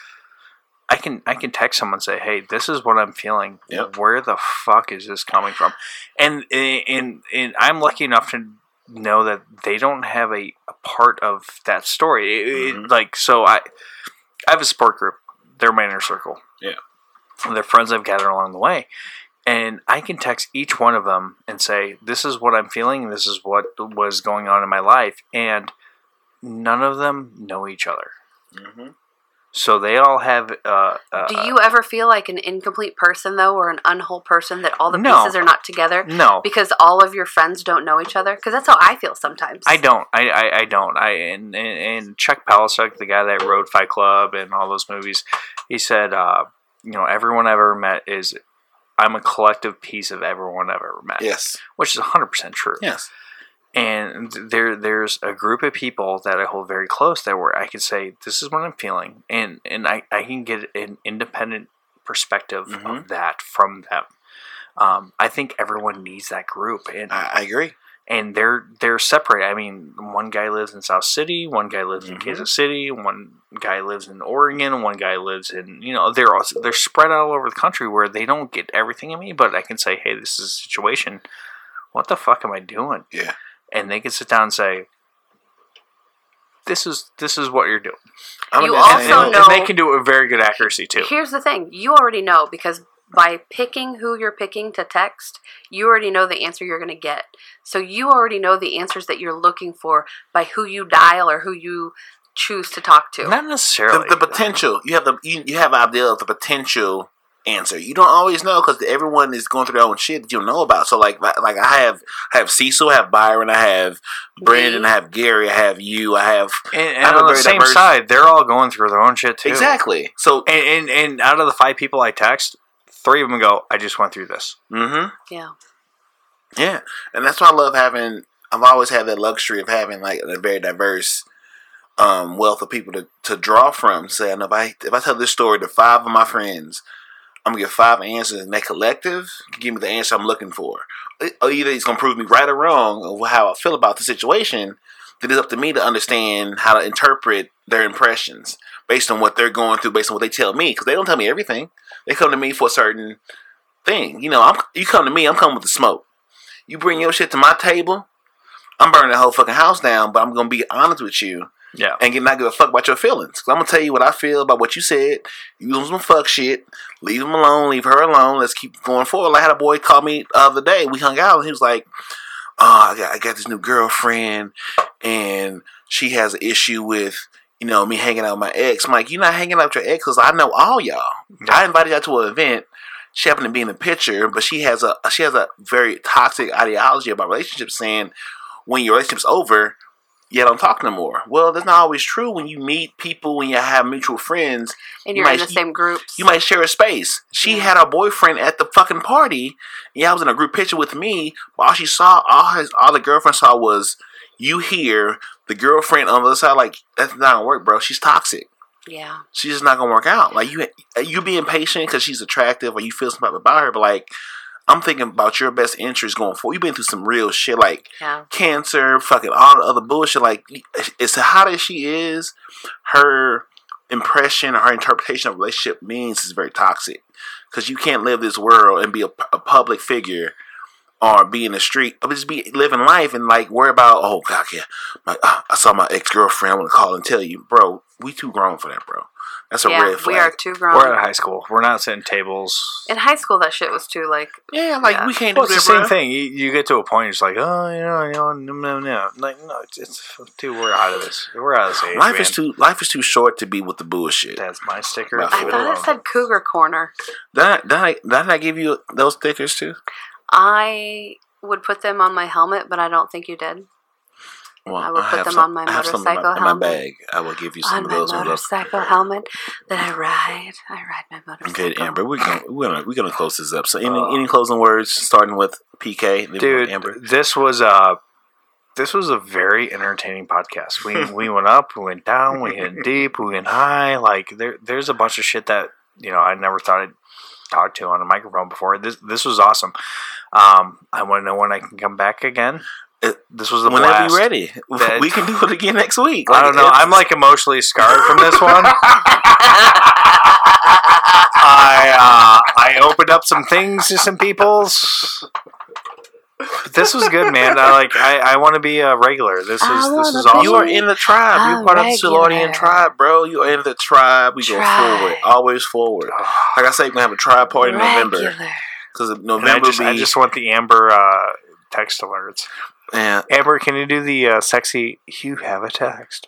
Speaker 5: I can I can text someone and say, "Hey, this is what I'm feeling.
Speaker 1: Yep.
Speaker 5: Where the fuck is this coming from?" And and and I'm lucky enough to know that they don't have a, a part of that story. It- it-
Speaker 1: Mhm.
Speaker 5: like so, I I have a support group. They're my inner circle.
Speaker 1: Yeah.
Speaker 5: they're friends I've gathered along the way, and I can text each one of them and say, "This is what I'm feeling. This is what was going on in my life," and none of them know each other.
Speaker 1: Mm-hmm.
Speaker 5: So they all have. Uh, uh,
Speaker 4: Do you ever feel like an incomplete person though, or an unwhole person that all the
Speaker 5: No.
Speaker 4: pieces are not together
Speaker 5: No,
Speaker 4: because all of your friends don't know each other? Because that's how I feel sometimes.
Speaker 5: I don't. I, I, I don't. I and, and and Chuck Palahniuk, the guy that wrote Fight Club and all those movies, he said, uh, you know, everyone I've ever met is. I'm a collective piece of everyone I've ever met,
Speaker 1: Yes.
Speaker 5: which is 100 percent true.
Speaker 1: Yes.
Speaker 5: and there there's a group of people that I hold very close that where I can say this is what I'm feeling and and I, I can get an independent perspective
Speaker 1: Mhm.
Speaker 5: of that from them. Um, I think everyone needs that group and
Speaker 1: I, I agree.
Speaker 5: and they're they're separate. I mean, one guy lives in South City, one guy lives in
Speaker 1: Mhm.
Speaker 5: Kansas City, one guy lives in Oregon, one guy lives in you know they're all, they're spread all over the country where they don't get everything of me, but I can say, hey, this is a situation. What the fuck am I doing?
Speaker 1: Yeah.
Speaker 5: and they can sit down and say, this is this is what you're doing.
Speaker 1: I'm
Speaker 4: You
Speaker 1: an-
Speaker 4: also
Speaker 1: <laughs>
Speaker 5: And,
Speaker 4: So
Speaker 5: and
Speaker 4: no-
Speaker 5: they can do it with very good accuracy too.
Speaker 4: Here's the thing you already know because by picking who you're picking to text, you already know the answer you're going to get. So you already know the answers that you're looking for by who you dial or who you choose to talk to.
Speaker 5: Not
Speaker 1: the,
Speaker 5: necessarily.
Speaker 1: the potential. You have the you, you have an idea of the potential answer. You don't always know because everyone is going through their own shit that you don't know about. So like like like I have I have Cecil, I have Byron, I have Brandon, I
Speaker 4: Me.
Speaker 1: have Gary, I have you, I have
Speaker 5: and,
Speaker 1: I'm
Speaker 5: and
Speaker 1: a
Speaker 5: on the
Speaker 1: very
Speaker 5: same
Speaker 1: diverse-
Speaker 5: side, they're all going through their own shit too.
Speaker 1: exactly. So
Speaker 5: And, and and out of the five people I text, three of them go, "I just went through this."
Speaker 1: hmm
Speaker 4: Yeah.
Speaker 1: yeah, and that's why I love having. I've always had that luxury of having like a very diverse um, wealth of people to, to draw from. Saying if I if I tell this story to five of my friends, I'm gonna get five answers, and that collective can give me the answer I'm looking for. E- Either it's gonna prove me right or wrong of how I feel about the situation. Then it's up to me to understand how to interpret their impressions based on what they're going through, based on what they tell me, because they don't tell me everything. They come to me for a certain thing. You know, I'm you come to me, I'm coming with the smoke. You bring your shit to my table, I'm burning the whole fucking house down. But I'm gonna be honest with you
Speaker 5: Yeah.
Speaker 1: and get not give a fuck about your feelings. Cause I'm gonna tell you what I feel about what you said. You doing some fuck shit. Leave him alone. Leave her alone. Let's keep going forward. Like I had a boy call me the other day. We hung out, and he was like, "Oh, I got, I got this new girlfriend, and she has an issue with." You know, me hanging out with my ex. I'm like, you're not hanging out with your ex because I know all y'all. I invited y'all to an event. She happened to be in the picture, but she has a she has a very toxic ideology about relationships saying when your relationship's over, you don't talk no more. Well, that's not always true when you meet people, when you have mutual friends,
Speaker 4: And
Speaker 1: You
Speaker 4: you're in
Speaker 1: might-
Speaker 4: the same groups.
Speaker 1: you might share a space. She
Speaker 4: Yeah.
Speaker 1: had her boyfriend at the fucking party. Yeah, I was in a group picture with me, but all she saw, all his, all the girlfriend saw was you here, the girlfriend on the other side. Like that's not gonna work, bro. She's toxic.
Speaker 4: yeah.
Speaker 1: She's just not gonna work out. Like you, you being patient because she's attractive or you feel something about her, but like. I'm thinking about your best interest going forward. You've been through some real shit, like
Speaker 4: Yeah.
Speaker 1: cancer, fucking all the other bullshit. Like, as hot as she is, her impression or her interpretation of relationship means is very toxic. Because you can't live this world and be a, a public figure or be in the street, or just be living life and like worry about, oh, God, yeah, my, uh, I saw my ex girlfriend. I'm going to call and tell you, bro, we too grown for that, bro. That's a
Speaker 4: Yeah.
Speaker 1: red
Speaker 4: We
Speaker 1: flag.
Speaker 4: are too grown.
Speaker 5: We're out of high school. We're not sitting tables.
Speaker 4: in high school, that shit was too like.
Speaker 1: yeah, like,
Speaker 4: Yeah.
Speaker 1: we can't
Speaker 5: Well,
Speaker 1: do
Speaker 5: it's the
Speaker 1: that, bro.
Speaker 5: same thing. You, you get to a point, it's like, oh, you know, you know, no, no, no. Like, no, it's, it's dude, we're out of this. We're out of this age.
Speaker 1: Life
Speaker 5: man.
Speaker 1: is too life is too short to be with the bullshit.
Speaker 5: That's my sticker.
Speaker 1: I
Speaker 5: Leave
Speaker 4: I thought
Speaker 5: alone.
Speaker 4: it said Cougar Corner.
Speaker 1: Did I, did, I, did I give you those stickers too?
Speaker 4: I would put them on my helmet, but I don't think you did.
Speaker 1: Well,
Speaker 4: I will put
Speaker 1: have
Speaker 4: them on my
Speaker 1: I have some in
Speaker 4: motorcycle
Speaker 1: in my,
Speaker 4: helmet.
Speaker 1: bag. I will give you some
Speaker 4: On
Speaker 1: of
Speaker 4: my
Speaker 1: those. when we're-
Speaker 4: motorcycle helmet that I ride. I ride my motorcycle.
Speaker 1: Okay,
Speaker 4: <laughs>
Speaker 1: Amber, we're gonna we're gonna we're gonna close this up. So, any
Speaker 5: Uh,
Speaker 1: any closing words, starting with PK, then
Speaker 5: dude
Speaker 1: Amber.
Speaker 5: this was a this was a very entertaining
Speaker 1: <laughs>
Speaker 5: podcast we we went up we went down we went deep we went high like there there's a bunch of shit that you know i never thought i'd talk to on a microphone before this this was awesome um i want to know when i can come back again
Speaker 1: Uh,
Speaker 5: this was a
Speaker 1: Whenever
Speaker 5: blast
Speaker 1: you're ready, <laughs>
Speaker 5: That-
Speaker 1: we can do it again next week.
Speaker 5: i don't know
Speaker 1: it's-
Speaker 5: i'm like emotionally scarred from this one I uh, I opened up some things to some people's. But this was good, man. I like. I, I want to be a regular. This
Speaker 4: I
Speaker 5: is this
Speaker 4: wanna
Speaker 5: is
Speaker 4: be-
Speaker 5: awesome.
Speaker 1: you are in the tribe. You're
Speaker 4: A
Speaker 1: part of the Silorian
Speaker 4: regular.
Speaker 1: tribe, bro. You are in the tribe. We go
Speaker 4: Tribe.
Speaker 1: forward, always forward.
Speaker 5: Oh,
Speaker 1: Like I said, we're gonna have a tribe party in November
Speaker 4: Regular.
Speaker 1: because
Speaker 5: And I
Speaker 1: November
Speaker 5: just
Speaker 1: be
Speaker 5: I just want the amber uh, text alerts.
Speaker 1: yeah.
Speaker 5: Amber, can you do the uh, sexy? You have a text.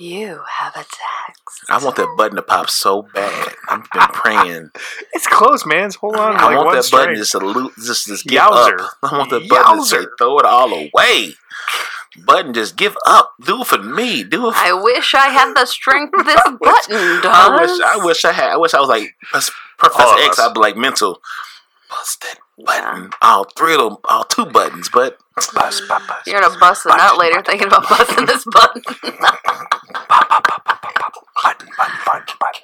Speaker 4: You have a text.
Speaker 1: I want that button to pop so bad. I've
Speaker 5: <laughs>
Speaker 1: been praying.
Speaker 5: It's close, man. It's hold on.
Speaker 1: I
Speaker 5: like
Speaker 1: want
Speaker 5: one
Speaker 1: that
Speaker 5: strike.
Speaker 1: button just to loot, just, just give
Speaker 5: Yowzer.
Speaker 1: up. I want that button to say,
Speaker 5: Yowzer.
Speaker 1: throw it all away. Button, just give up. Do it for me. Do it. For
Speaker 4: I wish I had the
Speaker 1: <laughs>
Speaker 4: strength this button does.
Speaker 1: I wish. I wish I had. I wish I was like Pres- Professor
Speaker 5: of
Speaker 1: X.
Speaker 5: us.
Speaker 1: I'd be like mental. Bust that
Speaker 4: Yeah.
Speaker 1: button. All three of them. All two buttons. But <laughs>
Speaker 5: Bus, bus, bus.
Speaker 4: You're gonna bust it out later, thinking about busting this button.
Speaker 5: Button, button, button, button.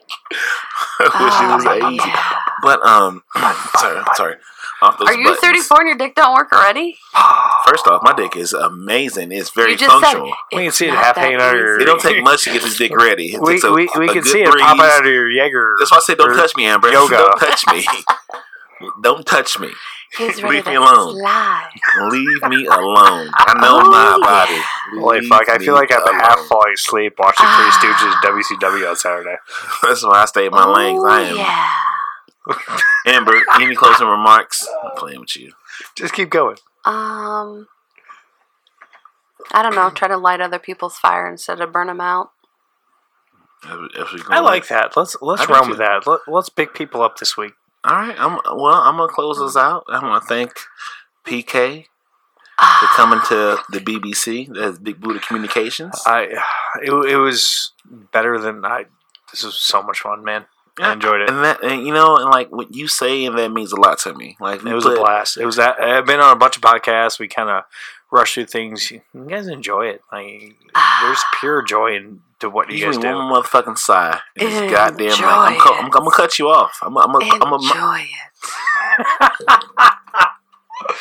Speaker 1: I
Speaker 5: Ah.
Speaker 1: wish it was
Speaker 4: Oh,
Speaker 1: that easy.
Speaker 4: yeah.
Speaker 1: But um, <clears throat> sorry, I'm sorry. Off those
Speaker 4: Are you
Speaker 1: buttons.
Speaker 4: 34 and your dick don't work already?
Speaker 1: First off, my dick is amazing. It's very
Speaker 4: you just
Speaker 1: functional.
Speaker 4: said
Speaker 5: We can
Speaker 4: it's
Speaker 5: see it
Speaker 4: not
Speaker 5: half
Speaker 4: that
Speaker 5: hanging out of your-
Speaker 4: easy.
Speaker 1: It don't take much to get this dick ready. It
Speaker 5: <sighs> We,
Speaker 1: takes a-
Speaker 5: we, we
Speaker 1: a
Speaker 5: can
Speaker 1: good
Speaker 5: see it popping
Speaker 1: breeze.
Speaker 5: out of your Jaeger.
Speaker 1: That's why I say don't
Speaker 5: or-
Speaker 1: touch me, Amber.
Speaker 5: yoga.
Speaker 1: <laughs> Don't touch me. don't touch me.
Speaker 4: He's ready
Speaker 1: Leave
Speaker 4: to
Speaker 1: me alone.
Speaker 4: slide.
Speaker 1: Leave me alone. I know
Speaker 4: Oh,
Speaker 1: my
Speaker 4: yeah.
Speaker 1: body.
Speaker 5: Holy
Speaker 1: Leave
Speaker 5: fuck! I feel
Speaker 1: me
Speaker 5: like I'm half
Speaker 1: alone.
Speaker 5: falling asleep watching Three Stooges
Speaker 4: Ah.
Speaker 5: WCW on Saturday.
Speaker 1: That's why I stay in my lane. 'cause I
Speaker 4: Oh,
Speaker 1: am
Speaker 4: yeah.
Speaker 1: Amber. Any closing remarks? I'm playing with you.
Speaker 5: Just keep going.
Speaker 4: Um, I don't know. Try to light other people's fire instead of burn them out.
Speaker 5: I like that. Let's let's
Speaker 1: I do
Speaker 5: run
Speaker 1: too.
Speaker 5: with that. Let, let's pick people up this week.
Speaker 1: All right. I'm well. I'm gonna close this out. I'm gonna thank PK for
Speaker 4: Ah,
Speaker 1: coming to the BBC. That's Big Buddha Communications.
Speaker 5: I it, it was better than I. This was so much fun, man. I enjoyed it.
Speaker 1: And that, and you know, and like what you say, and that means a lot to me. Like we
Speaker 5: It was
Speaker 1: put-
Speaker 5: a blast. It was that I've been on a bunch of podcasts. We kind of rush through things. You guys enjoy it. Like there's
Speaker 1: <sighs>
Speaker 5: pure joy in to what you
Speaker 1: Give
Speaker 5: guys
Speaker 1: me one
Speaker 5: do.
Speaker 1: motherfucking sigh. And it's goddamn like,
Speaker 4: Enjoy
Speaker 1: I'm, cu-
Speaker 4: it.
Speaker 1: I'm, I'm gonna cut you off. I'm, I'm, I'm, I'm, I'm
Speaker 4: Ah, enjoy it.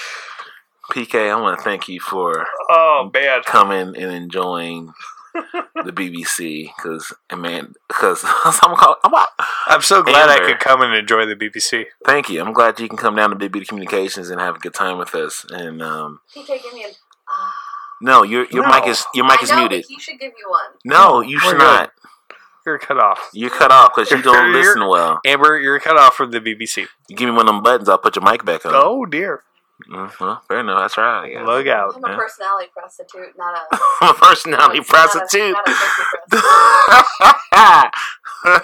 Speaker 1: PK. I want to thank you for
Speaker 5: Oh man,
Speaker 1: <sighs> coming and enjoying the BBC because man, <laughs> because I'm, call- I'm out.
Speaker 5: I'm so glad I
Speaker 1: Amber.
Speaker 5: could come and enjoy the BBC.
Speaker 1: Thank you. I'm glad you can come down to Big Beauty Communications and have a good time with us. And um,
Speaker 4: PK, give me an. ah.
Speaker 1: no, your your
Speaker 5: No.
Speaker 1: mic is your mic
Speaker 4: I
Speaker 1: is
Speaker 4: know,
Speaker 1: muted.
Speaker 4: but he should give you one.
Speaker 1: No, you
Speaker 5: We're
Speaker 1: should
Speaker 5: good.
Speaker 1: not.
Speaker 5: You're cut off.
Speaker 1: You're cut off because you don't
Speaker 5: <laughs> You're-
Speaker 1: listen well.
Speaker 5: Amber, you're cut off from the BBC.
Speaker 1: You give me one of them buttons, I'll put your mic back on.
Speaker 5: Oh dear.
Speaker 1: Mhm. Well, fair enough. That's right. I guess. <laughs>
Speaker 5: Look out.
Speaker 4: I'm a
Speaker 1: Yeah.
Speaker 4: personality prostitute, not a.
Speaker 1: I'm a personality
Speaker 4: not a-
Speaker 1: prostitute.
Speaker 4: not a pussy
Speaker 1: <laughs>
Speaker 4: prostitute.
Speaker 1: All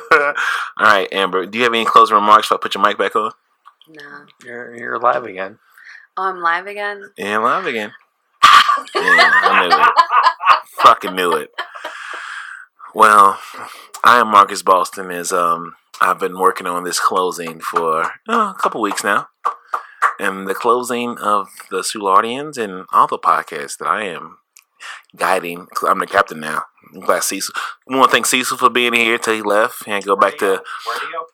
Speaker 1: right, Amber. Do you have any closing remarks? If I put your mic back on,
Speaker 4: no.
Speaker 5: You're you're alive again.
Speaker 4: Oh, I'm live again?
Speaker 1: and live again. Yeah, I knew it. Fucking knew it. Well, I am Marcus Boston. Is um, I've been working on this closing for uh, a couple weeks now, and the closing of the Sulardians and all the podcasts that I am guiding. 'cause I'm the captain now. I'm glad Cecil. We want to thank Cecil for being here till he left and go back to.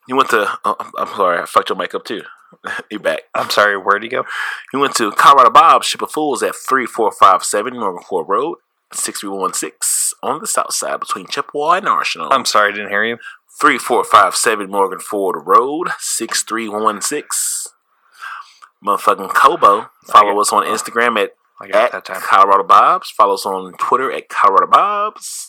Speaker 1: He went to. Oh, I'm- I'm sorry, I fucked your mic up too. <laughs> You're back.
Speaker 5: I'm sorry, where'd he go?
Speaker 1: He went to Colorado Bob's Ship of Fools at 3457 Norman Court Road, 6316 on the south side between Chippewa and Arsenal.
Speaker 5: I'm sorry I didn't hear you.
Speaker 1: 3457 Morgan Ford Road, 6316. Motherfucking Kobo. Follow us on Instagram at,
Speaker 5: I got it
Speaker 1: at
Speaker 5: that time.
Speaker 1: Colorado Bobs. Follow us on Twitter at Colorado Bobs.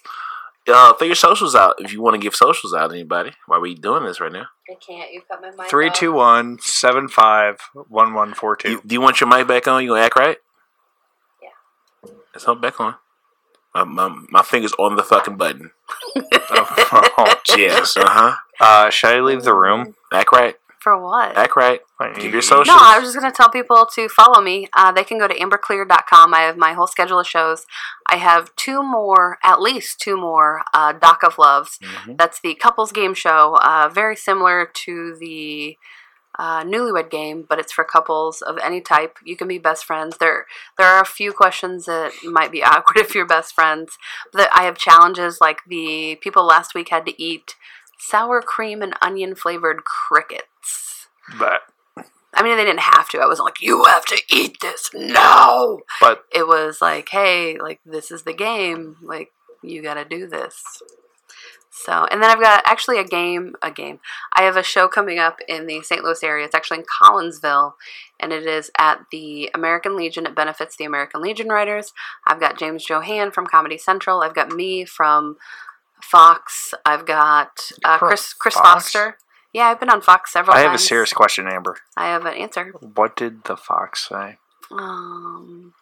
Speaker 1: Uh, figure socials out if you want to give socials out to anybody. Why are we doing this right now?
Speaker 4: I can't. You cut my mic
Speaker 5: Three two one seven five one one four
Speaker 1: You,
Speaker 5: two.
Speaker 1: do you want your mic back on? You gonna act right?
Speaker 4: Yeah.
Speaker 1: Let's hope back on. My, my, my finger's on the fucking button.
Speaker 5: Oh, <laughs> oh,
Speaker 1: Yeah. Uh
Speaker 4: <laughs>
Speaker 5: Jesus.
Speaker 1: huh.
Speaker 5: Uh, should I leave the room?
Speaker 1: Act right.
Speaker 4: For what?
Speaker 1: Act right.
Speaker 5: Like,
Speaker 1: Give your social-
Speaker 4: No, I was just going to tell people to follow me. Uh, they can go to amberclear.com. I have my whole schedule of shows. I have two more, at least two more, uh, Doc of Loves. That's the couples game show, uh, very similar to the uh, newlywed game, but it's for couples of any type. You can be best friends. There, there are a few questions that might be <laughs> awkward if you're best friends. But I have challenges like the people last week had to eat sour cream and onion flavored crickets.
Speaker 5: But
Speaker 4: I mean, they didn't have to. I was like, you have to eat this now.
Speaker 5: But-
Speaker 4: it was like, hey, like this is the game. Like you got to do this. So, and then I've got actually a game, a game. I have a show coming up in the St. Louis area. It's actually in Collinsville, and it is at the American Legion. It benefits the American Legion writers. I've got James Johan from Comedy Central. I've got me from Fox. I've got uh,
Speaker 5: You're
Speaker 4: Chris Chris
Speaker 5: Fox?
Speaker 4: Foster. Yeah, I've been on Fox several
Speaker 5: I
Speaker 4: times.
Speaker 5: have a serious question, Amber.
Speaker 4: I have an answer.
Speaker 5: What did the fox say?
Speaker 4: Um,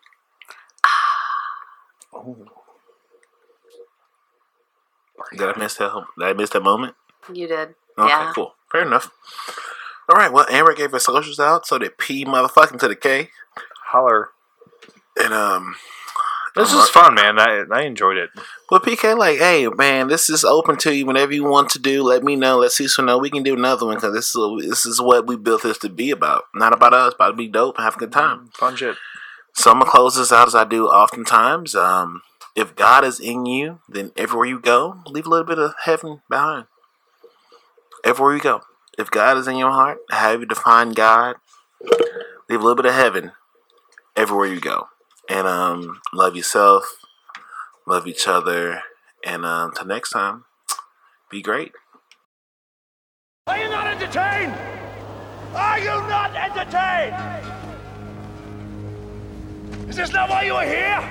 Speaker 1: Did I miss that? Did I miss that moment?
Speaker 4: You did.
Speaker 1: Okay,
Speaker 4: Yeah.
Speaker 1: cool. Fair enough. All right. Well, Amber gave her socials out, so they P motherfucking to the K,
Speaker 5: Holler.
Speaker 1: and um,
Speaker 5: This is fun, man. I, I enjoyed it.
Speaker 1: Well, PK, like, hey, man, this is open to you. Whenever you want to do, let me know. Let Cecil know. We can do another one because this is this is what we built this to be about. Not about us, but to be dope and have a good time.
Speaker 5: Fun shit.
Speaker 1: So I'm gonna close this out as I do oftentimes. Um, if God is in you, then everywhere you go, leave a little bit of heaven behind. Everywhere you go, if God is in your heart, however you define God, leave a little bit of heaven everywhere you go, and um, love yourself, love each other, and um, till next time, be great.
Speaker 10: Are you not entertained? Are you not entertained? Is this not why you are here?